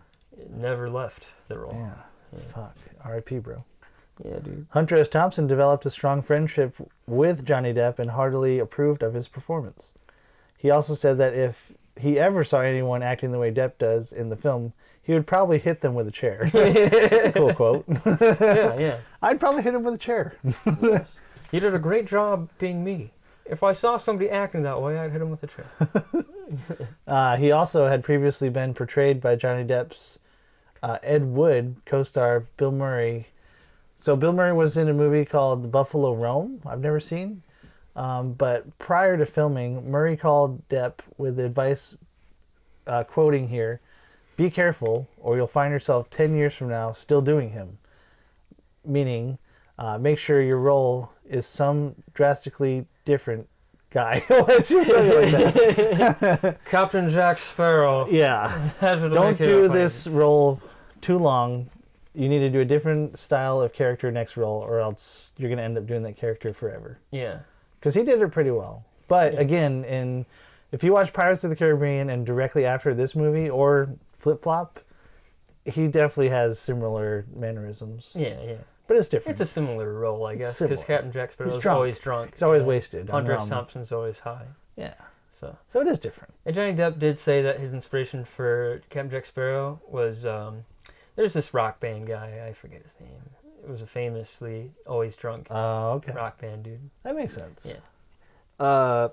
B: never left the role.
A: Yeah. Fuck. R.I.P. Bro.
B: Yeah, dude.
A: Hunter S. Thompson developed a strong friendship with Johnny Depp and heartily approved of his performance. He also said that if he ever saw anyone acting the way Depp does in the film, he would probably hit them with a chair. That's a cool quote.
B: Yeah, yeah.
A: I'd probably hit him with a chair.
B: You did a great job being me. If I saw somebody acting that way, I'd hit him with a chair.
A: Uh, he also had previously been portrayed by Johnny Depp's uh, Ed Wood co-star Bill Murray. So Bill Murray was in a movie called The Buffalo Roam. I've never seen, um, but prior to filming, Murray called Depp with advice, uh, quoting here, "Be careful, or you'll find yourself ten years from now still doing him." Meaning, uh, make sure your role is some drastically different guy. Why'd you really like that?
B: Captain Jack Sparrow.
A: Yeah.
B: has it
A: Don't
B: make it
A: do
B: up,
A: this role too long. You need to do a different style of character next role, or else you're going to end up doing that character forever.
B: I- Yeah.
A: Because he did it pretty well. But again, in if you watch Pirates of the Caribbean and directly after this movie or Flip Flop, he definitely has similar mannerisms,
B: Yeah, yeah.
A: but it's different.
B: It's a similar role, I guess, because
A: similar.
B: Captain Jack Sparrow's
A: drunk.
B: always drunk.
A: He's always
B: uh,
A: wasted on
B: Hunter S.
A: rum.
B: Thompson's always high.
A: yeah,
B: So.
A: so it is different.
B: And Johnny Depp did say that his inspiration for Captain Jack Sparrow was um, there's this rock band guy. I forget his name. It was a famously always drunk
A: Oh, okay,
B: rock band dude.
A: that makes sense.
B: Uh, Yeah. Uh,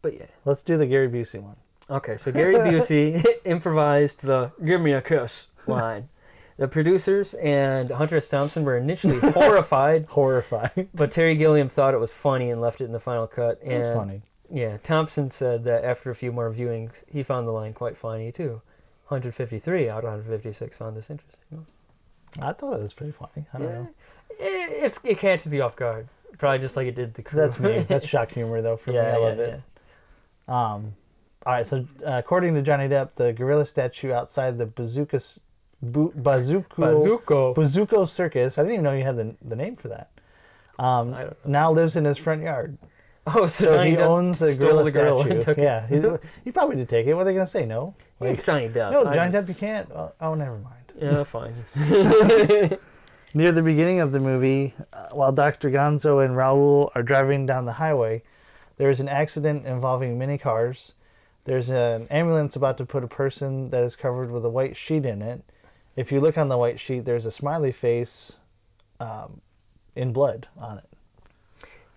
B: but yeah.
A: Let's do the Gary Busey one.
B: Okay, so Gary Busey improvised the "Give me a kiss" line The producers and Hunter S. Thompson were initially horrified,
A: Horrifying.
B: but Terry Gilliam thought it was funny and left it in the final cut. And
A: That's funny.
B: Yeah, Thompson said that after a few more viewings, he found the line quite funny too. 153 out of 156 found this interesting.
A: I thought it was pretty funny. I don't know.
B: Eh, it's, it catches you off guard, probably just like it did the crew.
A: That's me. That's shock humor, though, for me. I love it. Um, all right. So, uh, according to Johnny Depp, the gorilla statue outside the bazooka, bu- bazooka,
B: Bazooka.
A: Bazooka Circus. I didn't even know you had the, the name for that. Um,
B: I don't
A: now lives in his front yard.
B: Oh, so,
A: So
B: Johnny
A: he
B: Depp
A: owns the
B: stole
A: gorilla,
B: the girl
A: statue.
B: and took
A: yeah,
B: it.
A: he, he probably did take it. What are they gonna say? No.
B: He's Johnny Depp.
A: No,
B: I
A: Johnny
B: just-
A: Depp, you can't. Oh, oh, never mind.
B: Yeah, fine.
A: Near the beginning of the movie, uh, while Dr. Gonzo and Raul are driving down the highway, there is an accident involving many cars. There's an ambulance about to put a person that is covered with a white sheet in it. If you look on the white sheet, there's a smiley face um, in blood on it.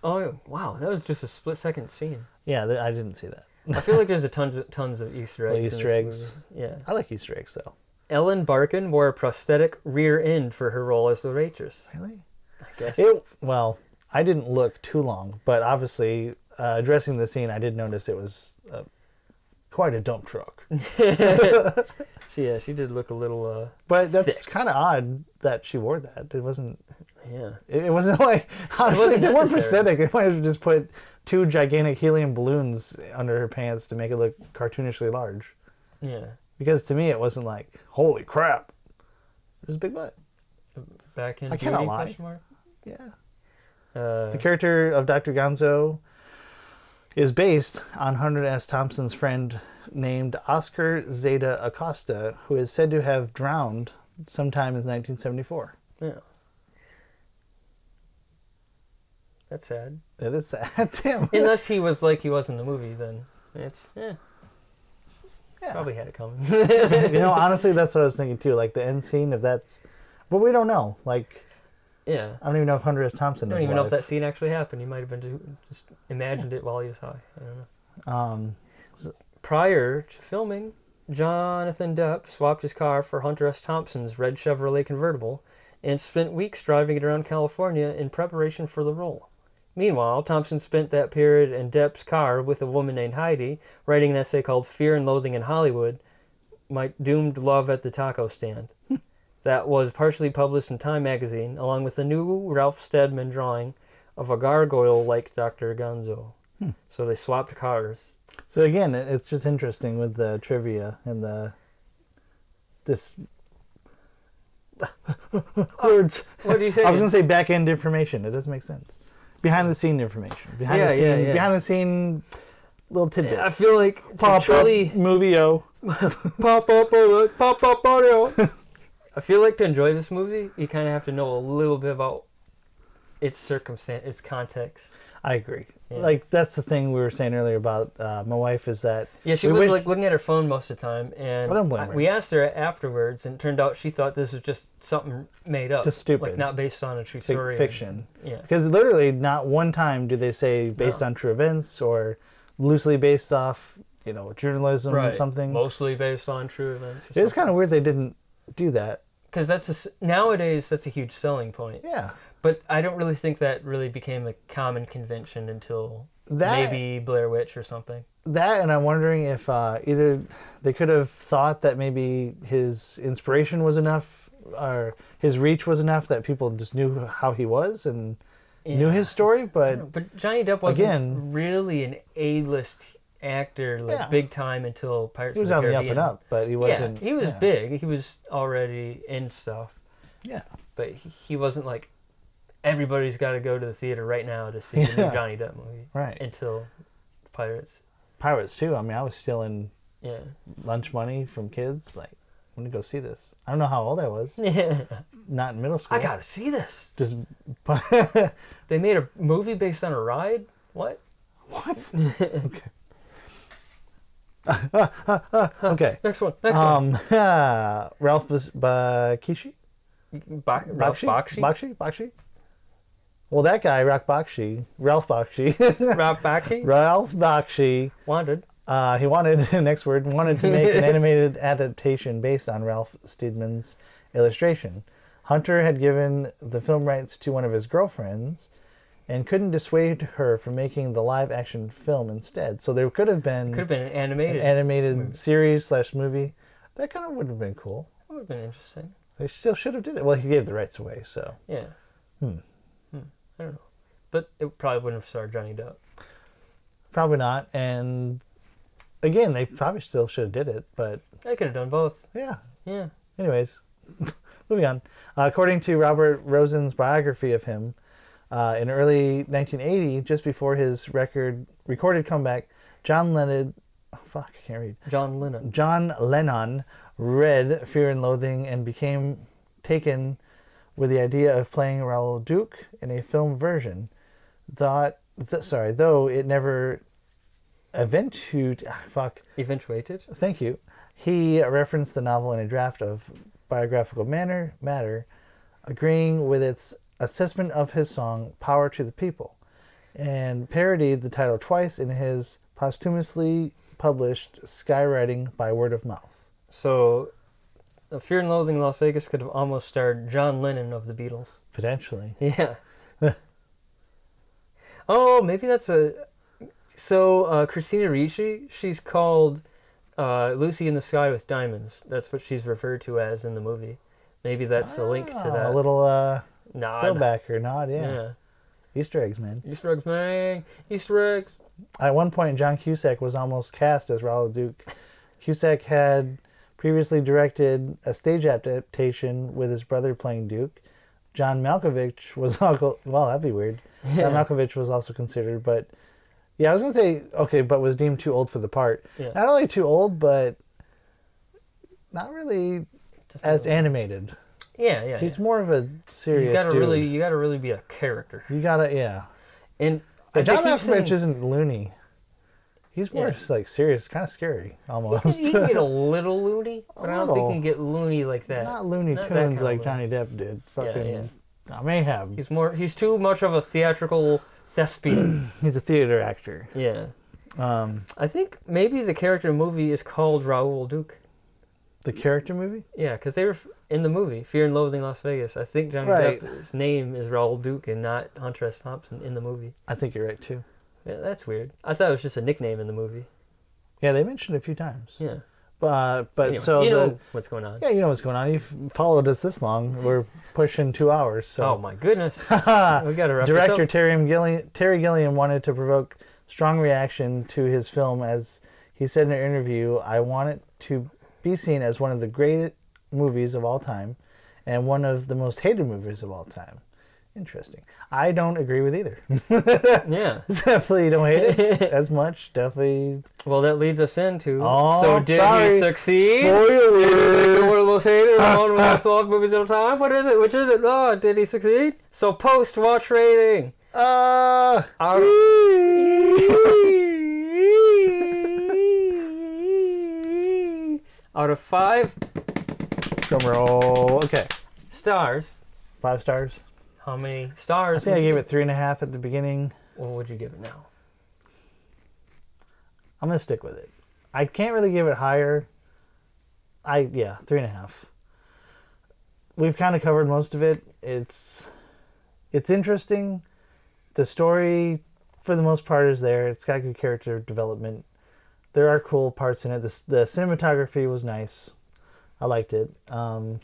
B: Oh, wow. That was just a split second scene.
A: Yeah, th- I didn't see that.
B: I feel like there's a ton, tons of Easter
A: Little
B: eggs. in
A: Easter
B: this
A: eggs.
B: movie. Yeah.
A: I like Easter eggs though.
B: Ellen Barkin wore a prosthetic rear end for her role as the waitress.
A: Really?
B: I guess.
A: It, well, I didn't look too long, but obviously, uh, addressing the scene, I did notice it was uh, quite a dump truck.
B: She, yeah, she did look a little, uh,
A: But that's kind of odd that she wore that. It wasn't.
B: yeah.
A: It it wasn't like honestly,
B: wasn't
A: if they weren't
B: necessary.
A: prosthetic. They might have just put two gigantic helium balloons under her pants to make it look cartoonishly large.
B: Yeah.
A: Because to me, it wasn't like holy crap. It was a big butt.
B: Back in
A: I cannot
B: beauty,
A: lie.
B: question mark?
A: Yeah.
B: Uh,
A: The character of Dr. Gonzo is based on Hunter S. Thompson's friend named Oscar Zeta Acosta, who is said to have drowned sometime in 1974.
B: yeah. That's sad.
A: That is sad. Damn.
B: Unless he was like he was in the movie, then it's, eh,
A: Yeah.
B: probably had it coming.
A: you know, honestly, that's what I was thinking too. Like the end scene, if that's, but we don't know. Like
B: yeah.
A: I don't even know if Hunter S. Thompson.
B: I don't
A: is
B: even know if
A: alive.
B: that scene actually happened. He might have been ju- just imagined it while he was high. I don't know.
A: Um,
B: Prior to filming, Jonathan Depp swapped his car for Hunter S. Thompson's red Chevrolet convertible and spent weeks driving it around California in preparation for the role. Meanwhile, Thompson spent that period in Depp's car with a woman named Heidi, writing an essay called Fear and Loathing in Hollywood My Doomed Love at the Taco Stand. that was partially published in Time magazine, along with a new Ralph Steadman drawing of a gargoyle like Dr. Gonzo.
A: Hmm.
B: So they swapped cars
A: so again, it- it's just interesting with the trivia and the this
B: Oh.
A: words.
B: What do you say?
A: I was gonna say back end information. It doesn't make sense. Behind the scene information. Behind the
B: Yeah,
A: scene.
B: yeah, yeah.
A: Behind the scene. Little tidbit.
B: I feel like
A: pop
B: to truly
A: up movie o.
B: pop up alert, pop up audio. I feel like to enjoy this movie, you kind of have to know a little bit about its circumstance, its context.
A: I agree.
B: Yeah.
A: Like that's the thing we were saying earlier about uh, my wife is that
B: Yeah, she
A: We
B: was
A: wish-
B: like looking at her phone most of the time, and
A: I don't blame her.
B: we asked her afterwards, and it turned out she thought this was just something made up,
A: Just stupid.
B: like not based on a true
A: fic-
B: story, or
A: fiction.
B: anything. Yeah,
A: Because literally, not one time do they say based
B: No.
A: on true events or loosely based off, you know, journalism or something.
B: mostly based on true events.
A: it's kind of weird they didn't do that.
B: because that's a s nowadays that's a huge selling point.
A: Yeah,
B: But I don't really think that really became a common convention until
A: That-
B: maybe Blair Witch or something.
A: that, and I'm wondering if uh, either they could have thought that maybe his inspiration was enough or his reach was enough that people just knew how he was and knew his story, but
B: But Johnny Depp wasn't
A: Again-
B: really an A-list actor, like
A: Yeah.
B: big time until Pirates
A: he was
B: of
A: on
B: the
A: the up
B: Caribbean.
A: and up. But he wasn't.
B: yeah, he was
A: yeah,
B: big. He was already in stuff,
A: Yeah.
B: but he- he wasn't like everybody's got to go to the theater right now to see the
A: Yeah.
B: new Johnny Depp movie.
A: Right.
B: Until Pirates.
A: Pirates too. I mean, I was still in
B: Yeah.
A: lunch money from kids. Like, I'm gonna go see this. I don't know how old I was. Not in middle school.
B: I got to see this.
A: just.
B: They made a movie based on a ride? What?
A: okay.
B: Next one. Next one.
A: Um, Ralph Bas- Bakishi?
B: Ba- Ralph Bakshi?
A: Bakshi? Bakshi? Well, that guy, Ralph Bakshi, Ralph Bakshi,
B: Ralph Bakshi
A: Ralph Bakshi,
B: wanted.
A: uh, he wanted, next word, wanted to make an animated adaptation based on Ralph Steedman's illustration. Hunter had given the film rights to one of his girlfriends and couldn't dissuade her from making the live action film instead. So there could have been
B: Could have been an
A: an
B: animated.
A: animated series slash movie. That kind of would have been cool.
B: that would have been interesting.
A: They still should have did it. Well, he gave the rights away, so
B: Yeah. Hmm. I don't know. But it probably wouldn't have starred Johnny Depp.
A: probably not. And again, they probably still should have did it, but
B: They could have done both.
A: yeah.
B: Yeah.
A: Anyways, moving on. Uh, according to Robert Rosen's biography of him, uh, in early 1980, just before his record recorded comeback, John Lennon, oh, fuck, I can't read.
B: John Lennon.
A: John Lennon read Fear and Loathing and became taken with the idea of playing Raoul Duke in a film version. Thought, th- sorry, though it never eventuated. ah, fuck.
B: Eventuated.
A: Thank you. He referenced the novel in a draft of biographical manner matter, agreeing with its assessment of his song "Power to the People," and parodied the title twice in his posthumously published Skywriting by Word of Mouth.
B: So, uh, Fear and Loathing in Las Vegas could have almost starred John Lennon of the Beatles.
A: Potentially,
B: Yeah. oh, maybe that's a. So uh, Christina Ricci, she's called uh, Lucy in the Sky with Diamonds. That's what she's referred to as in the movie. Maybe that's the link to
A: Ah,
B: that.
A: a little uh,
B: nod.
A: throwback or nod, yeah.
B: Yeah.
A: Easter eggs, man.
B: Easter eggs, man. Easter eggs.
A: At one point, John Cusack was almost cast as Raoul Duke. Cusack had previously directed a stage adaptation with his brother playing Duke. John Malkovich was also well, that'd be weird. John Malkovich was also considered, but yeah, I was gonna say okay, but was deemed too old for the part.
B: Yeah.
A: Not only too old, but not really
B: Doesn't
A: as animated.
B: Yeah, yeah.
A: He's
B: yeah.
A: more of a serious
B: You gotta
A: dude.
B: really, you gotta really be a character.
A: you gotta yeah.
B: And I
A: Yeah,
B: think
A: John Malkovich
B: he's saying-
A: isn't loony. He's more
B: Yeah.
A: just, like serious, kind of scary almost.
B: You can get a little loony, but I don't think
A: little.
B: you can get loony like that.
A: Not Looney
B: Not that
A: Tunes
B: kinda
A: like
B: loony.
A: Johnny Depp did. Fucking
B: yeah.
A: I Mayhem. He's,
B: He's more. He's too much of a theatrical thespian.
A: he's a theater actor.
B: yeah.
A: Um,
B: I think maybe the character in the movie is called Raoul Duke.
A: the character movie?
B: Yeah, because they were f- in the movie Fear and Loathing in Las Vegas. I think Johnny
A: Right.
B: Depp's name is Raoul Duke and not Hunter S. Thompson in the movie.
A: I think you're right too.
B: Yeah, that's weird. I thought it was just a nickname in the movie.
A: Yeah, they mentioned it a few times.
B: Yeah.
A: But but
B: Anyway,
A: so
B: you
A: the,
B: know what's going on.
A: yeah, you know what's going on. You've followed us this long. We're pushing two hours. So
B: Oh my goodness. we got to wrap this
A: Director
B: up.
A: Terry Gilliam, Terry Gilliam wanted to provoke strong reaction to his film as he said in an interview, I want it to be seen as one of the great movies of all time and one of the most hated movies of all time. Interesting. I don't agree with either.
B: Yeah.
A: definitely don't hate it as much. Definitely.
B: Well, that leads us into.
A: Oh,
B: so did
A: sorry.
B: he succeed?
A: Spoiler.
B: One of the most hated, one of the most loved movies of all time. What is it? Which is it? Oh, did he succeed? So post-watch rating.
A: Uh,
B: Our- out of five
A: drum roll. Okay.
B: stars,
A: Five stars.
B: how many stars?
A: I think I gave it three and a half at the beginning.
B: What would you give it now?
A: I'm gonna stick with it. I can't really give it higher. I yeah, three and a half. We've kind of covered most of it. It's it's interesting. The story, for the most part, is there. It's got good character development. There are cool parts in it. The, s- the cinematography was nice. I liked it. Um,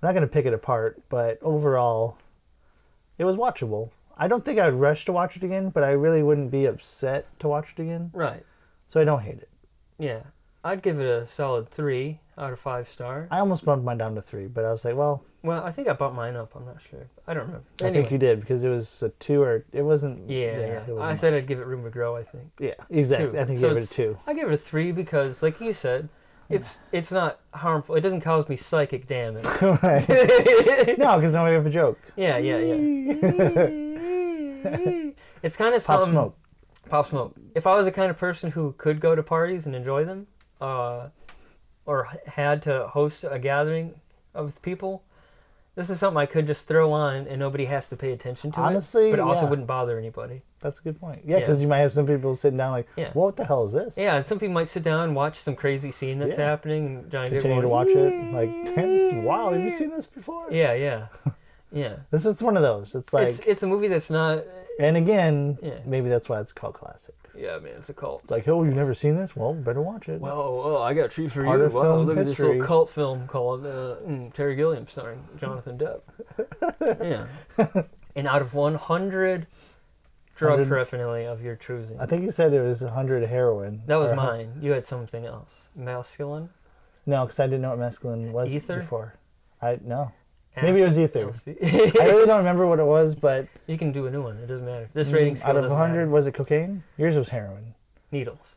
A: I'm not gonna pick it apart, but overall, it was watchable. I don't think I'd rush to watch it again, but I really wouldn't be upset to watch it again
B: Right.
A: so I don't hate it.
B: Yeah, I'd give it a solid three out of five stars.
A: I almost bumped mine down to three, but I was like, well,
B: Well, I think I bumped mine up. I'm not sure. I don't remember.
A: I think you did because it was a two or it wasn't.
B: Yeah, yeah.
A: it
B: I
A: wasn't
B: said I'd give it room to grow. I think.
A: much. yeah, exactly.
B: two.
A: I think
B: So
A: you gave it a
B: it's-
A: two.
B: I give it a three because, like you said, it's it's not harmful. It doesn't cause me psychic damage.
A: Right. no, because now we have a joke.
B: yeah, yeah, yeah. it's kind of
A: Pop
B: some
A: smoke.
B: Pop smoke. If I was the kind of person who could go to parties and enjoy them, uh, or h- had to host a gathering of people, This is something I could just throw on and nobody has to pay attention to
A: Honestly,
B: it. But it also
A: yeah.
B: wouldn't bother anybody.
A: That's a good point. Yeah,
B: Yeah.
A: because you might have some people sitting down like,
B: Yeah.
A: what the hell is this?
B: Yeah, and some people might sit down and watch some crazy scene that's
A: Yeah.
B: happening and Johnny Depp
A: Continue to
B: going,
A: watch it. Like, damn, this is wild. Have you seen this before?
B: Yeah, yeah. Yeah.
A: This is one of those. It's like,
B: it's it's a movie that's not
A: and again,
B: Yeah.
A: maybe that's why it's called classic.
B: Yeah, man, it's a cult.
A: It's like, oh, you've never seen this? Well, better watch it.
B: Well, well, I got a treat for
A: Part
B: you.
A: of
B: Wow,
A: film
B: look at this
A: history.
B: little cult film called uh, mm, Terry Gilliam starring Jonathan Depp. yeah. And out of 100 drug
A: 100
B: paraphernalia of your choosing.
A: I Uh-huh. think you said it was 100 heroin.
B: that was
A: or-
B: mine. You had something else. Masculine?
A: No, because I didn't know what masculine was
B: Ether?
A: before. I no. Maybe it was ether.
B: acid,
A: I
B: LC.
A: really don't remember what it was, but
B: you can do a new one. It doesn't matter. This rating scale
A: Mm, out of
B: doesn't
A: 100,
B: matter.
A: was it cocaine? Yours was heroin.
B: Needles.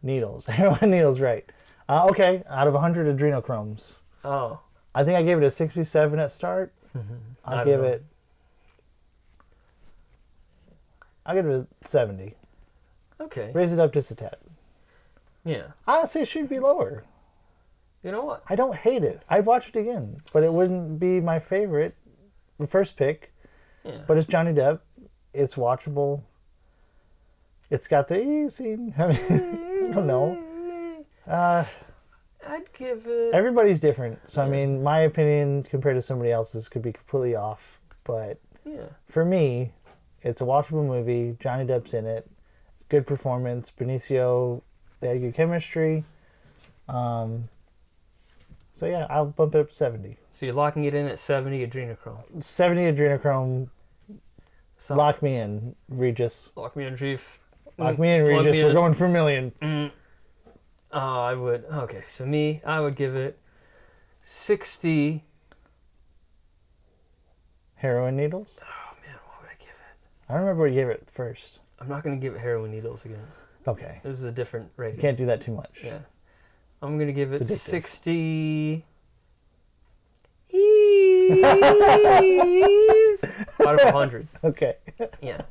A: Needles. Heroin needles, right. Uh, okay, out of 100 adrenochromes.
B: Oh.
A: I think I gave it a 67 at start. I'll
B: Mm-hmm. I don't
A: give
B: know.
A: it. I'll give it a 70.
B: Okay.
A: Raise it up just a tad.
B: Yeah.
A: Honestly, it should be lower.
B: You know what?
A: I don't hate it. I'd watch it again, but it wouldn't be my favorite, the first pick.
B: Yeah.
A: But it's Johnny Depp. It's watchable. It's got the E scene. I mean, I don't know. Uh,
B: I'd give it.
A: everybody's different. So, I mean, my opinion compared to somebody else's could be completely off. But
B: yeah.
A: for me, it's a watchable movie. Johnny Depp's in it. Good performance. Benicio, they had good chemistry. Um, so, yeah, I'll bump it up to 70.
B: So you're locking it in at 70 adrenochrome.
A: 70 Adrenochrome.
B: So-
A: Lock me in, Regis.
B: Lock me in, Chief.
A: Lock me in,
B: Mm, Plug
A: Regis.
B: me
A: We're
B: in.
A: going for a million.
B: Uh, I would. Okay, so me, I would give it 60.
A: Heroin needles?
B: Man, what would I give it?
A: I don't remember what you gave it first.
B: I'm not going to give it heroin needles again.
A: Okay.
B: This is a different
A: You
B: rating.
A: can't do that too much.
B: Yeah. I'm going to give it
A: It's addictive.
B: 60. out of 100.
A: Okay.
B: Yeah.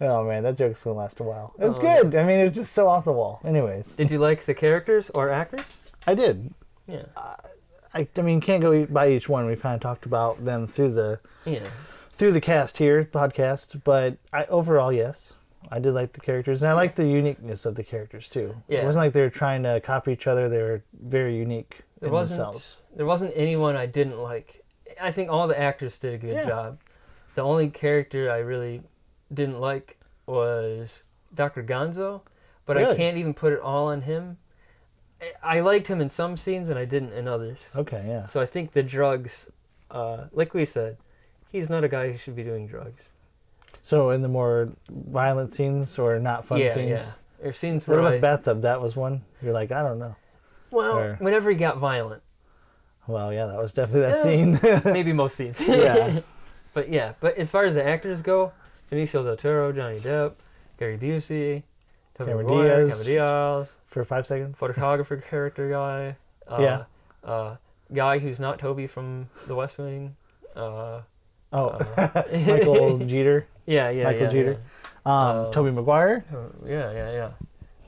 A: Oh, man, that joke's going to last a while. It's
B: Oh,
A: good. I mean, it's just so off the wall. Anyways,
B: Did you like the characters or actors?
A: I did.
B: Yeah.
A: I, I mean, can't go eat by each one. We've kind of talked about them through the
B: Yeah.
A: through the cast here, podcast. But I overall, yes, I did like the characters, and I like the uniqueness of the characters too.
B: Yeah.
A: It wasn't like they were trying to copy each other. They were very unique
B: There
A: in
B: wasn't
A: themselves.
B: there wasn't anyone I didn't like. I think all the actors did a good
A: Yeah.
B: job. The only character I really didn't like was Dr. Gonzo, but I
A: Really?
B: can't even put it all on him. I- I liked him in some scenes and I didn't in others.
A: Okay, yeah.
B: So I think the drugs, uh, like we said, he's not a guy who should be doing drugs.
A: So in the more violent scenes or not fun
B: yeah,
A: scenes.
B: yeah. Or scenes
A: What
B: where
A: about
B: I-
A: the bathtub? That was one. You're like, I don't know.
B: well,
A: or-
B: whenever he got violent,
A: Well, yeah, that was definitely that
B: Yeah.
A: scene.
B: maybe most scenes.
A: yeah.
B: But yeah, but as far as the actors go, Benicio del Toro, Johnny Depp, Gary Busey, Tobey
A: Cameron
B: Maguire,
A: Diaz.
B: Cameron Diaz,
A: For five seconds.
B: photographer character guy, uh,
A: Yeah.
B: uh, guy who's not Toby from The West Wing. Uh,
A: Oh, Michael Jeter.
B: yeah, Oh. yeah,
A: Michael
B: yeah,
A: Jeter. Um, Toby Maguire.
B: yeah, Uh, yeah, yeah, yeah.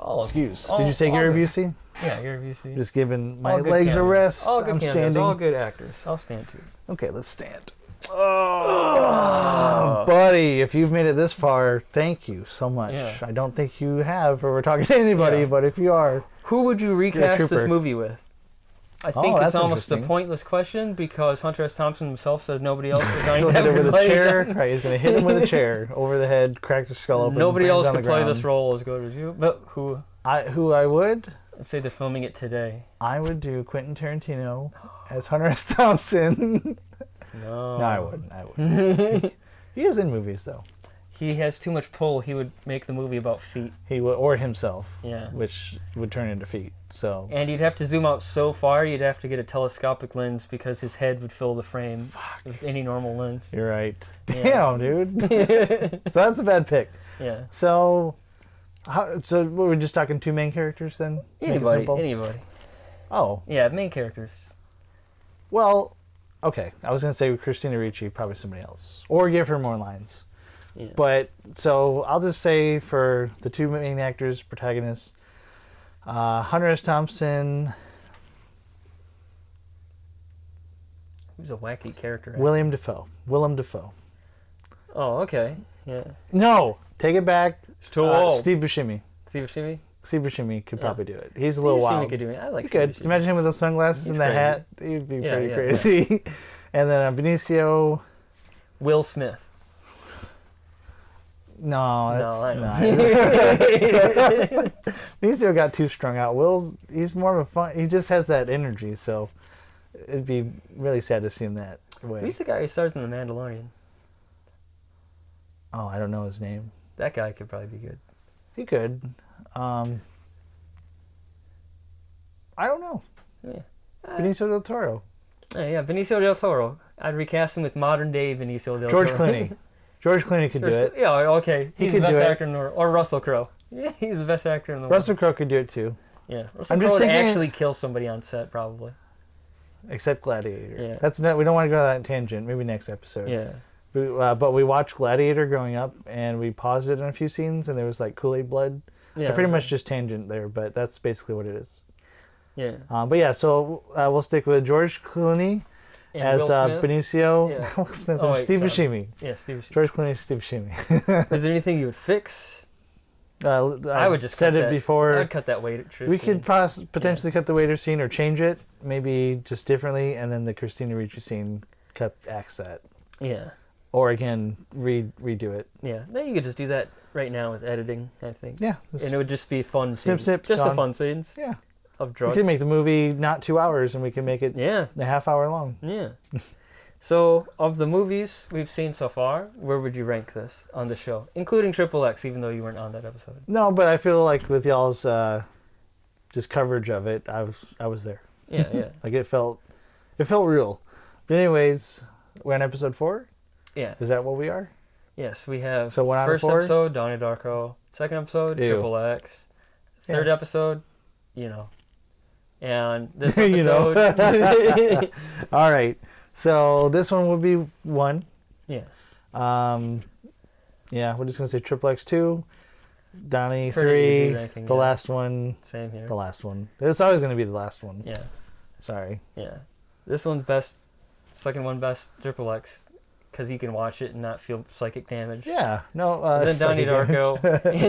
B: All
A: Excuse.
B: all-
A: Did you say
B: all
A: Gary
B: good-
A: Busey?
B: Yeah, Gary Busey.
A: Just giving my
B: Oh, All good
A: legs a
B: cameos.
A: rest.
B: All good
A: I'm
B: cameos,
A: standing.
B: All good actors. I'll stand too.
A: Okay, let's stand. Oh, buddy, if you've made it this far, thank you so much.
B: Yeah.
A: I don't think you have, or we're talking to anybody,
B: Yeah.
A: but if you are,
B: Who would you recast this
A: trooper.
B: movie with? I think
A: Oh, that's
B: it's almost a
A: interesting.
B: pointless question because Hunter S. Thompson himself says nobody else is going
A: he'll
B: to
A: hit him with a
B: play
A: chair. Right, he's gonna hit him with a chair over the head, crack the skull open.
B: Nobody
A: lands
B: else
A: on
B: could
A: the
B: play
A: ground.
B: this role as good as you. But who?
A: I, who I would,
B: Let's say they're filming it today.
A: I would do Quentin Tarantino as Hunter S. Thompson.
B: No.
A: no, I wouldn't. I wouldn't. he is in movies though.
B: He has too much pull. He would make the movie about feet.
A: He would, or himself,
B: Yeah.
A: which would turn into feet. So
B: And you'd have to zoom out so far, you'd have to get a telescopic lens because his head would fill the frame with any normal lens.
A: You're right. Damn, dude. so that's a bad pick.
B: Yeah.
A: So, how, so what, we're just talking two main characters then? Make it
B: Anybody.
A: simple?
B: Anybody.
A: oh,
B: Yeah, main characters.
A: well, okay. I was gonna say Christina Ricci, probably somebody else, or give her more lines.
B: Yeah.
A: But so I'll just say for the two main actors, protagonists, uh, Hunter S. Thompson.
B: Who's He's a wacky character. actor.
A: William Defoe. Willem Defoe.
B: oh, okay. Yeah.
A: No, take it back.
B: It's too
A: Uh,
B: old.
A: Steve Buscemi.
B: Steve Buscemi.
A: Steve Buscemi could probably do it. He's a
B: Steve
A: little
B: Buscemi
A: wild.
B: could do it. I like
A: You could
B: Steve Buscemi.
A: imagine him with those sunglasses and that
B: crazy.
A: hat. He'd be
B: Yeah,
A: pretty
B: yeah, yeah.
A: crazy. and then uh, Benicio.
B: Will Smith.
A: No,
B: No, I
A: that's
B: don't.
A: not. Benicio got too strung out. Will's he's more of a fun. He just has that energy, so it'd be really sad to see him that way.
B: Who's the guy who stars in The Mandalorian?
A: Oh, I don't know his name.
B: That guy could probably be good.
A: He could. Um, I don't know.
B: Yeah.
A: Benicio del Toro,
B: Oh, yeah, Benicio del Toro. I'd recast him with modern day Benicio del
A: George
B: Toro.
A: Clooney. George Clooney could do
B: George-
A: it.
B: Yeah, okay.
A: He
B: He's
A: could
B: the best
A: do it.
B: actor in the world. Or Russell Crowe. Yeah, he's the best actor in the
A: Russell Crowe could do it too,
B: world. Yeah. Russell
A: I'm just
B: Crowe would
A: thinking-
B: actually kill somebody on set, probably.
A: except Gladiator.
B: Yeah.
A: That's not. We don't want to go on that tangent. Maybe next episode.
B: Yeah.
A: We, uh, but we watched Gladiator growing up, and we paused it in a few scenes, and there was like Kool Aid blood.
B: Yeah.
A: Pretty much just tangent there, but that's basically what it is.
B: Yeah.
A: Um, but yeah, so uh, we'll stick with George Clooney
B: And
A: as
B: Will
A: uh,
B: Smith.
A: Benicio,
B: Yeah.
A: Will Smith,
B: Oh,
A: and
B: wait,
A: Steve
B: sorry.
A: Buscemi.
B: Yeah, Steve. Buscemi.
A: George Clooney, Steve Buscemi.
B: Is there anything you would fix?
A: uh,
B: I would just
A: said
B: cut
A: it
B: that-
A: before.
B: I'd cut that waiter.
A: We could pos- potentially cut the waiter scene or change it, maybe just differently, and then the Christina Ricci scene, cut axe that,
B: Yeah.
A: or again re- redo it.
B: Yeah. No, you could just do that right now with editing. I think.
A: Yeah, this-
B: And it would just be fun.
A: Snip,
B: scenes.
A: snip,
B: Just the
A: gone.
B: fun scenes
A: yeah.
B: of
A: We
B: drugs.
A: could make the movie not two hours, and we can make it
B: yeah.
A: a half hour long.
B: Yeah. so, of the movies we've seen so far, where would you rank this on the show, including Triple X, even though you weren't on that episode?
A: No, but I feel like with y'all's uh, just coverage of it, I was I was there.
B: Yeah, yeah,
A: Like it felt, it felt real. But anyways, we're on episode four.
B: yeah.
A: Is that what we are?
B: Yes, we have.
A: So one out of
B: first
A: four?
B: episode, Donnie Darko. Second episode,
A: Ew.
B: Triple X. Third
A: Yeah.
B: episode, you know. And this episode,
A: You know. All right. So this one would be one.
B: yeah,
A: Um, yeah, we're just gonna say triple X two, Donnie
B: Pretty easy
A: three,
B: ranking,
A: the
B: yeah.
A: last one,
B: same here.
A: the last one. It's always gonna be the last one.
B: Yeah,
A: Sorry.
B: yeah. This one's best. Second one best, Triple X, because you can watch it and not feel psychic damage.
A: Yeah. No. Uh,
B: And then Donnie
A: second
B: Darko,
A: damage.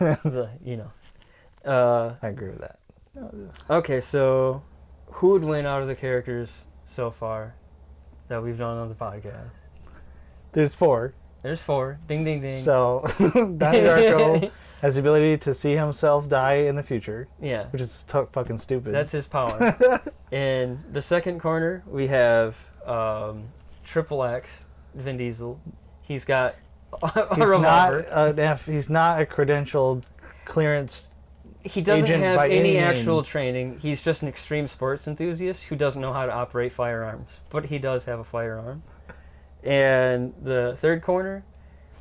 B: and then the, you know. Uh,
A: I agree with that.
B: okay, so who would win out of the characters so far that we've done on the podcast?
A: There's four.
B: There's four. Ding, ding, ding.
A: So Donnie Darko has the ability to see himself die in the future,
B: yeah,
A: which is t- fucking stupid.
B: that's his power. In the second corner, we have um, Triple X, Vin Diesel. He's got a, a
A: he's not
B: revolver.
A: an F, he's not a credentialed clearance.
B: he doesn't
A: agent
B: have
A: by any
B: any, actual
A: means.
B: training. He's just an extreme sports enthusiast who doesn't know how to operate firearms, but he does have a firearm. And the third corner,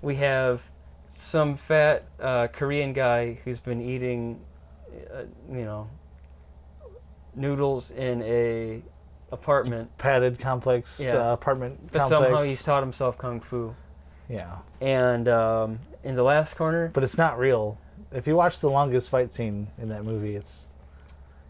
B: we have some fat uh, Korean guy who's been eating, uh, you know, noodles in a apartment,
A: Padded complex
B: Yeah.
A: uh, apartment
B: but
A: complex.
B: somehow he's taught himself kung fu.
A: yeah,
B: And um, in the last corner,
A: but it's not real. If you watch the longest fight scene in that movie, it's,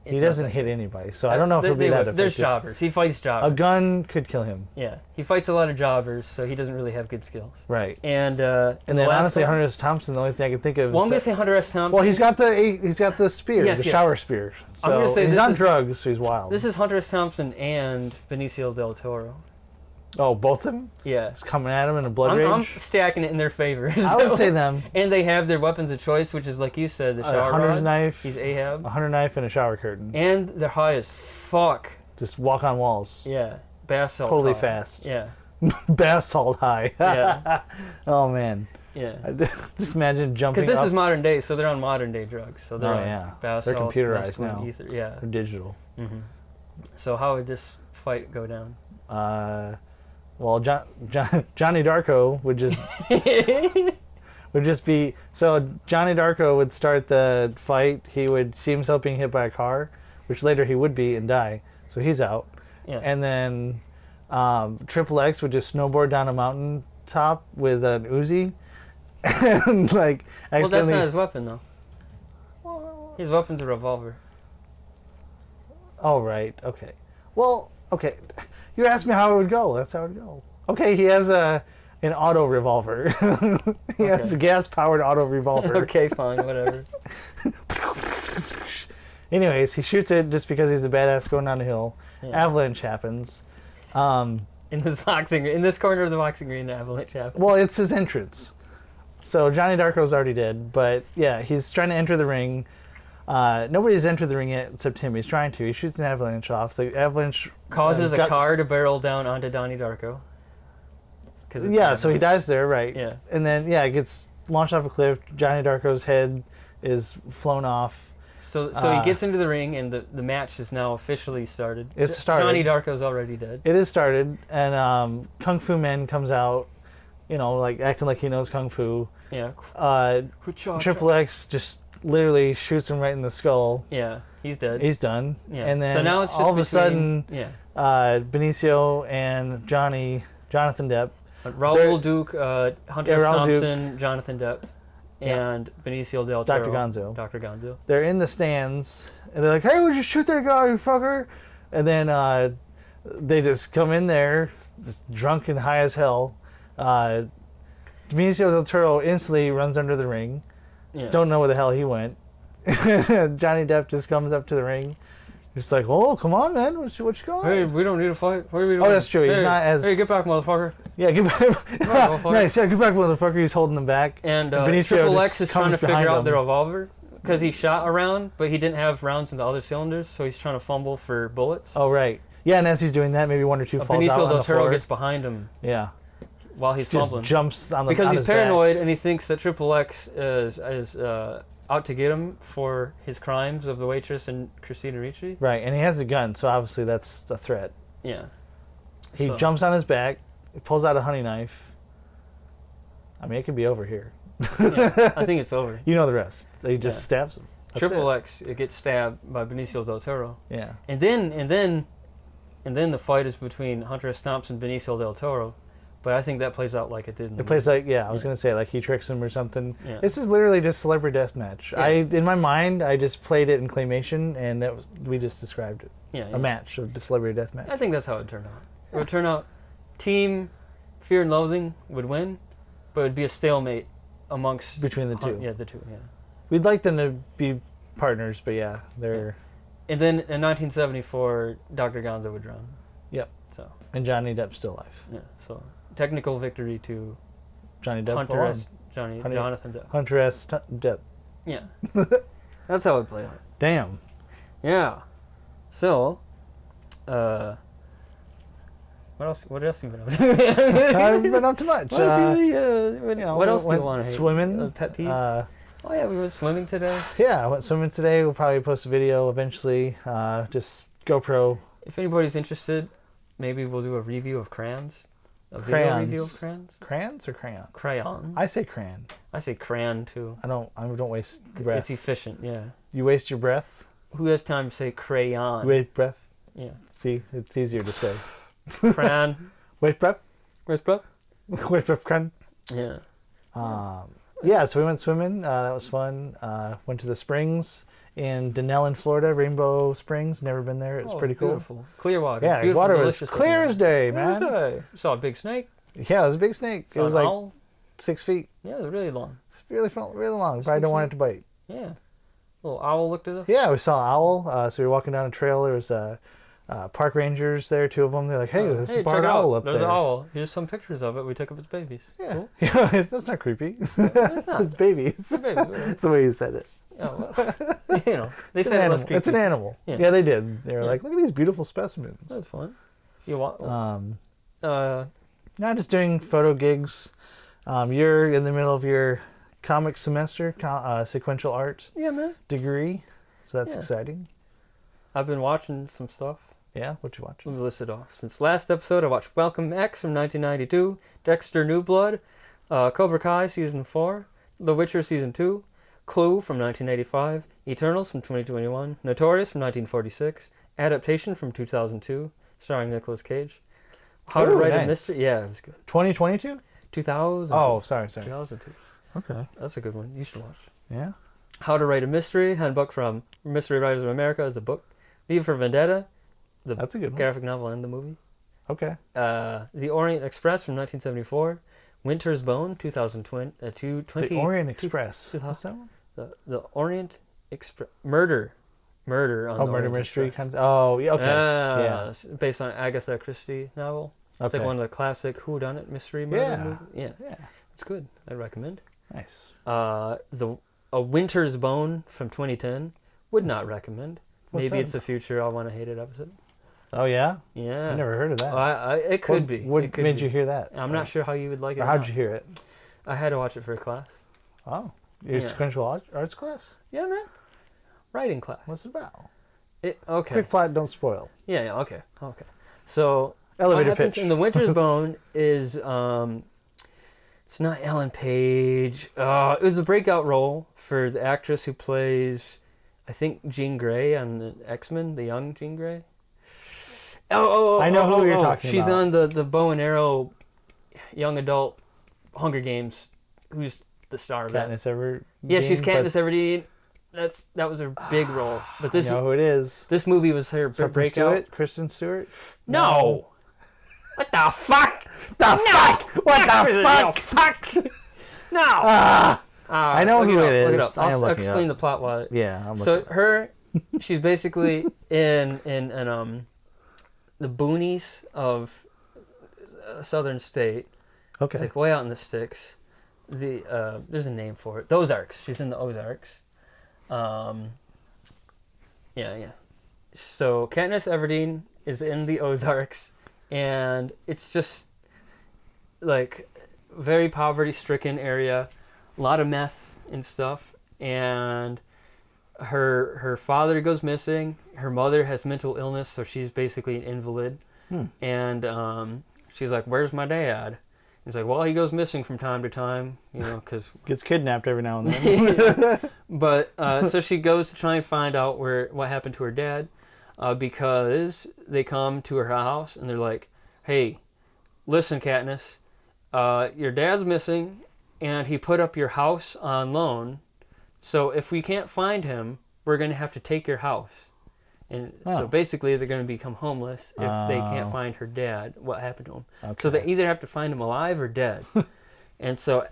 A: he
B: it's
A: doesn't
B: nothing.
A: hit anybody. So I don't know if
B: They-
A: it'll be
B: they
A: that
B: would-
A: effective.
B: There's jobbers. He fights jobbers.
A: A gun could kill him,
B: Yeah, he fights a lot of jobbers, so he doesn't really have good skills.
A: right?
B: And uh,
A: And
B: the
A: then
B: last
A: honestly,
B: one-
A: Hunter S. Thompson. The only thing I can think of.
B: Well, I'm gonna
A: is
B: say Hunter S. Thompson.
A: well, he's got the he's got the spear,
B: Yes,
A: the
B: yes.
A: shower spear. So
B: I'm gonna say
A: and he's
B: this
A: on
B: is-
A: drugs, so he's wild.
B: This is Hunter S. Thompson and Benicio del Toro.
A: oh, both of them
B: Yeah,
A: It's coming at him in a blood
B: I'm, I'm
A: rage.
B: stacking it in their favor.
A: i
B: so-
A: would say them.
B: And they have their weapons of choice, which is like you said, the
A: A
B: shower
A: hunter's
B: rod.
A: knife,
B: He's
A: a
B: Ahab.
A: hunter knife, and a shower curtain.
B: And they're high as fuck.
A: Just walk on walls.
B: Yeah, basalt.
A: Totally
B: high.
A: fast.
B: Yeah,
A: Basalt high.
B: Yeah.
A: oh man,
B: yeah.
A: I d- just imagine jumping.
B: Because this
A: up
B: is modern day, so they're on modern day drugs. So they're
A: Oh,
B: on
A: yeah. They're
B: basalt,
A: computerized
B: mescaline,
A: now.
B: ether. Yeah.
A: digital.
B: So how would this fight go down?
A: Uh, well, John, John, Johnny Darko would just would just be so. Johnny Darko would start the fight. He would see himself being hit by a car, which later he would be and die. So he's out.
B: Yeah.
A: And then um, Triple X would just snowboard down a mountain top with an Uzi, and like
B: Well, that's
A: accidentally-
B: not his weapon, though. His weapon's a revolver.
A: Oh right, okay. Well, okay. You asked me how it would go. That's how it would go. Okay, he has a an auto revolver. he has
E: Okay.
A: a gas powered auto revolver.
E: Okay, fine, whatever.
A: Anyways, he shoots it just because he's a badass going down a hill.
E: Hmm.
A: Avalanche happens. Um,
B: in this boxing in this corner of the boxing ring, the avalanche happened.
A: well, it's his entrance. So Johnny Darko's already dead, but yeah, he's trying to enter the ring. Uh, nobody's entered the ring yet except him. He's trying to. He shoots an avalanche off. The avalanche
B: Causes
A: uh,
B: a
A: gut-
B: car to barrel down onto Donnie Darko. 'Cause it's
A: Yeah,
B: an
A: so he dies there, right?
B: Yeah.
A: And then yeah, it gets launched off a cliff. Johnny Darko's head is flown off.
B: So, so
A: Uh,
B: he gets into the ring, and the, the match is now officially started.
A: It's
B: Jo-
A: started.
B: Johnny Darko's already dead.
A: It is started, and um, Kung Fu Man comes out, you know, like acting like he knows kung fu.
B: Yeah.
A: Uh,
B: Cha-cha.
A: Triple X just literally shoots him right in the skull.
B: Yeah, he's dead.
A: He's done.
B: yeah.
A: And then
B: so now it's just
A: all of a
B: between-
A: sudden,
B: Yeah.
A: uh, Benicio and Johnny, Jonathan Depp,
B: But Raul Duke, uh, Hunter
A: Yeah,
B: S.
A: Raoul Duke.
B: Thompson, Jonathan Depp,
A: Yeah.
B: and Benicio del
A: Dr.
B: Toro.
A: Gonzo.
B: Dr. Gonzo.
A: they're in the stands and they're like, "Hey, would you shoot that guy, you fucker?" And then uh, they just come in there, just drunk and high as hell. Uh, Benicio del Toro instantly runs under the ring.
B: Yeah.
A: Don't know where the hell he went. Johnny Depp just comes up to the ring. He's like, "Oh, come on, man, what you, what you got?"
B: Hey, we don't need a fight. What are we doing?
A: Oh, that's true.
B: Hey,
A: He's not as-
B: Hey, get back, motherfucker.
A: Yeah, get back.
B: Right, go for it.
A: nice. Yeah, get back, motherfucker. He's holding them back.
B: And uh,
A: Benicio
B: Triple X
A: just
B: is trying
A: comes
B: to figure
A: behind
B: out
A: him.
B: the revolver because he shot a round, but he didn't have rounds in the other cylinders, so he's trying to fumble for bullets.
A: Oh right. Yeah, and as he's doing that, maybe one or two falls out
B: Benicio
A: on
B: del
A: the
B: Toro
A: floor.
B: gets behind him
A: yeah,
B: while he's
A: just
B: fumbling.
A: jumps on the
B: because
A: on
B: he's
A: his back.
B: paranoid and he thinks that Triple X is is uh, out to get him for his crimes of the waitress and Christina Ricci.
A: Right, and he has a gun, so obviously that's a threat.
B: Yeah,
A: He
B: So-
A: jumps on his back, pulls out a hunting knife. I mean, it could be over here.
B: yeah. I think it's over.
A: You know the rest. He just
B: Yeah.
A: stabs him. That's
B: Triple
A: it.
B: X it gets stabbed by Benicio del Toro,
A: Yeah.
B: and then and then and then the fight is between Hunter S. Thompson and Benicio del Toro, but I think that plays out like it did. In the
A: It plays like yeah. I was gonna say like he tricks him or something.
B: Mm-hmm. Yeah.
A: This is literally just celebrity death match. I in my mind I just played it in claymation and that was we just described it
B: movie. yeah, yeah.
A: a match of celebrity death match.
B: I think that's how it turned out. It would turn out Team Fear and Loathing would win, but it would be a stalemate amongst
A: Between the
B: Hun-
A: two.
B: Yeah, the two. Yeah.
A: We'd like them to be partners, but yeah, they're
B: And then in 1974, Dr. Gonzo would drown.
A: yep.
B: So
A: And Johnny Depp's still alive.
B: yeah, so technical victory to
A: Johnny Depp.
B: Hunter
A: won.
B: S. Johnny
A: Honey-
B: Jonathan Depp.
A: Hunter S. T- Depp.
B: Yeah, that's how it played out.
A: Damn.
B: Yeah. So, uh, what else? What else you been up to?
A: I've been up too much.
B: What else,
A: Uh,
B: you, uh, what,
A: you know,
B: what else do you
A: went
B: want to
A: Swimming.
B: Uh, pet peeves.
A: Uh,
B: oh yeah, we went swimming today.
A: yeah, I went swimming today. We'll probably post a video eventually. Uh, just GoPro.
B: If anybody's interested, maybe we'll do a review of crayons. A video review of crayons.
A: Crayons or crayon?
B: Crayon. I,
A: I say crayon.
B: say crayon too.
A: I don't. I don't waste breath.
B: It's efficient. Yeah.
A: you waste your breath.
B: Who has time to say crayon?
A: You waste breath.
B: Yeah.
A: See, it's easier to say.
B: Crayon.
A: Waste breath.
B: Where's bro?
A: waste breath. Crayon.
B: Yeah.
A: Um, yeah, so we went swimming. Uh, that was fun. Uh, went to the springs in Denellen, Florida, Rainbow Springs. Never been there. It's
B: Oh,
A: pretty cool.
B: Beautiful. Clear water.
A: Yeah, the
B: beautiful,
A: water was
B: delicious
A: clear
B: looking
A: as day,
B: water.
A: man.
B: Clear as day. Saw a big snake.
A: Yeah, it was a big snake.
B: Saw
A: it was
B: an
A: like
B: owl.
A: six feet.
B: Yeah, it was really long.
A: It's really, fun- really long. Probably don't want it to bite.
B: Yeah. Little owl looked at us.
A: Yeah, we saw an owl. Uh, so we were walking down a trail. There was uh, uh, park rangers there, two of them. They're like, "Hey, there's
B: Uh, Hey,
A: a
B: check it
A: barred
B: out.
A: owl up
B: There's
A: there."
B: an owl. Here's some pictures of it. We took of its babies.
A: Yeah,
B: Cool.
A: that's not creepy. it's babies.
B: Baby, whatever.
A: that's the way you said it.
B: Oh, well. you know, they
A: It's
B: said
A: an
B: it was
A: animal.
B: creepy.
A: It's an animal. Yeah.
B: Yeah.
A: they did. They were
B: Yeah.
A: like, "Look at these beautiful specimens."
B: That's fun. You want?
A: Um,
B: Uh,
A: not just doing photo gigs. Um, you're in the middle of your comic semester, co- uh, sequential art
B: yeah, man.
A: degree, so that's
B: Yeah.
A: exciting.
B: I've been watching some stuff.
A: Yeah, what you watching?
B: Let me list it off. Since last episode, I watched Welcome X from 1992, Dexter New Blood, uh, Cobra Kai season four, The Witcher season two, Clue from 1985, Eternals from 2021, Notorious from 1946, Adaptation from 2002, starring Nicolas Cage. How to
A: Ooh,
B: Write
A: nice.
B: a Mystery? Yeah, it was good.
A: 2022?
B: 2000.
A: Oh, sorry, sorry.
B: 2002.
A: Okay.
B: That's a good one. You should watch.
A: Yeah.
B: How to Write a Mystery Handbook from Mystery Writers of America is a book. Viva for Vendetta, the
A: That's a good one.
B: graphic novel and the movie.
A: Okay.
B: Uh, the Orient Express from 1974. Winter's Bone 2020. Uh, two-
A: The
B: 20
A: Orient Express.
B: two thou-
A: What's that one?
B: The, the Orient Express. Murder. Murder on
A: Oh,
B: the
A: murder
B: Orient
A: mystery
B: Express.
A: kind of. Oh, yeah. Okay.
B: Ah,
A: yeah.
B: it's based on Agatha Christie novel. It's
A: Okay.
B: like one of the classic Who Done It mystery murder
A: Yeah.
B: movie- Yeah,
A: Yeah.
B: it's good. I recommend.
A: Nice.
B: Uh, the A Winter's Bone from 2010 would not recommend.
A: What's
B: Maybe
A: that
B: it's a future I want to hate it episode.
A: Oh yeah.
B: Yeah,
A: I never heard of that.
B: I, I, it could
A: what,
B: be.
A: What
B: it could
A: made
B: be.
A: you hear that?
B: I'm not sure how you would like it.
A: Or
B: or
A: how'd
B: not.
A: you hear it?
B: I had to watch it for class.
A: Oh, your
B: Yeah.
A: sequential art- arts class.
B: Yeah, man. Writing class.
A: What's it about?
B: It, okay.
A: Quick plot, don't spoil.
B: Yeah, yeah, okay. Okay. So
A: Elevator
B: what happens
A: pitch.
B: in the Winter's Bone is um it's not Ellen Page. Uh it was a breakout role for the actress who plays I think Jean Grey on the X-Men, the young Jean Grey. Oh, oh, oh
A: I know
B: oh,
A: who
B: oh,
A: you're
B: oh.
A: talking
B: She's
A: about.
B: on the the bow and arrow young adult Hunger Games who's the star of that.
A: Katniss ever.
B: Yeah, she's Candace Everdeen. That's that was her big role. But this
A: you know who it is.
B: this movie was her
A: Kristen
B: breakout.
A: Stewart. Kristen Stewart.
B: No. What the fuck?
A: The fuck? What the
B: No,
A: fuck? Ah.
B: fuck. No. I
A: Uh, know who it
B: it is. Look it
A: is.
B: up.
A: I am
B: I'll s-
A: looking it
B: explain
A: up.
B: the plot why.
A: Yeah, I'm
B: So
A: looking.
B: her, she's basically in in in um, the boonies of a southern state.
A: Okay.
B: It's like way out in the sticks. The uh, there's a name for it. The Ozarks. She's in the Ozarks. Um, yeah, yeah. So Katniss Everdeen is in the Ozarks, and it's just like very poverty-stricken area, a lot of meth and stuff, and her her father goes missing. Her mother has mental illness, so she's basically an invalid. And um, she's like, "Where's my dad?" And he's like, "Well, he goes missing from time to time, you know, because
A: Gets kidnapped every now and then.
B: but uh, so she goes to try and find out where what happened to her dad, uh, because they come to her house and they're like, "Hey, listen, Katniss, uh, your dad's missing, and he put up your house on loan. So if we can't find him, we're gonna have to take your house." And
A: Oh.
B: so basically, they're going to become homeless if they can't find her dad. What happened to him? So they either have to find him alive or dead. and so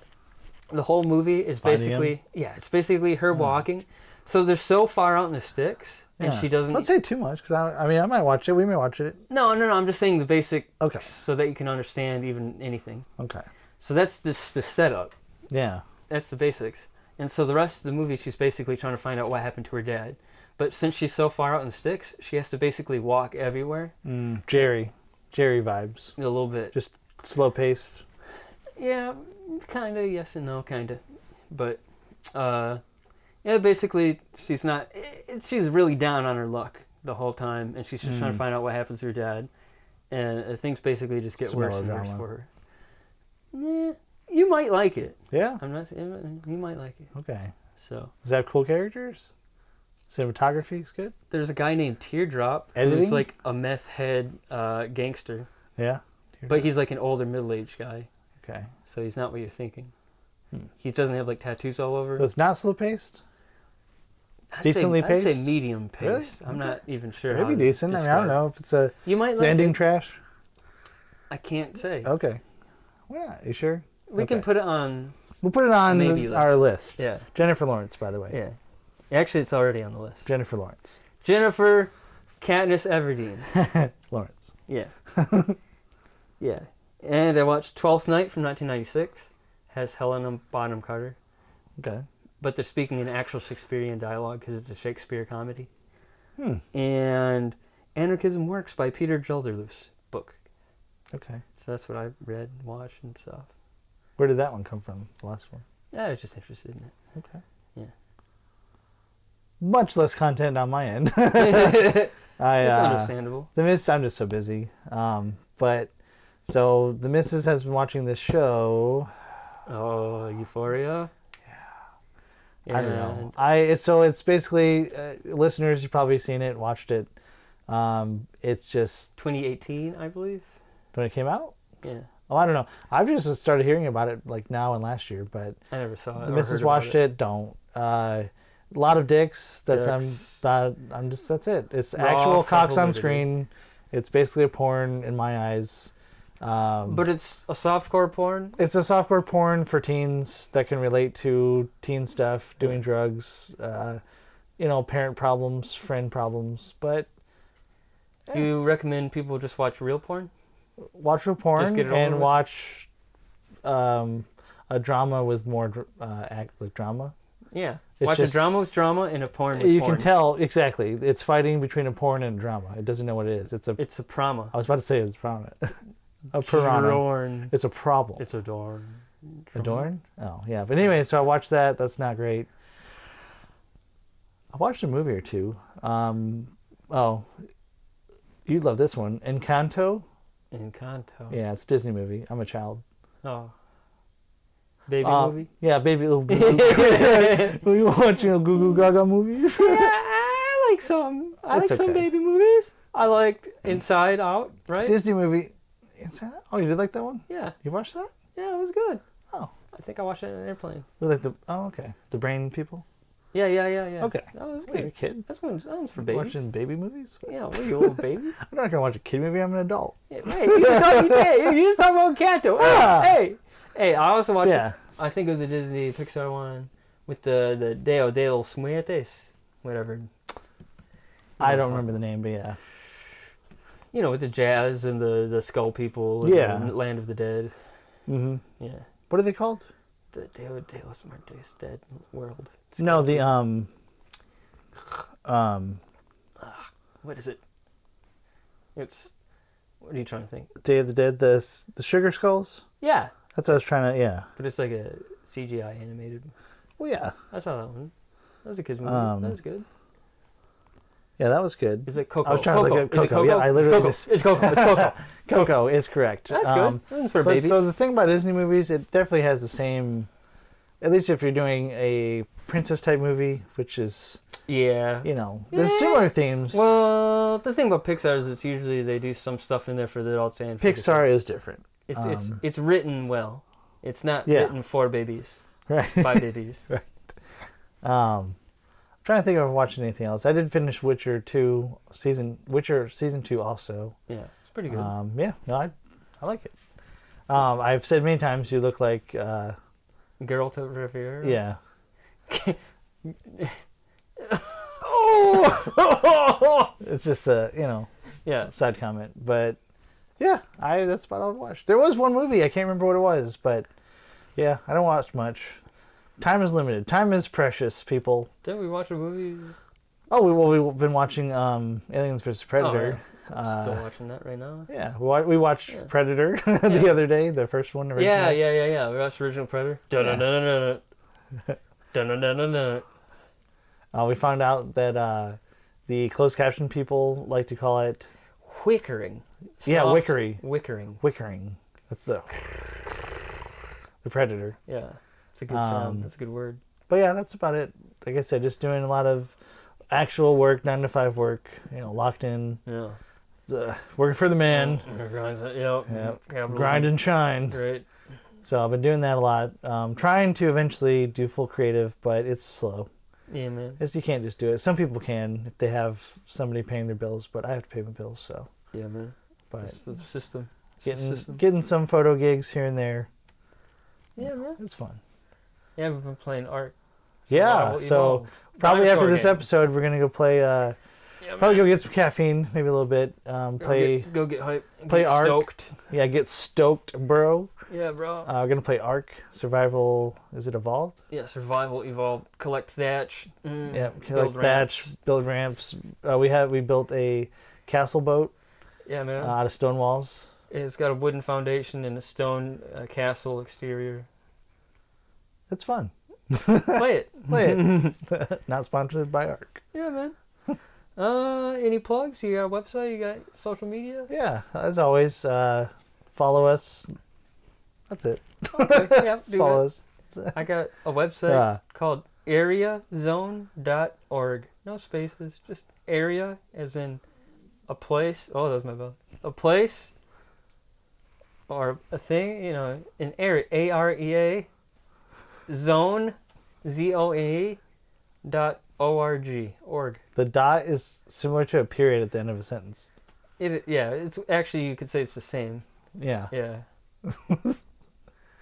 B: the whole movie is
A: Finding him? Hmm.
B: basically yeah, it's basically her walking. So they're so far out in the sticks, and
A: Yeah.
B: she doesn't.
A: Don't say too much, because I, I mean, I might watch it. We may watch it.
B: no, no, no. I'm just saying the basic,
A: Okay.
B: so that you can understand even anything.
A: Okay.
B: So that's this the setup.
A: Yeah.
B: That's the basics. And so the rest of the movie, she's basically trying to find out what happened to her dad. But since she's so far out in the sticks, she has to basically walk everywhere
A: Mm, Jerry. Jerry vibes.
B: a little bit.
A: Just slow paced.
B: Yeah, kind of. Yes and no, kind of. But uh, yeah, basically, she's not. It, she's really down on her luck the whole time, and she's just trying to find out what happens to her dad. And uh, things basically just get
A: Some
B: worse and worse
A: melodrama.
B: for her. Yeah, you might like it.
A: Yeah.
B: I'm not. saying You might like it.
A: Okay.
B: So
A: Does that have cool characters? Cinematography is good.
B: there's a guy named Teardrop
A: Editing?
B: who's like a meth head uh, gangster,
A: Yeah.
B: but he's like an older middle-aged guy,
A: Okay.
B: so he's not what you're thinking. He doesn't have like tattoos all over.
A: So it's not slow paced.
B: I'd
A: Decently
B: say, I'd
A: paced?
B: say medium paced.
A: Really?
B: I'm not even sure. how
A: Maybe
B: to
A: decent. I mean, I
B: describe
A: don't
B: it.
A: know if it's a
B: You might
A: it's
B: Uh, like
A: ending
B: it.
A: trash.
B: I can't say.
A: Okay. Why not? You sure?
B: We
A: Oh,
B: can
A: okay.
B: put it on.
A: We'll put it on
B: Maybe
A: the- our list.
B: Yeah.
A: Jennifer Lawrence, by the way.
B: Yeah. Actually, it's already on the list.
A: Jennifer Lawrence.
B: Jennifer, Katniss Everdeen.
A: Lawrence.
B: Yeah. yeah. And I watched Twelfth Night from 1996. Has Helena Bonham Carter,
A: Okay.
B: but they're speaking in actual Shakespearean dialogue because it's a Shakespeare comedy.
A: Hmm.
B: And Anarchism Works by Peter Gelderloos book.
A: Okay.
B: So that's what I read, watched, and stuff.
A: Where did that one come from? The last one.
B: Yeah, I was just interested in it.
A: Okay.
B: Yeah.
A: Much less content on my end. I,
B: That's
A: uh,
B: understandable.
A: The Miss, I'm just so busy. Um, but so the Missus has been watching this show.
B: Oh, Euphoria. Yeah.
A: I don't know. I it's so it's basically uh, listeners. You've probably seen it, watched it. Um, it's just
B: 2018, I believe.
A: when it came out.
B: Yeah.
A: Oh, I don't know. I've just started hearing about it like now and last year, but
B: I never saw it.
A: the
B: or heard
A: missus
B: about
A: watched it. Don't. Uh, a lot of dicks. That's I'm.
B: Dicks.
A: Not, I'm just. That's it. It's
B: Raw
A: actual cocks on
B: frontal nudity.
A: screen. It's basically a porn in my eyes. Um,
B: But it's a softcore porn.
A: it's a softcore porn for teens that can relate to teen stuff, doing drugs, uh, you know, parent problems, friend problems. But
B: You recommend people just watch real porn?
A: watch real porn
B: Just get it over
A: and
B: with.
A: watch um, a drama with more dr- uh, act like drama.
B: Yeah.
A: It's
B: watch
A: just-
B: a drama with drama and a porn with
A: you
B: porn.
A: can tell exactly it's fighting between a porn and a drama. It doesn't know what it is. It's a. I
B: It's a prama.
A: was about to say it's a piranha. a piranha.
B: Dorn.
A: It's a problem.
B: It's a dorn.
A: Adorn? Oh, yeah. But anyway, so I watched that. That's not great. I watched a movie or two. Um, oh, you'd love this one. Encanto?
B: Encanto.
A: Yeah, it's a Disney movie. I'm a child.
B: Oh. Baby
A: Uh,
B: movie?
A: Yeah, baby. Little, were you watching a Goo Goo Gaga movies?
B: I like some. I
A: It's
B: like some
A: okay.
B: baby movies. I liked Inside Out, right?
A: Disney movie. Is that- Oh, you did like that one?
B: yeah,
A: You watched that?
B: yeah, it was good.
A: Oh.
B: I think I watched it in an airplane.
A: We like the. Oh, okay. The brain people.
B: Yeah, yeah, yeah, yeah.
A: Okay.
B: that was
A: What are you, a
B: good.
A: kid?
B: That's one's that one's for babies.
A: Watching baby movies?
B: Yeah, what are you old baby?
A: I'm not gonna watch a kid movie. I'm an adult.
B: hey, you just talking, hey, you just talking about Canto. Hey,
A: Ah.
B: hey, hey, I also watched.
A: Yeah.
B: I think it was a Disney Pixar one with the the Deo de los Muertes, whatever.
A: I don't remember the name, but yeah.
B: You know, with the jazz and the the skull people. And
A: Yeah.
B: The Land of the Dead.
A: Mm-hmm.
B: Yeah.
A: What are they called?
B: The Deo de los Muertes Dead World.
A: No, the um, um,
B: What is it? It's. What are you trying to think?
A: Day of the Dead, the s- the sugar skulls.
B: Yeah,
A: That's what I was trying to. Yeah.
B: but it's like a CGI animated.
A: Well, yeah,
B: I saw that one. That was a kids movie.
A: Um,
B: that was good.
A: yeah, that was good.
B: Is it Coco?
A: I was trying to
B: Coco.
A: look at
B: Is it
A: Coco. Yeah, I literally just-
B: It's Coco. It's Coco. It's Coco.
A: Coco is correct.
B: That's
A: Um,
B: good. That's for
A: but
B: babies.
A: so the thing about Disney movies, it definitely has the same. At least if you're doing a princess type movie, which is
B: yeah.
A: you know, there's similar themes.
B: Eh. Well, the thing about Pixar is it's usually they do some stuff in there for the adults and for the
A: Pixar
B: kids.
A: is different,
B: it's it's
A: um,
B: it's written well. It's not
A: Yeah.
B: written for babies
A: right?
B: by babies.
A: Um, I'm trying to think if I've watched anything else. I did finish Witcher two season Witcher season two also.
B: Yeah, it's pretty good.
A: Um, yeah, no, I, I like it. Um, I've said many times you look like uh,
B: Girl to Riviera.
A: yeah.
B: Oh.
A: It's just a you know
B: yeah.
A: side comment, but yeah, I that's about all I watched. There was one movie I can't remember what it was, but yeah, I don't watch much. Time is limited. Time is precious, people.
B: Didn't we watch a movie?
A: Oh, we well we've been watching um, Aliens vs Predator.
B: Oh, yeah. I'm
A: Uh,
B: still watching that right now.
A: Yeah, we wa- we watched Predator the other day, the first one. Original.
B: Yeah, yeah, yeah, yeah. We watched original Predator. Dun dun dun dun dun dun dun dun dun.
A: Uh, we found out that uh, the closed caption people like to call it
B: Wickering.
A: Yeah,
B: Soft
A: wickery.
B: Wickering.
A: wickering. That's the the predator.
B: Yeah, it's a good sound.
A: Um,
B: That's a good word.
A: But yeah, that's about it. Like I said, just doing a lot of actual work, nine to five work. You know, locked in,
B: Yeah.
A: uh, working for the man,
B: Grinds it. Yep.
A: Yep.
B: Capitalism.
A: grind and shine.
B: Great.
A: So I've been doing that a lot. Um, trying to eventually do full creative, but it's slow.
B: Yeah, man.
A: It's, you can't just do it. Some people can if they have somebody paying their bills, but I have to pay my bills. So,
B: Yeah, man.
A: but
B: It's the system. It's the
A: getting
B: system.
A: getting some photo gigs here and there.
B: Yeah, man.
A: It's fun.
B: Yeah, we've been playing art.
A: Yeah.
B: Well, you
A: so
B: know,
A: probably after
B: dinosaur
A: this
B: game.
A: episode, we're gonna go play. Uh,
B: Yeah,
A: probably go get some caffeine, maybe a little bit. Um,
B: Go
A: play.
B: get- Go get hype.
A: play
B: get
A: Arc.
B: Stoked.
A: Yeah, get stoked, bro.
B: Yeah, bro.
A: Uh, we're gonna play Arc Survival. Is it evolved?
B: Yeah, survival, evolve, collect thatch. Mm,
A: Yeah.
B: build
A: Like thatch,
B: ramps.
A: build ramps. Uh, we have we built a castle boat
B: Yeah, man.
A: uh, out of stone walls.
B: It's got a wooden foundation and a stone uh, castle exterior.
A: It's fun.
B: Play it.
A: Play it. Not sponsored by Arc.
B: Yeah, man. Uh, any plugs? You got a website? You got social media?
A: Yeah. As always, uh, follow us. That's it.
B: Okay, yeah, do
A: follow
B: that.
A: us. Ah.
B: I got a website
A: Yeah.
B: called areazone.org. No spaces, just area as in a place. Oh, that was my bell. A place or a thing, you know, an area. A R E A zone, Z O A dot O R G. Org.
A: The dot is similar to a period at the end of a sentence.
F: It, yeah, it's actually you could say it's the same.
A: Yeah.
F: Yeah.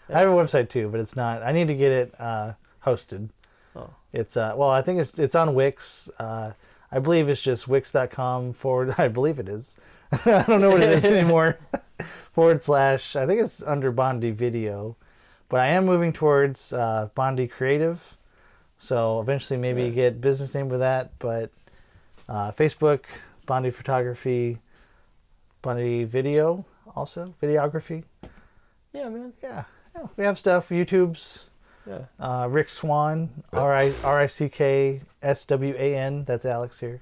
A: I have a website too, but it's not. I need to get it uh, hosted.
F: Oh.
A: It's uh, well, I think it's it's on Wix. Uh, I believe it's just wix.com forward. I believe it is. I don't know what it is anymore. forward slash. I think it's under Bondi Video, but I am moving towards uh, Bondi Creative. So eventually, maybe get business name with that. But uh, Facebook, Bondi Photography, Bondi Video, also videography.
B: Yeah, man.
A: Yeah, yeah, we have stuff. YouTube's
B: Yeah.
A: uh, Rick Swan, R I R I C K S W A N. That's Alex here.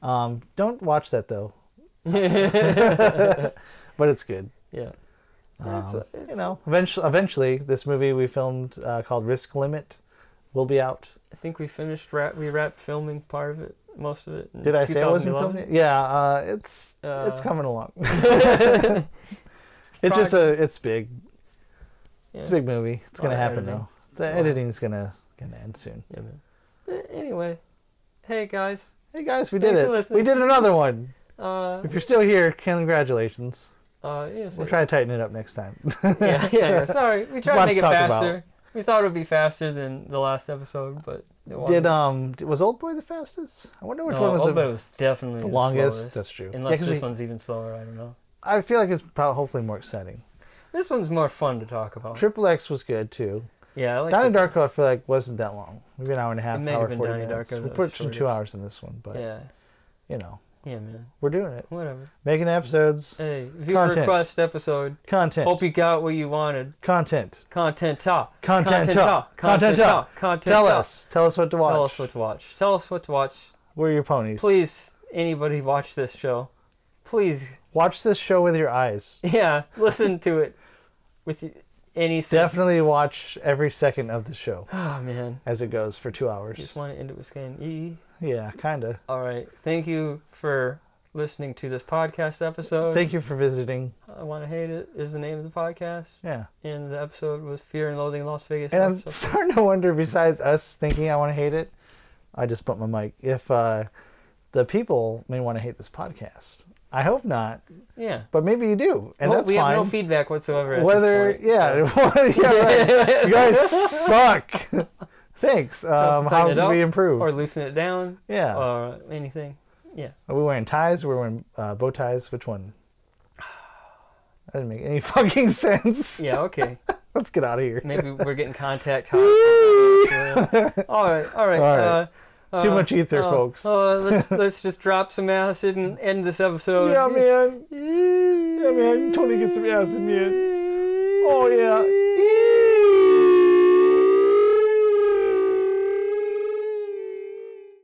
A: Um, don't watch that though, but it's good.
B: Yeah. uh,
A: Um, you know, eventually, eventually, this movie we filmed uh, called Risk Limit will be out.
B: I think we finished wrap. We wrapped filming part of it, most of it. in
A: Did I say I wasn't
B: 2011.
A: filming? it? Yeah, uh, it's it's
B: Uh,
A: coming along. it's just a it's big. It's a
B: Yeah.
A: big movie. It's gonna
B: Lot of
A: happen
B: editing.
A: though. The editing's gonna gonna end soon.
B: Yeah, man. But anyway, hey guys.
A: Hey guys, we did
B: Thanks for
A: it. We
B: listening.
A: did another one.
B: Uh,
A: If you're still here, congratulations.
B: uh, you know, so-
A: We'll try to tighten it up next time.
B: yeah, yeah, yeah. Sorry, we tried
A: lot to
B: to make it
A: talk about.
B: faster. We thought it would be faster than the last episode, but it wasn't.
A: Did um was Old Boy the fastest? I wonder which
B: no,
A: one was
B: Old Bay
A: the,
B: was definitely
A: the
B: the
A: longest.
B: slowest.
A: That's true. Yeah,
B: Unless
A: 'cause
B: this
A: we-
B: one's even slower, I don't know.
A: I feel like it's probably hopefully more exciting.
B: This one's more fun to talk about.
A: Triple X was good too.
B: yeah, I like
A: Donnie
B: the-
A: Darko I feel like wasn't that long. Maybe an hour and a half,
B: may have
A: hour
B: been
A: forty
B: Donnie
A: minutes.
B: Darko
A: we
B: that
A: put
B: was
A: some two
B: shortest.
A: hours in this one, but
B: Yeah,
A: you know
B: yeah, man.
A: we're doing it.
B: Whatever.
A: Making episodes,
B: Hey, viewer
A: Content.
B: request episode.
A: content,
B: Uh, Hope you got what you wanted.
A: content,
B: Content talk.
A: content, talk,
B: Content talk. Content
A: Tell
B: talk.
A: us, tell us what to watch.
B: Tell us what to watch. Tell us what to watch.
A: We're your ponies.
B: Please, anybody watch this show. Please,
A: watch this show with your eyes.
B: yeah, listen to it with y- any sense.
A: Definitely watch every second of the show.
B: Oh, man.
A: as it goes for two hours.
B: Just want to end it with saying E.
A: Yeah, kind of.
B: All right. Thank you for listening to this podcast episode.
A: Thank you for visiting.
B: I Want to Hate It is the name of the podcast.
A: Yeah.
B: And the episode was Fear and Loathing in Las Vegas.
A: And I'm
B: episode.
A: starting to wonder, besides us thinking I want to hate it, I just bumped my mic, if uh, the people may want to hate this podcast. I hope not,
B: yeah.
A: but maybe you do, and
B: Well,
A: that's
B: we
A: fine.
B: have no feedback whatsoever. at this
A: Whether,
B: point,
A: yeah,
B: so-
A: yeah, right. you guys suck. Thanks. Um,
B: tighten
A: how
B: it
A: do
B: up
A: we improve?
B: Or loosen it uh, down.
A: yeah.
B: Or anything.
A: Are we wearing ties? We're wearing uh, bow ties. Which one? That didn't make any fucking sense.
B: Yeah, okay.
A: Let's get out of here.
B: Maybe we're getting contact. contact. all right, all right.
A: All right.
B: Uh,
A: Too
B: uh,
A: much ether,
B: uh,
A: folks.
B: Uh, let's let's just drop some acid and end this episode.
A: Yeah, man. Yeah, man. Tony gets some ass in me. Oh, yeah.